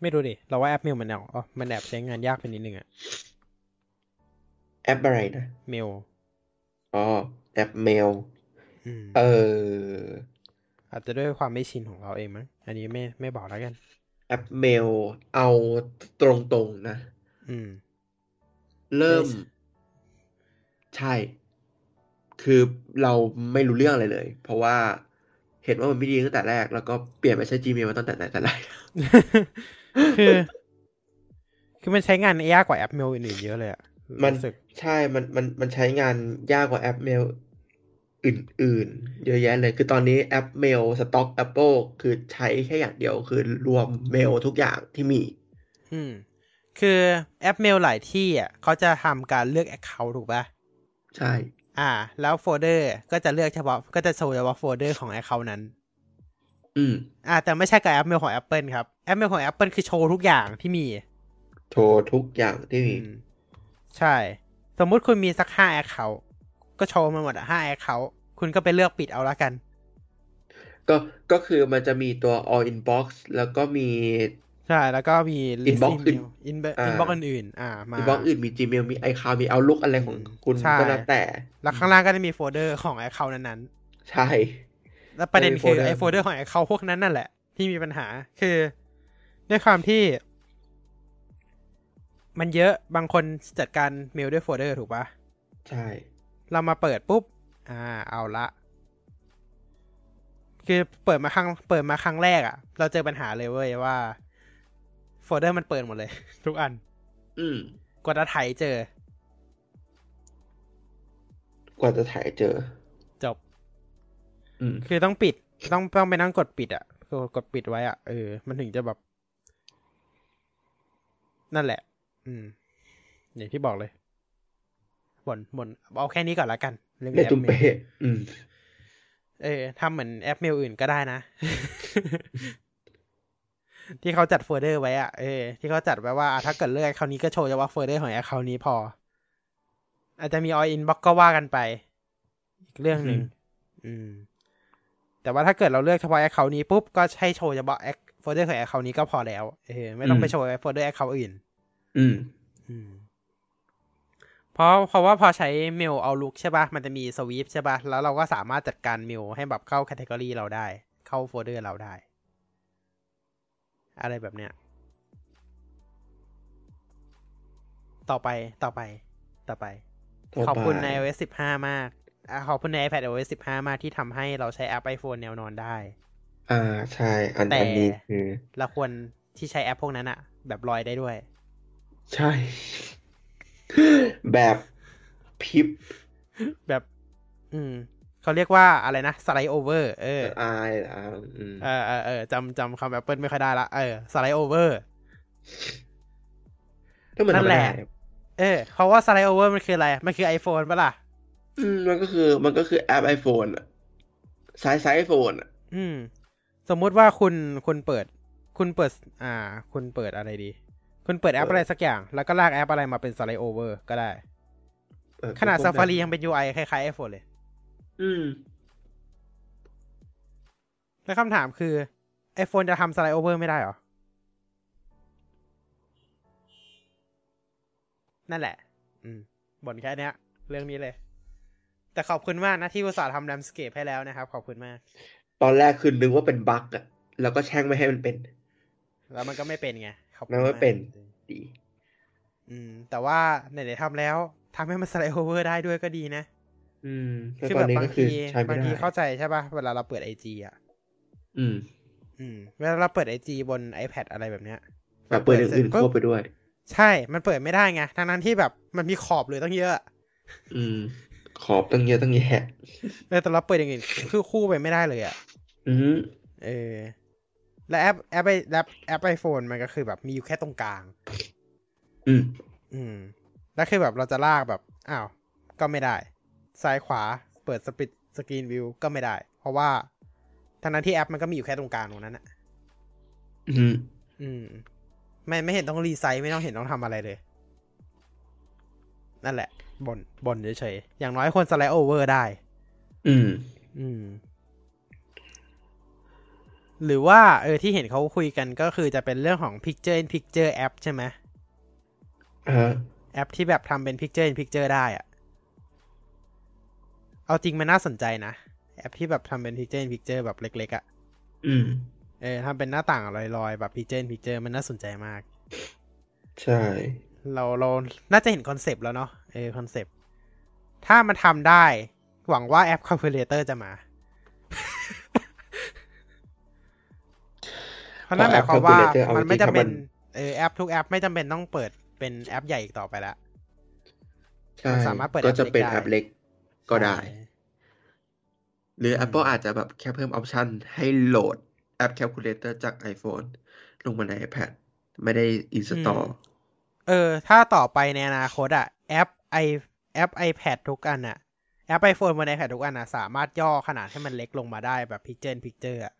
A: ไม่รู้ดิ เราว่าแอปเมลมันเอาอ๋อมันแอบใช้งานยากไปนิดนึงอะ
B: แอปอะไรนะ
A: เมล
B: อ๋อ แอปเมล
A: อืม
B: เออ
A: อาจจะด้วยความไม่ชินของเราเองมั้งอันนี้ไม่ไม่บอกแล้วกัน
B: แอปเมล เอาตรงๆนะ
A: อืม
B: เริ่ม
A: ไม่ใช่
B: ใช่ คือเราไม่รู้เรื่องอะไรเลย เพราะว่าเห็นว่ามันไม่ดีตั้งแต่แรก แล้วก็เปลี่ยนไปใช้ Gmail มาตั้งแต่ไหนแต่ไร
A: คือ คือมันใช้งานยากกว่าแอปเมลอื่นๆเยอะเลยอะ
B: มัน
A: รู้สึก
B: ใช่ มัน มัน มันใช้งานยากกว่าแอปเมลอื่นๆ เยอะแยะเลย คือตอนนี้แอปเมลสต็อก Apple คือใช้แค่อย่างเดียว คือรวมเมลทุกอย่างที่มี
A: อืม คือแอปเมลหลายที่อ่ะเขาจะทำการเลือก Account ถูกปะ่ะ
B: ใช่
A: อ่า แล้วโฟลเดอร์ก็จะเลือกเฉพาะ ก็จะโชว์เฉพาะโฟลเดอร์ของ Account นั้น
B: อืม
A: อ่า แต่ไม่ใช่กับแอปเมลของ Apple ครับ แอปเมลของ Apple คือโชว์ทุกอย่างที่มี
B: โทรทุกอย่างที่
A: อื
B: มี
A: ม ใช่ สมมุติคุณมีสักห้า Account ก็โชว์มาหมดอะห้าแอคเคาคุณก็ไปเลือกปิดเอาละกัน
B: ก็ก็คือมันจะมีตัว all inbox แล้วก็มี
A: ใช่ แล้วก็มี list
B: Inbox อื่น
A: email inbox
B: อ่า
A: inbox อื่นๆอ่า มา
B: inbox อื่นมี gmail มี icloud มี outlook อะไรของคุณ
A: ใช่
B: ก็แล้วแต่
A: แล้วข้างล่างก็จะมีโฟลเดอร์ของแอคเคานั้นๆ
B: ใช่
A: แล้วประเด็น
B: เออ
A: คือ
B: โฟลเดอร์
A: ไอ้โฟลเดอร์ของไอ้เขาพวกนั้นนั่นแหละ ที่มีปัญหาคือด้วยความที่ มันเยอะบางคนจัดการเมลด้วยโฟลเดอร์ถูกปะ
B: ใช่
A: เรามาเปิดปุ๊บ อ่า เอาละ คือเปิดมาครั้งเปิดมาครั้งแรกอะ่ะ เราเจอปัญหาเลยเว้ยว่าโฟลเดอร์มันเปิดหมดเลย ทุกอัน
B: อืม
A: กดอัไถเจอ
B: กว่าจะถ่ายเจอ
A: จบ
B: อืม
A: คือต้องปิดต้องต้องไปนั่งกดปิดอะ่ะกดกดปิดไว้อะ่ะเออมันถึงจะแบบ นั่นแหละ อืมอย่างที่บอกเลยบนบนเอาแค่นี้ก่อนละกันเรื่อง
B: ใน
A: แอ
B: ตุ้
A: ป
B: ม
A: เม
B: เป้
A: ล
B: อืม
A: เออทำเหมือนแอปเมลอื่นก็ได้ นะ ที่เขาจัดโฟลเดอร์ไว้อะเออที่เขาจัดไว้ว่าอ่ะถ้าเกิดเลือกคราวนี้ก็โชว์เฉพาะโฟลเดอร์ของแอคเคานี้พอ อาจจะมีออินบ็อกก็ว่ากันไป อีกเรื่องหนึ่งอืม แต่ว่าถ้าเกิดเราเลือกเฉพาะแอคเคานี้ปุ๊บ ก็ให้โชว์เฉพาะแอคโฟลเดอร์ของแอคเคานี้ก็พอแล้วเออไม่ต้องไป
B: อืม
A: โชว์โฟลเดอร์แอคเคาอื่น
B: อืม
A: อืมเพราะเพราะว่าพอใช้เมลเอาลุกใช่ปะ่ะ มันจะมีสวีปใช่ปะ่ะ แล้วเราก็สามารถจัดการเมลให้แบบเข้าแคตตากรีเราได้ เข้าโฟลเดอร์เราได้ อะไรแบบเนี้ย ต่อไปต่อไป ต่อไป
B: ต่อไป
A: ขอบคุณใน iOS 15 มากอ่ะขอบคุณใน iPad iOS 15 มากที่ทำให้เราใช้แอป iPhone แนวนอนได้
B: อ่า ใช่ อัน
A: แต่
B: อันนี้คือ
A: เราควรที่ใช้แอปพวกนั้นอะแบบลอยได้ด้วย
B: ใช่ แบบพริบ
A: แบบ อืม เขาเรียกว่าอะไรนะสไลด์โอเวอร์ เออ
B: อายอ่าอืม
A: เออเออเออจำจำคำ Apple ไม่ค่อยได้ละ เออ สไลด์โอเวอร์
B: ก็เหมือน
A: นั่นแหละ
B: ธรรมดา
A: เออ เพราะว่าสไลด์โอเวอร์มันคืออะไร มันคือ iPhone ปะล่ะ
B: อืมมันก็คือ มันก็คือแอป iPhone อะสายสาย iPhone อะ
A: อืม สมมุติว่าคุณคุณเปิด คุณเปิด อ่า คุณเปิดอะไรดี คุณเปิดแอปอะไรสักอย่าง แล้วก็ลากแอปอะไรมาเป็นสไลด์โอเวอร์ก็ได้
B: เออ
A: ขนาด
B: ก็คง
A: Safari
B: แบบ
A: ยังเป็น UI คล้ายๆ iPhone เลย
B: อืม
A: แล้วคำถามคือ iPhone จะทำสไลด์โอเวอร์ไม่ได้เหรอ นั่นแหละ อืมบ่นแค่เนี้ย เรื่องนี้เลย แต่ขอบคุณมากนะที่อุตส่าห์ทำแรมสเกปให้แล้วนะครับ ขอบคุณมาก
B: ตอนแรกคือนึกว่าเป็นบั๊กอะแล้วก็แช่งไม่ให้มันเป็น
A: แล้วมันก็ไม่เป็นไงขอบคุณ
B: มันไม่เป็น
A: จริง
B: ดี
A: ๆอืม แต่ว่าไหนๆทำแล้วทำให้มันสไลด์โอเวอร์ได้ด้วยก็ดีนะ
B: อืมแล้ว
A: คือ
B: ตอ
A: แบ
B: น
A: บ
B: นี้
A: บาง
B: ก็คื
A: ที
B: อใช้ไม่
A: บาง
B: ได้
A: ทีเข้าใจใช่ป่ะ เวลาเราเปิดไอจีอ่ะ
B: อืม
A: อืม เวลาเราเปิดไอจีบน iPad อะไรแบบเนี้ย
B: แบบเปิดอย่างอื่นควบไปด้วย
A: ใช่ มันเปิดไม่ได้ไง ทั้งนั้นที่แบบมันมีขอบเลยตั้งเยอะ
B: อืม ขอบตั้งเยอะตั้งแยะ
A: เออแต่เราเปิดอย่างอื่นคือคู่ไปไม่ได้เลยอ่ะ
B: อืม
A: เออ และแอปแอปไอแอปแอปไอโฟนมันก็คือแบบมีอยู่แค่ตรงกลาง
B: อืม
A: อืม แล้วคือแบบเราจะลากแบบ อ้าว ก็ไม่ได้ ซ้ายขวา เปิดสปิดสกรีนวิวก็ไม่ได้ เพราะว่าทั้งนั้นที่แอปมันก็มีอยู่แค่ตรงกลางตรงนั้นอ่ะ
B: อืม
A: อืม ไม่ไม่เห็นต้องรีไซต์ไม่ต้องเห็นต้องทำอะไรเลย นั่นแหละบนบนเฉยๆ อย่างน้อยควรสไลด์โอเวอร์ได้
B: อืม
A: อืม หรือว่าเออที่เห็นเขาคุยกันก็คือจะเป็นเรื่องของ Picture in Picture App ใช่ไหม
B: อ่า
A: แอปที่แบบทำเป็น Picture in Picture ได้อะเอาจริงมันน่าสนใจนะ แอปที่แบบทำเป็น Picture in Picture แบบเล็ก ๆอะ่ะ
B: อืม
A: เออทำเป็นหน้าต่างลอยๆ แบบ Picture in Picture มันน่าสนใจมาก
B: ใช่
A: เราเราน่าจะเห็นคอนเซปต์แล้วเนาะเออคอนเซปต์ถ้ามันทำได้ หวังว่าแอป Calculator จะมา เพราะนั่นหมายความว่า
B: Calculator เอาจริงๆ
A: มันไม่จำเป็น
B: ถ้ามัน
A: เออแอปทุกแอปไม่จำเป็นต้องเปิดเป็นแอปใหญ่อีกต่อไปละ
B: ใช่
A: มันสามารถเปิด
B: ก็จะเป็น
A: แอ
B: แอ
A: ป
B: ป
A: เล็
B: เล็
A: ก
B: ก
A: ได้
B: ก็ได้
A: ใช่
B: หรือ Apple
A: อืม
B: อาจจะแบบแค่เพิ่มออปชันให้โหลดแอป Calculator จาก iPhone ลงมาใน iPad ไม่ได้ install
A: เออ ถ้าต่อไปในอนาคตอะแอปไอแอป iPad ทุกอันอะแอป iPhone บน iPad ทุกอันอะสามารถย่อขนาดให้มันเล็กลงมาได้แบบ Picture in Picture อะ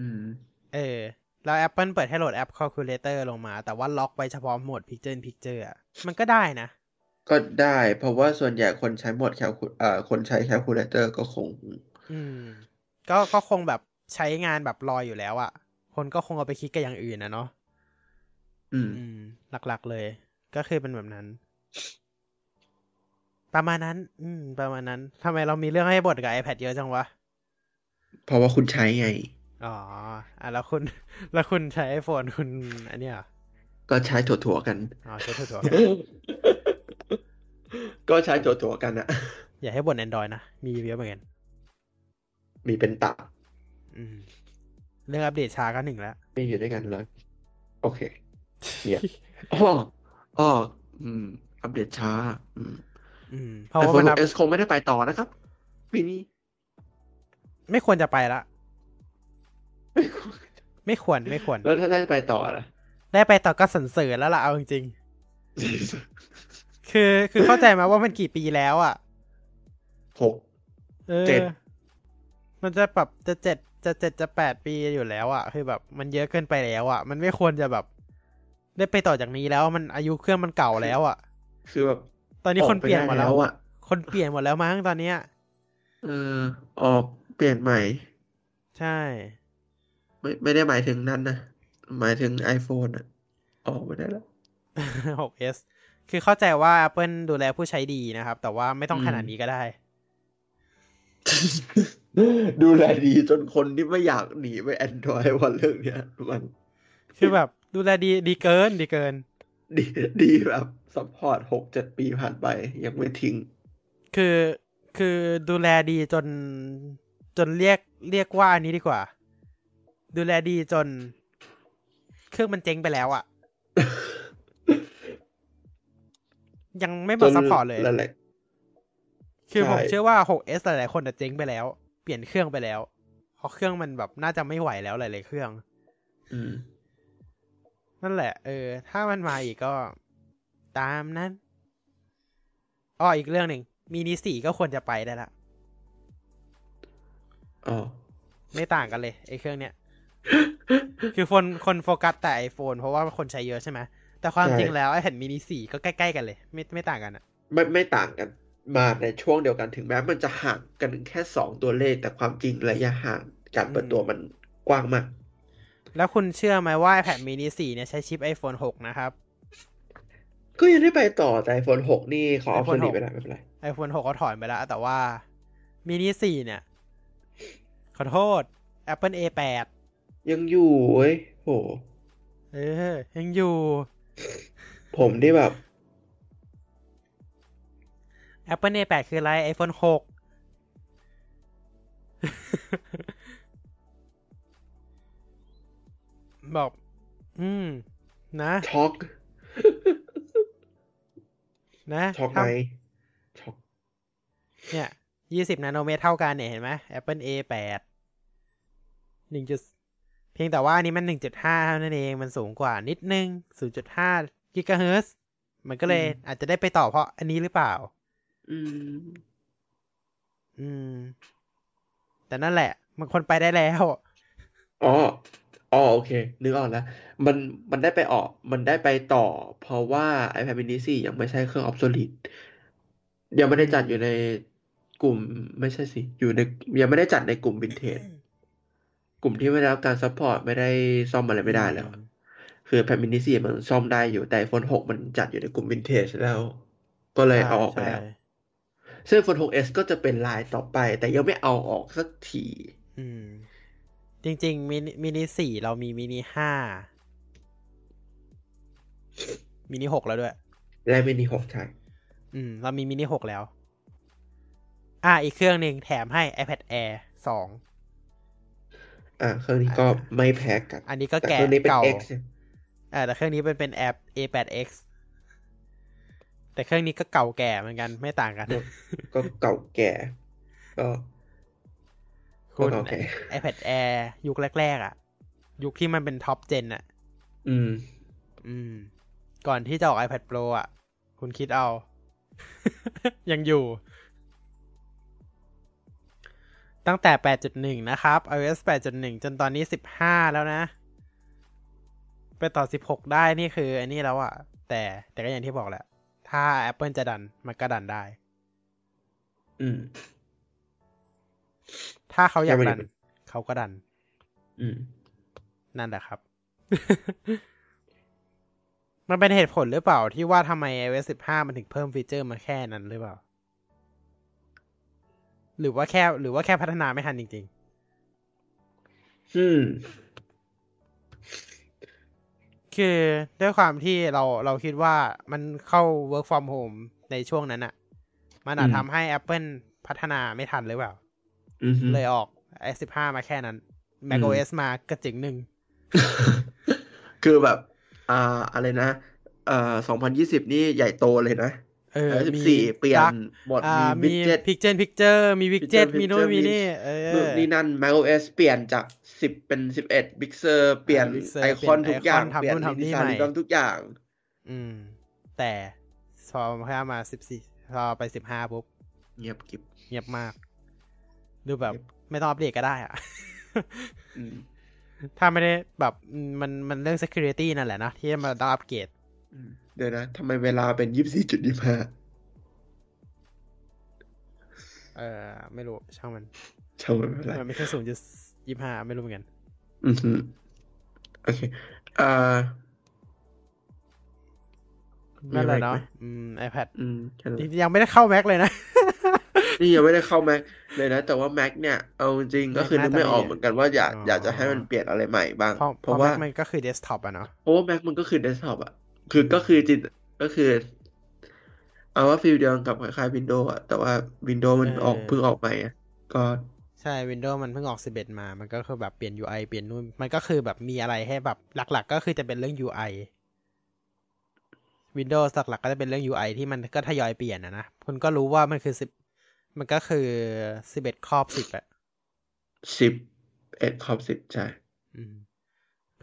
B: อืม
A: เออ แล้ว Apple เปิดให้โหลดแอป Calculator ลงมา แต่ว่าล็อกไว้เฉพาะโหมด Picture in Picture อะมันก็ได้นะ
B: ก็ได้ เพราะว่าส่วนใหญ่คนใช้หมดแคลคูเอ่อคนใช้แคลคูลเลเตอร์ก็คง
A: อืม ก็ก็คงแบบใช้งานแบบลอยอยู่แล้วอะคนก็คงเอาไปคิดกับอย่างอื่นนะเนาะ
B: อืม
A: อืม หลักๆเลย ก็คือเป็นแบบนั้น ประมาณนั้น อืม ประมาณนั้นทำไมเรามีเรื่องให้บทกับ iPad เยอะจังวะ
B: เพราะว่าคุณใช้ไง
A: อ๋ออ่ะแล้วคุณ แล้วคุณใช้ iPhone คุณ อันเนี้ยเหรอ
B: ก็ใช้ถั่ว ๆกัน
A: อ๋อใช้ถูกต้อง
B: ก็ใช้ถั่วๆกันนะ
A: อย่าให้บ่น Android นะ มีเยอะเหมือนกัน
B: มีเป็นตับ
A: อืม เรื่องอัปเดตช้าก็หนึ่งแล้ว
B: มีอยู่ด้วยกันเลย โอเค เนี่ยอ้ออ้ออืม อัปเดตช้า อืม
A: อืม เพราะ
B: แต่
A: ว่า
B: โฟ
A: มัน
B: น
A: อัป
B: เอสคงไม่ได้ไปต่อนะครับปีนี้
A: ไม่ควรจะไปละ ไม่ควร ไม่ควร
B: แล้วถ้าได้ไปต่อล่ะ
A: ได้ไปต่อก็สรรเสริญแล้วล่ะ เอาจริงๆ คือ คือเข้าใจไหมาว่ามันกี่ปีแล้วอ่ะ
B: หก
A: เออ
B: เจ็ด
A: มันจะแบบจะเจ็ดจะเจ็ดจะแปดปีอยู่แล้วอะคือแบบมันเยอะเกินไปแล้วอะมันไม่ควรจะแบบ ได้ไปต่อจากนี้แล้วมันอายุเครื่องมันเก่าแล้วอะ
B: คือแบบ
A: ตอนนี้คนเปลี่ยนหมดแล้ว
B: ออกไได้อ่ะ
A: คนเปลี่ยนหมดแล้วมั้งตอนเนี้ย
B: เออ ออกเปลี่ยนใหม่
A: ใช่
B: ไม่ไม่ได้หมายถึงนั่นนะ หมายถึง iPhone อ่ะ ออกไม่ได้แล้ว
A: 6s คือเข้าใจว่า Apple ดูแลผู้ใช้ดีนะครับ แต่ว่าไม่ต้อง
B: อืม
A: ขนาดนี้ก็ได้
B: ดูแลดีจนคนที่ไม่อยากหนีไป Android วันเรื่องเนี้ย มัน
A: คือแบบดูแลดีดีเกินดีเกิน
B: ดีดีแบบซัพพอร์ตหกเจ็ดปีผ่านไป ยังไม่ทิ้ง
A: คือคือดูแลดีจนจนเรียกเรียกว่าอันนี้ดีกว่า ดูแลดีจน เครื่องมันเจ๊งไปแล้วอะ่ะ ยังไม่มาซัพพอร์ตเลย
B: จนหลาย
A: คือผม
B: ใช่
A: เชื่อว่า 6s หลายๆคนอะเจ๊งไปแล้ว เปลี่ยนเครื่องไปแล้วเพราะเครื่องมันแบบน่าจะไม่ไหวแล้วหลายๆเครื่อง
B: ๆอืม
A: นั่นแหละ เออ ถ้ามันมาอีกก็ตามนั้นอ้ออีกเรื่องหนึ่งมินิสี่ก็ควรจะไปได้ละ
B: อ๋อ
A: ไม่ต่างกันเลยไอ้เครื่องเนี้ ย คือคนคนโฟกัสแต่ iPhone เพราะว่าคนใช้เยอะใช่ไหม แต่ความ
B: ใช่
A: จริงแล้ว iPad mini 4 ก็ใกล้ ๆ กันเลย ไม่ไม่ต่างกันอะ
B: ไม่ไม่ต่างกัน มาในช่วงเดียวกันถึงแม้มันจะห่างกันแค่สองตัวเลข แต่ความจริงระยะห่างการเปิดตัวมันกว้างมาก
A: แล้วคุณเชื่อไหมว่า iPad mini 4 เนี่ยใช้ชิป iPhone 6 นะครับ
B: ก็ยังได้ไปต่อแต่ iPhone 6 นี่ขอออฟ
A: iPhone
B: หนีไป
A: 6
B: ได้ไม่เป็นไร
A: iPhone 6เขาถอนไปแล้ว แต่ว่า mini 4 เนี่ย ขอโทษ Apple A8
B: ยังอยู่เว้ยโห
A: เออ ยังอยู่
B: ผมนี่แบบ
A: Apple A8 คืออะไร iPhone 6 บอก อืม นะ
B: ช็อก
A: นะ
B: ช็อกไหม
A: ทำ
B: ช็อก
A: เนี่ยยี่สิบนาโนเมตรเท่ากันเนี่ยเห็นไหม Apple A แปดหนึ่งจุดเพียงแต่ว่าอันนี้มันหนึ่งจุดห้าเท่านั้นเอง มันสูงกว่านิดนึงศูนย์จุดห้ากิกะเฮิรตซ์มันก็เลยอาจจะได้ไปต่อเพราะอันนี้หรือเปล่า
B: อืม
A: อืม แต่นั่นแหละ มันคนไปได้แล้ว
B: อ๋อ อ๋อ โอเค นึกออกแล้ว มัน มันได้ไปออก มันได้ไปต่อ เพราะว่า iPad mini 4 ยังไม่ใช่เครื่อง obsolete ยังไม่ได้จัดอยู่ในกลุ่ม ไม่ใช่สิ อยู่ใน ยังไม่ได้จัดในกลุ่ม vintage กลุ่มที่ไม่ได้รับการ support ไม่ได้ซ่อมอะไรไม่ได้แล้ว คือ iPad mini 4 มันซ่อมได้อยู่ แต่ iPhone 6 มันจัดอยู่ในกลุ่ม vintage แล้ว ก็เลยเอาออกไปแล้ว
A: ใช่
B: ซึ่ง iPhone 6s ก็จะเป็นลายต่อไป แต่ยังไม่เอาออกสักที
A: อืม จริงๆมินิมินิสี่เรามีมินิห้ามินิหกแล้วด้วย
B: และมินิ6ใช่
A: อืม เรามีมินิหกแล้ว อ่า อีกเครื่องหนึ่งแถมให้ iPad Air สอง
B: อ่ะเครื่องนี้ก็ไม่แพ้กัน
A: อันนี้ก็
B: แต่
A: แก่
B: เครื่องนี้เป็น
A: เก่า
B: X เนี่ย
A: อ่าแต่เครื่องนี้เป็นเป็นแอป A8X แต่เครื่องนี้ก็เก่าแก่เหมือนกันไม่ ต่างกัน
B: ก็เก่าแก่ ก็
A: คุณ
B: ก็เก่าแก่
A: iPad Air ยุคแรก ๆ อ่ะ ยุคที่มันเป็นท็อปเจนอ่ะ
B: อืม
A: อืม ก่อนที่จะออก iPad Pro อ่ะ คุณคิดเอา ยังอยู่ ตั้งแต่ 8.1 นะครับ iOS 8.1 จนตอนนี้ 15 แล้วนะ ไปต่อ 16 ได้นี่คือ อันนี้แล้วอ่ะ แต่แต่ก็อย่างที่บอกแหละ ถ้า Apple จะดันมันก็ดันได้
B: อืม
A: ถ้าเขาอยาก
B: ใช่
A: ดัน
B: ไหม
A: เขาก็ดัน
B: อืม
A: นั่นแหละครับ มันเป็นเหตุผลหรือเปล่าที่ว่าทำไม iOS 15 มันถึงเพิ่มฟีเจอร์มาแค่นั้นหรือเปล่า หรือว่าแค่ หรือว่าแค่พัฒนาไม่ทันจริง
B: อืม
A: ๆ คือด้วยความที่เราเราคิดว่ามันเข้า work from home ในช่วงนั้นอะมันอาจ
B: อืม
A: ทำให้ Apple พัฒนาไม่ทันหรือเปล่า
B: อืมฮึ
A: เลยออก iOS 15 มาแค่นั้น
B: อืม
A: macOS มากระจิงหนึ่ง
B: คือแบบ อ่า อะไรนะ เอ่อสองพันยี่สิบนี่ใหญ่โตเลยนะ
A: เออ
B: แล้วสิบ
A: มี
B: สี่เปลี่ยน
A: Dark
B: หมด
A: อ่า
B: มีบิ
A: มี
B: เจ็ต
A: พิกเจนพิกเจอร์มีวิกเจ็ต
B: Picture
A: มีโน้น
B: Picture
A: มี
B: มี
A: นี่เอ
B: นู่น
A: อ
B: นี่นั่น macOS เปลี่ยนจากสิบเป็นสิบเอ็ดบิ๊กเซอร์เปลี่ยน
A: Big Sur
B: ไอคอน
A: เปลี่ยน
B: ทุกอย่าง
A: ไอคอนทำนู่นทำนี่
B: เปลี่ยนดีไซ
A: ใหม่
B: น์ดอมทุกอย่าง
A: อืม แต่พอพามาสิบสี่พอไปสิบห้าปุ๊บ
B: เงียบกริบ
A: เงียบมาก ดูแบบ
B: เงียบ
A: ไม่ต้องอัปเดตก็ได้อะ
B: อืม
A: ถ้าไม่ได้แบบอืมมันมันเรื่อง security นั่นแหละนะที่มาต้องอัปเกรด
B: อืมเดี๋ยวนะทำไมเวลาเป็นยี่สิบสี่จุดยี่ห้า
A: เออไม่รู้ ช่างมัน
B: เช่าไม่เป็นไร
A: มันไม่ใช่ศูนย์จุดยี่ห้าไม่รู้เหมือนกัน
B: อือฮึโอเคอ่ามี
A: นั่นแหละ
B: อไรอีก
A: เนาะ
B: ไหม
A: อืม iPad
B: อืมแค่นั้น
A: ยังไม่ได้เข้า Mac เลยนะ
B: นี่ยังไม่ได้เข้าแม็กเลยนะ แต่ว่าแม็กเนี่ย เอาจริงๆก็คือนึกไม่ออกเหมือนกันว่าอยาก
A: อ๋ออ
B: อยากจะให้มันเปลี่ยนอะไรใหม่บ้าง
A: เพราะเพ
B: เพราะ
A: ราะ
B: ว่า
A: Mac มันก็คือ desktop อะเนาะ
B: เพราะว่าแม็กมันก็คือเดสก์ท็อปอะคือก็คือจิตก็คือ เอาว่าฟีลเดียวกับคล้ายๆวินโดว์อะแต่ว่าวินโดว์มัน
A: เออ
B: ออกเพิ่งออกใหม่อะก็
A: ใช่ Windows มันเพิ่งออก 11 มา มันก็คือแบบเปลี่ยน UI เปลี่ยนนู่น มันก็คือแบบมีอะไรให้แบบหลัก ๆ ก็คือจะเป็นเรื่อง UI Windows หลักๆก็จะเป็นเรื่อง UI ที่มันก็ทยอยเปลี่ยนนะนะ คุณก็รู้ว่ามันคือ 10 มันก็คือ 11 ครอบ 10อะ
B: สิบเอ็ดคอมสิบใช่
A: อืม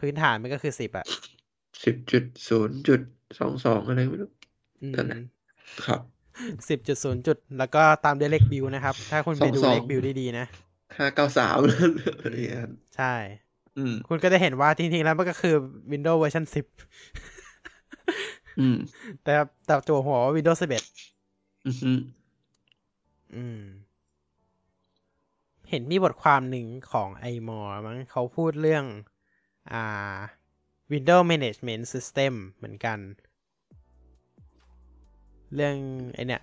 A: พื้นฐานมันก็คือ 10อะ
B: สิบจุดศูนย์จุดสองสองอะไรไม่รู้
A: อืม
B: นั่นแหละ ครับ
A: สิบจุดศูนย์จุด แล้วก็ตามด้วยเลขบิวนะครับ ถ้าคุณไปดู
B: สองสอง
A: เลขบิวดีๆนะ
B: ห้าเก้าสาม อะไรอย่างเงี้ย
A: ใช่
B: อืม
A: คุณก็จะเห็นว่าจริงๆแล้วมันก็คือ Windows เวอร์ชัน10
B: อืม
A: แต่แต่จัวหัวว่า Windows 11
B: อือฮึ
A: อืม เห็นมีบทความหนึ่งของไอมอมั้งเขาพูดเรื่อง อ่า Windows Management System เหมือนกัน เรื่องไอเนี่ย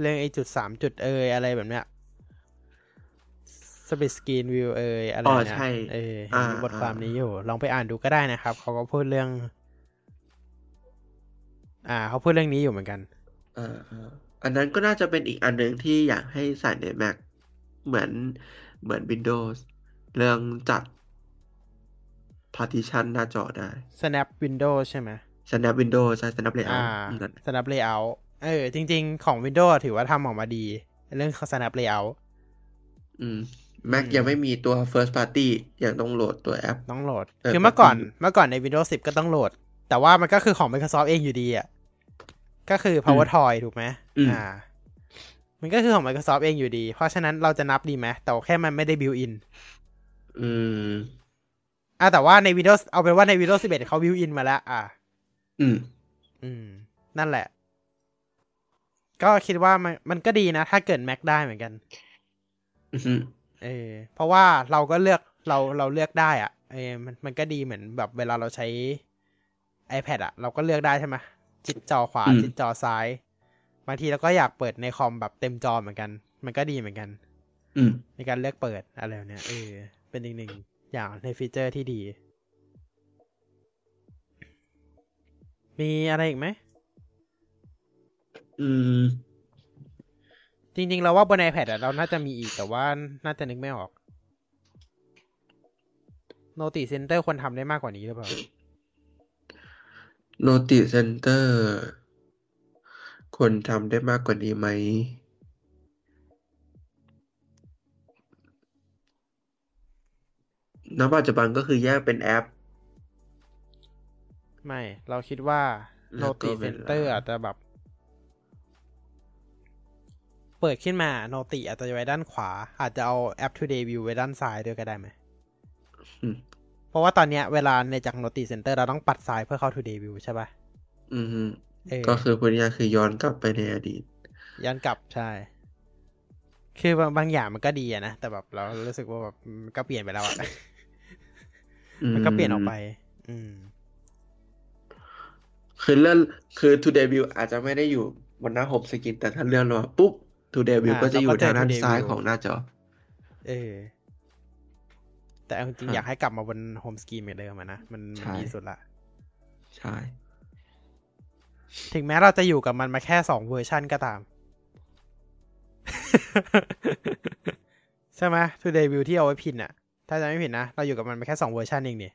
A: เรื่องไอจุดสามจุดเอยอะไรแบบเนี้ยสปิสกรีนวิวเอยอะไร
B: อ๋อ
A: เนี่ย
B: ใช่
A: เออเห็นมีบทความนี้อยู่ ลองไปอ่านดูก็ได้นะครับ เขาก็พูดเรื่อง อ่า เขาพูดเรื่องนี้อยู่เหมือนกัน
B: เอ่อเอ่ออันนั้นก็น่าจะเป็นอีกอันหนึ่งที่อยากให้ใส่ใน Mac เหมือนเหมือน Windows เรื่องจัด partition หน้าจอได้
A: Snap Windows ใช่ไหม
B: Snap Windows ใช่ Snap
A: อ่า
B: Layout นั่นน่ะ
A: Snap Layout เออ จริง ๆ ของ Windows ถือว่าทำออกมาดี เรื่อง Snap Layout
B: อืม Mac
A: อืม
B: ยังไม่มีตัว first party ยังต้องโหลดตัวแอป
A: ต้องโหลด
B: เออ
A: คือเมื่อก่อน
B: ก็ดี
A: เมื่อก่อนใน Windows 10 ก็ต้องโหลด แต่ว่ามันก็คือของ Microsoft เองอยู่ดีอ่ะ ก็คือ Power Toy ถูกไหม
B: อืม
A: อ่า มันก็คือของ Microsoft เองอยู่ดี เพราะฉะนั้นเราจะนับดีไหม แต่แค่มันไม่ได้ built in
B: อืม
A: อ่ะแต่ว่าใน Windows เอาเป็นว่าใน Windows 11 เขา built in มาแล้ว อ่ะ
B: อืม
A: อืม นั่นแหละ ก็คิดว่ามันมันก็ดีนะ ถ้าเกิด Mac ได้เหมือนกัน
B: อือฮึ
A: เออเพราะว่าเราก็เลือกเราเราเลือกได้อะเออมันมันก็ดีเหมือนแบบเวลาเราใช้ iPad อะเราก็เลือกได้ใช่ไหมจิตจอขวาจิตจอซ้าย บางทีเราก็อยากเปิดในคอมแบบเต็มจอเหมือนกัน มันก็ดีเหมือนกัน
B: อืม
A: ในการเลือกเปิดอะไรแบบเนี้ยเออเป็นอีกหนึ่งอย่างในฟีเจอร์ที่ดี มีอะไรอีกไหม
B: อืม
A: จริงๆเราว่าบน iPad อะเราน่าจะมีอีกแต่ว่าน่าจะนึกไม่ออก โนติเซนเตอร์ควรทำได้มากกว่านี้หรือเปล่า
B: โนติเซนเตอร์ควรทำได้มากกว่านี้ไหม ณ ปัจจุบันก็คือแยกเป็นแอป
A: ไม่ เราคิดว่าโน
B: แล้วก็
A: ติ
B: เว
A: เซน
B: ลา
A: เตอร์อาจจะแบบ เปิดขึ้นมาโนติอาจจะไว้ด้านขวา อาจจะเอาแอป Today View ไว้ด้านซ้ายด้วยก็ได้ไหม
B: อืม
A: เพราะว่าตอนเนี้ยเวลาในจากโนติเซนเตอร์เราต้องปัดซ้ายเพื่อเข้า Today View ใช่ปะ
B: อืม
A: เออ
B: ก็คือพูดง่ายๆคือย้อนกลับไปในอดีต
A: ย้อนกลับใช่ คือบางบางอย่างมันก็ดีอะนะ แต่แบบเรารู้สึกว่าแบบมันก็เปลี่ยนไปแล้วอะ มันก็เปลี่ยนออกไป อืม
B: คือเลื่อนคือ Today View อาจจะไม่ได้อยู่บนหน้าโฮมสกินแต่ถ้าเลื่อนลงมาปุ๊บ Today View
A: อ่า
B: ก็จะอยู่
A: เราก็เจอ
B: ทางด้าน
A: Today
B: ซ้าย
A: View
B: ของหน้าจอ
A: เออ แต่เอาจริงๆ
B: ครับ
A: อยากให้กลับมาบนโฮมสกรีนเหมือนเดิมอะนะ มัน
B: ใช่
A: ดีสุดละ
B: ใช่
A: ถึงแม้เราจะอยู่กับมันมาแค่สองเวอร์ชันก็ตาม ใช่ไหม Today View ที่เอาไว้พินอะถ้าจะไม่ผิดนะ เราอยู่กับมันมาแค่สองเวอร์ชันเองนี่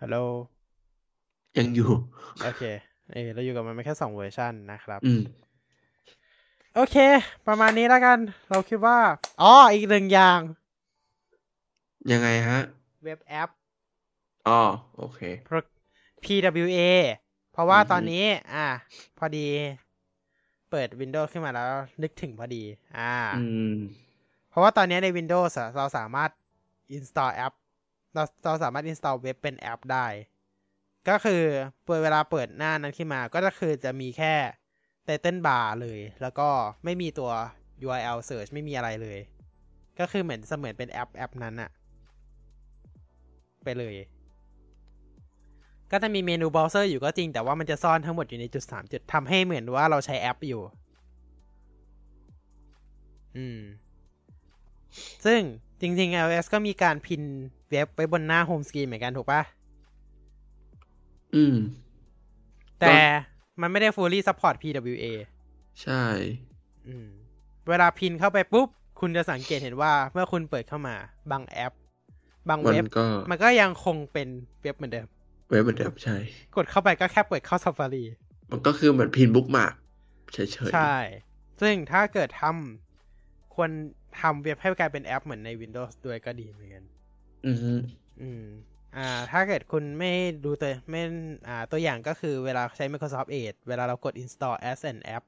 A: ฮัลโหล
B: ยังอยู่
A: โอเค เออเราอยู่กับมันมาแค่สองเวอร์ชันนะครับ
B: อืม
A: โอเค ประมาณนี้แล้วกัน เราคิดว่า อ๋อ อีกหนึ่งอย่าง
B: ยังไงฮะ
A: เว็บแอป
B: อ๋อโอเค
A: PWA เพราะว่า
B: อือฮึ
A: ตอนนี้ อ่า พอดี เปิด Windows ขึ้นมาแล้ว นึกถึงพอดี อ่า
B: อืม
A: เพราะว่าตอนนี้ใน Windows อะเราสามารถ install แอป เราเราสามารถ install เว็บเป็นแอปได้ ก็คือเปิดเวลาเปิดหน้านั้นขึ้นมา ก็จะคือจะมีแค่ title bar เลย แล้วก็ไม่มีตัว URL search ไม่มีอะไรเลย ก็คือเหมือนเสมือนเป็นแอปแอปนั้นอะไปเลย ก็จะมีเมนูเบราว์เซอร์อยู่ก็จริงแต่ว่ามันจะซ่อนทั้งหมดอยู่ในจุดสามจุดทำให้เหมือนว่าเราใช้แอปอยู่ อืม ซึ่งจริงๆ iOS ก็มีการพินเว็บไว้บนหน้าโฮมสกรีนเหมือนกันถูกปะ
B: อืม
A: แต่มันไม่ได้ fully support PWA
B: ใช่
A: อืม เวลาพินเข้าไปปุ๊บ คุณจะสังเกตเห็นว่าเมื่อคุณเปิดเข้ามาบางแอป บาง
B: มัน
A: เว็บ
B: ก็
A: มันก็ยังคงเป็นเว็บเหมือนเดิม
B: เว็บเหมือนเดิมใช่
A: กดเข้าไปก็แค่เปิดเข้า Safari
B: มันก็คือเหมือนพินบุ๊กมาร์กเฉยๆ
A: ใช่ ซึ่งถ้าเกิดทำควรทำเว็บให้กลายเป็นแอปเหมือนใน Windows ด้วยก็ดีเหมือนกัน
B: อือฮึ
A: อืม อ่า ถ้าเกิดคุณไม่ดูตัวไม่ อ่า ตัวอย่างก็คือเวลาใช้ Microsoft Edge เวลาเรากด install as an app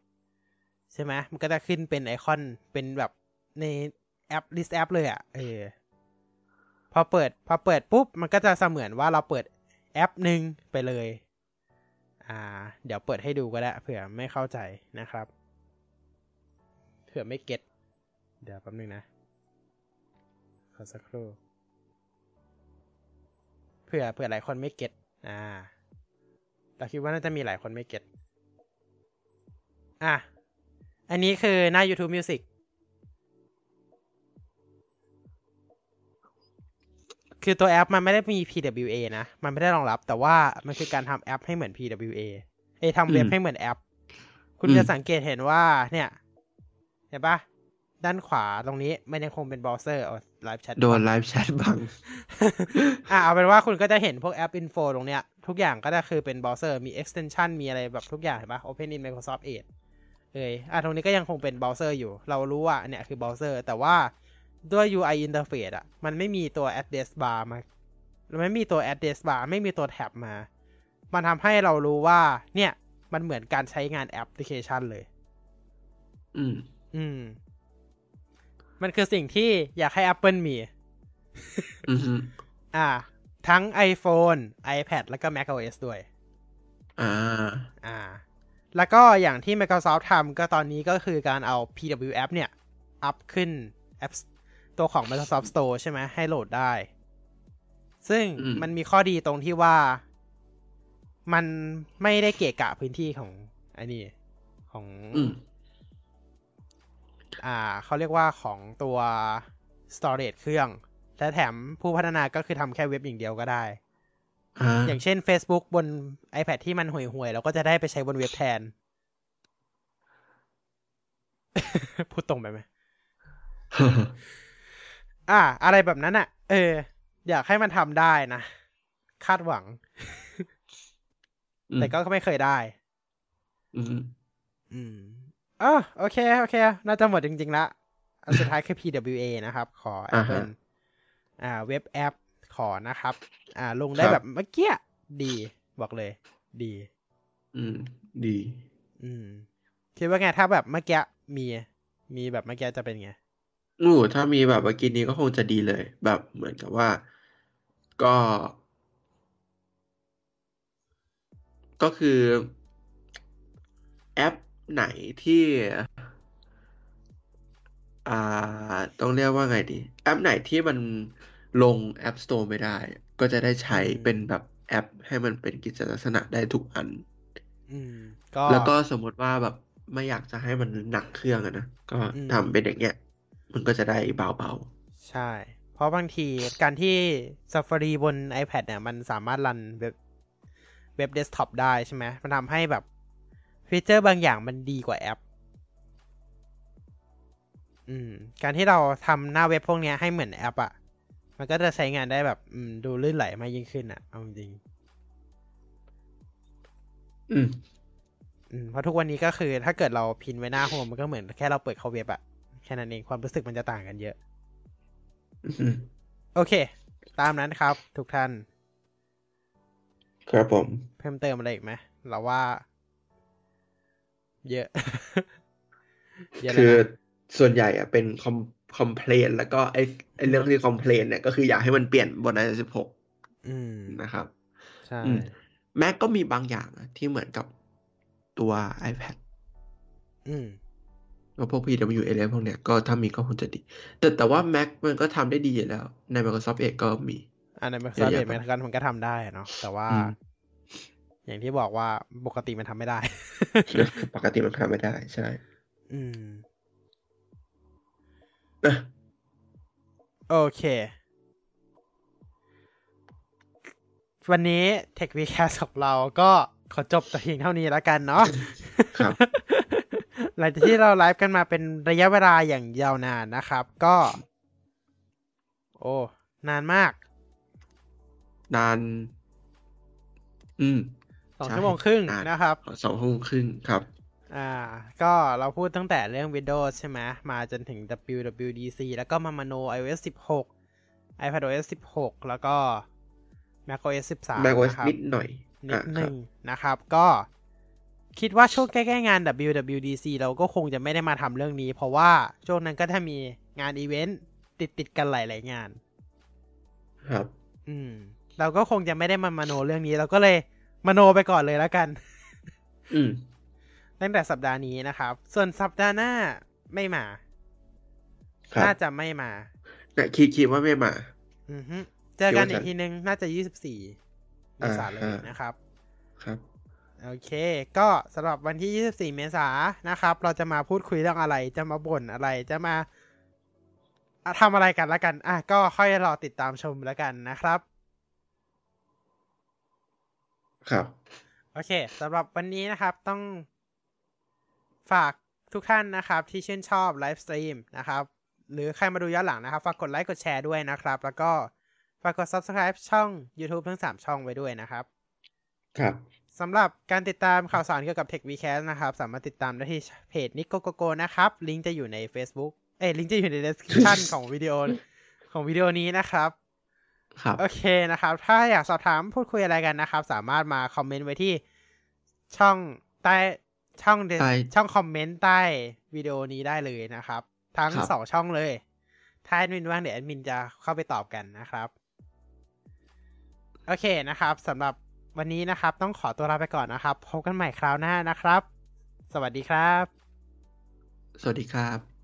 A: ใช่ไหม มันก็จะขึ้นเป็นไอคอน เป็นแบบในแอป list app เลยอะ่ะ เออ พอเปิด พอเปิดปุ๊บ มันก็จะเสมือนว่าเราเปิดแอปหนึ่งไปเลย อ่า เดี๋ยวเปิดให้ดูก็ได้ เผื่อไม่เข้าใจนะครับ เผื่อไม่เก็ตเดี๋ยวแป๊บนึงนะ ขอสักครู่ เผื่อเผื่อหลายคนไม่เก็ตอ่า เราคิดว่าน่าจะมีหลายคนไม่เก็ตอ่ะ อันนี้คือหน้า YouTube Music คือตัวแอปมันไม่ได้มี PWA นะ มันไม่ได้รองรับ แต่ว่ามันคือการทำแอปให้เหมือน PWA เอยทำเว็บให้เหมือนแอป คุณจะสังเกตเห็นว่า เนี่ย เห็นปะด้านขวาตรงนี้มันยังคงเป็นเบราว์เซอร์เอาไลฟ์แชท
B: โดนไลฟ์แชทบัง
A: อ่ะเอาเป็นว่าคุณก็จะเห็นพวกแอป Info ตรงเนี้ย ทุกอย่างก็จะคือเป็นเบราว์เซอร์มี extension มีอะไรแบบทุกอย่างเห็นปะ Open in Microsoft Edge เอยอ่ะตรงนี้ก็ยังคงเป็นเบราว์เซอร์อยู่ เรารู้ว่าเนี่ยคือเบราว์เซอร์ แต่ว่าด้วย UI interface อ่ะ มันไม่มีตัว address bar มามันไม่มีตัว address bar ไม่มีตัวแท็บมา มันทำให้เรารู้ว่า เนี่ย มันเหมือนการใช้งานแอปพลิเคชันเลย
B: อืม
A: อืม มันคือสิ่งที่อยากให้ Apple มี
B: อือฮึ
A: อ่า ทั้ง iPhone iPad แล้วก็ macOS ด้วย
B: อ่า
A: อ่า แล้วก็อย่างที่ Microsoft ทำก็ตอนนี้ก็คือการเอา PW App เนี่ย อัพขึ้น App ตัวของ Microsoft Store ใช่ไหมให้โหลดได้ ซึ่ง
B: อืม
A: มันมีข้อดีตรงที่ว่า มันไม่ได้เกะกะพื้นที่ของไอ้นี่ของ
B: อืม
A: อ่าเขาเรียกว่าของตัว storage เครื่อง และแถมผู้พัฒนาก็คือทำแค่เว็บอย่างเดียวก็ได้
B: อ่า
A: อย่างเช่น Facebook บน iPad ที่มันห่วยๆเราก็จะได้ไปใช้บนเว็บแทน พูดตรงไปไหม อ่า อะไรแบบนั้นอ่ะ เออ อยากให้มันทำได้นะ คาดหวัง แต่ก็ไม่เคยได้
B: อืม
A: อืมอ๋อโอเค โอเค น่าจะหมดจริงๆละ อันสุดท้ายคือ PWA นะครับ ขอ
B: อ่าฮะ
A: Apple อ่า เว็บแอปขอนะครับ อ่า ลงได้
B: ครับ
A: แบบเมื่อกี้ดี บอกเลย ดี
B: อืม ดี
A: อืม คิดว่าไงถ้าแบบเมื่อกี้มี มีแบบเมื่อกี้จะเป็นไง
B: อู้ถ้ามีแบบวากินนี้ก็คงจะดีเลย แบบเหมือนกับว่าก็ ก็คือแอปไหนที่ อ่า ต้องเรียกว่าไงดี แอปไหนที่มันลง App Store ไม่ได้ ก็จะได้ใช้
A: อืม
B: เป็นแบบแอปให้มันเป็นกิจลักษณะได้ทุกอัน
A: อืม ก็
B: แล้วก็สมมติว่าแบบไม่อยากจะให้มันหนักเครื่องอะนะ ก็
A: อืม
B: ทำเป็นอย่างเงี้ย มันก็จะได้เบา
A: ใช่ เพราะบางทีการที่ Safari บน iPad เนี่ย มันสามารถรันเว็บเว็บเดสก์ท็อปได้ใช่ไหม มันทำให้แบบฟีเจอร์บางอย่างมันดีกว่าแอป อืม การที่เราทำหน้าเว็บพวกเนี้ยให้เหมือนแอปอะ่ะ มันก็จะใช้งานได้แบบ อืม ดูลื่นไหลมากยิ่งขึ้นอะ่ะ เอาจริง
B: ๆ อืม
A: อืมเพราะทุกวันนี้ก็คือถ้าเกิดเราพินไว้หน้าโฮมมันก็เหมือนแค่เราเปิดเข้าเว็บอะแค่นั้นเองความรู้สึกมันจะต่างกันเยอะ
B: อืม
A: โอเค ตามนั้นครับ ทุกท่าน
B: ครับผม
A: เพิ่มเติมอะไรอีกไหมเราว่า เยอะ เยอะเล
B: คื
A: ย
B: อ
A: นะ
B: ส่วนใหญ่อะเป็นคอมคอมเพลนแล้วก็ไอไอเรื่องที่คอมเพลนเนี่ยก็คืออยากให้มันเปลี่ยนบนไอสิบหก
A: อืม
B: นะครับ
A: ใช่
B: อืม แม็กก็มีบางอย่างอะที่เหมือนกับตัว iPad
A: อืม
B: แล้วพวก PWA พวกเนี้ยก็ถ้ามีก็คงจะดี แต่แต่ว่า Mac มันก็ทำได้ดีอยู่แล้ว ใน Microsoft Edge ก็มี
A: อันนั้นเป็น
B: เย
A: ซอฟ
B: อะ
A: ต์
B: แยะ
A: แวร์เหมือนกันมันก็ทำได้อะเนาะแต่ว่า
B: อืม
A: อย่างที่บอกว่าปกติมันทำไม่ได้
B: ปกติมันทำไม่ได้ใช่
A: อืม
B: อ่ะ
A: โอเค วันนี้ Tech v c a s ของเราก็ขอจบแต่เพียงเท่านี้แล้วกันเนาะ
B: ครับ
A: หลังจากที่เราไลฟ์กันมาเป็นระยะเวลาอย่างยาวนานนะครับ ก็ โอ้ นานมาก
B: นาน อืม
A: สอง
B: ใช่
A: ชั่วโมงครึ่ง
B: นาน
A: นะครับ
B: สองชั่วโมงครึ่งครับ
A: อ่า ก็เราพูดตั้งแต่เรื่อง Windows ใช่ไหมมาจนถึง WWDC แล้วก็มามาโน iOS 16 iPadOS 16 แล้วก็ macOS 13
B: macOS
A: นะครับ
B: นิดหน่อย
A: นิด
B: อ่ะ
A: ห
B: ครั
A: นึ่
B: บ
A: งนะครับก็คิดว่าช่วงใกล้ๆงาน WWDC เราก็คงจะไม่ได้มาทำเรื่องนี้ เพราะว่าช่วงนั้นก็ถ้ามีงานอีเวนต์ติดติดๆกันหลายๆงาน
B: ครับ
A: อืม เราก็คงจะไม่ได้มามาโนเรื่องนี้ เราก็เลยมาโนไปก่อนเลยแล้วกัน
B: อืม
A: ตั้งแต่สัปดาห์นี้นะครับ ส่วนสัปดาห์หน้าไม่มา
B: ครับ
A: น่าจะไม่มา
B: แต่คิดคิดว่าไม่มา
A: อือฮึเจอกัน
B: คิดว่าจะ
A: อีกทีนึง น่าจะยี่สิบสี่เมษายนเลย
B: อ่าฮะ
A: นะครับ
B: ครับ
A: โอเค ก็สำหรับวันที่ 24 เมษายนนะครับ เราจะมาพูดคุยเรื่องอะไร จะมาบ่นอะไร จะมาอ่ะทำอะไรกันละกัน อ่ะ ก็ค่อยรอติดตามชมแล้วกันนะครับ
B: ครับ
A: โอเคสำหรับวันนี้นะครับต้องฝากทุกท่านนะครับ ที่ชื่นชอบไลฟ์สตรีมนะครับ หรือใครมาดูย้อนหลังนะครับ ฝากกดไลค์กดแชร์ด้วยนะครับ แล้วก็ฝากกด subscribe ช่อง YouTube ทั้ง 3 ช่องไว้ด้วยนะครับ
B: ครับ
A: สำหรับการติดตามข่าวสารเกี่ยวกับ Tech w e c a s t นะครับ สามารถติดตามได้ที่เพจ n i k o g o g o นะครับ ลิงก์จะอยู่ใน Facebook เอ้ยลิงก์จะอยู่ใน description ของวิดีโอของวิดีโอนี้นะครับ
B: ครับ
A: โอเคนะครับ ถ้าอยากสอบถามพูดคุยอะไรกันนะครับ สามารถมาคอมเมนต์ไว้ที่ช่องใต้ช่อง des-
B: ใต้
A: ช่องคอมเมนต์ใต้วิดีโอนี้ได้เลยนะครับ ทั้ง
B: ครับ
A: สองช่องเลย ถ้าแอดมินว่างเดี๋ยวแอดมินจะเข้าไปตอบกันนะครับ โอเคนะครับสำหรับวันนี้นะครับ ต้องขอตัวลาไปก่อนนะครับ พบกันใหม่คราวหน้านะครับ สวัสดีครับ
B: สวัสดีครับ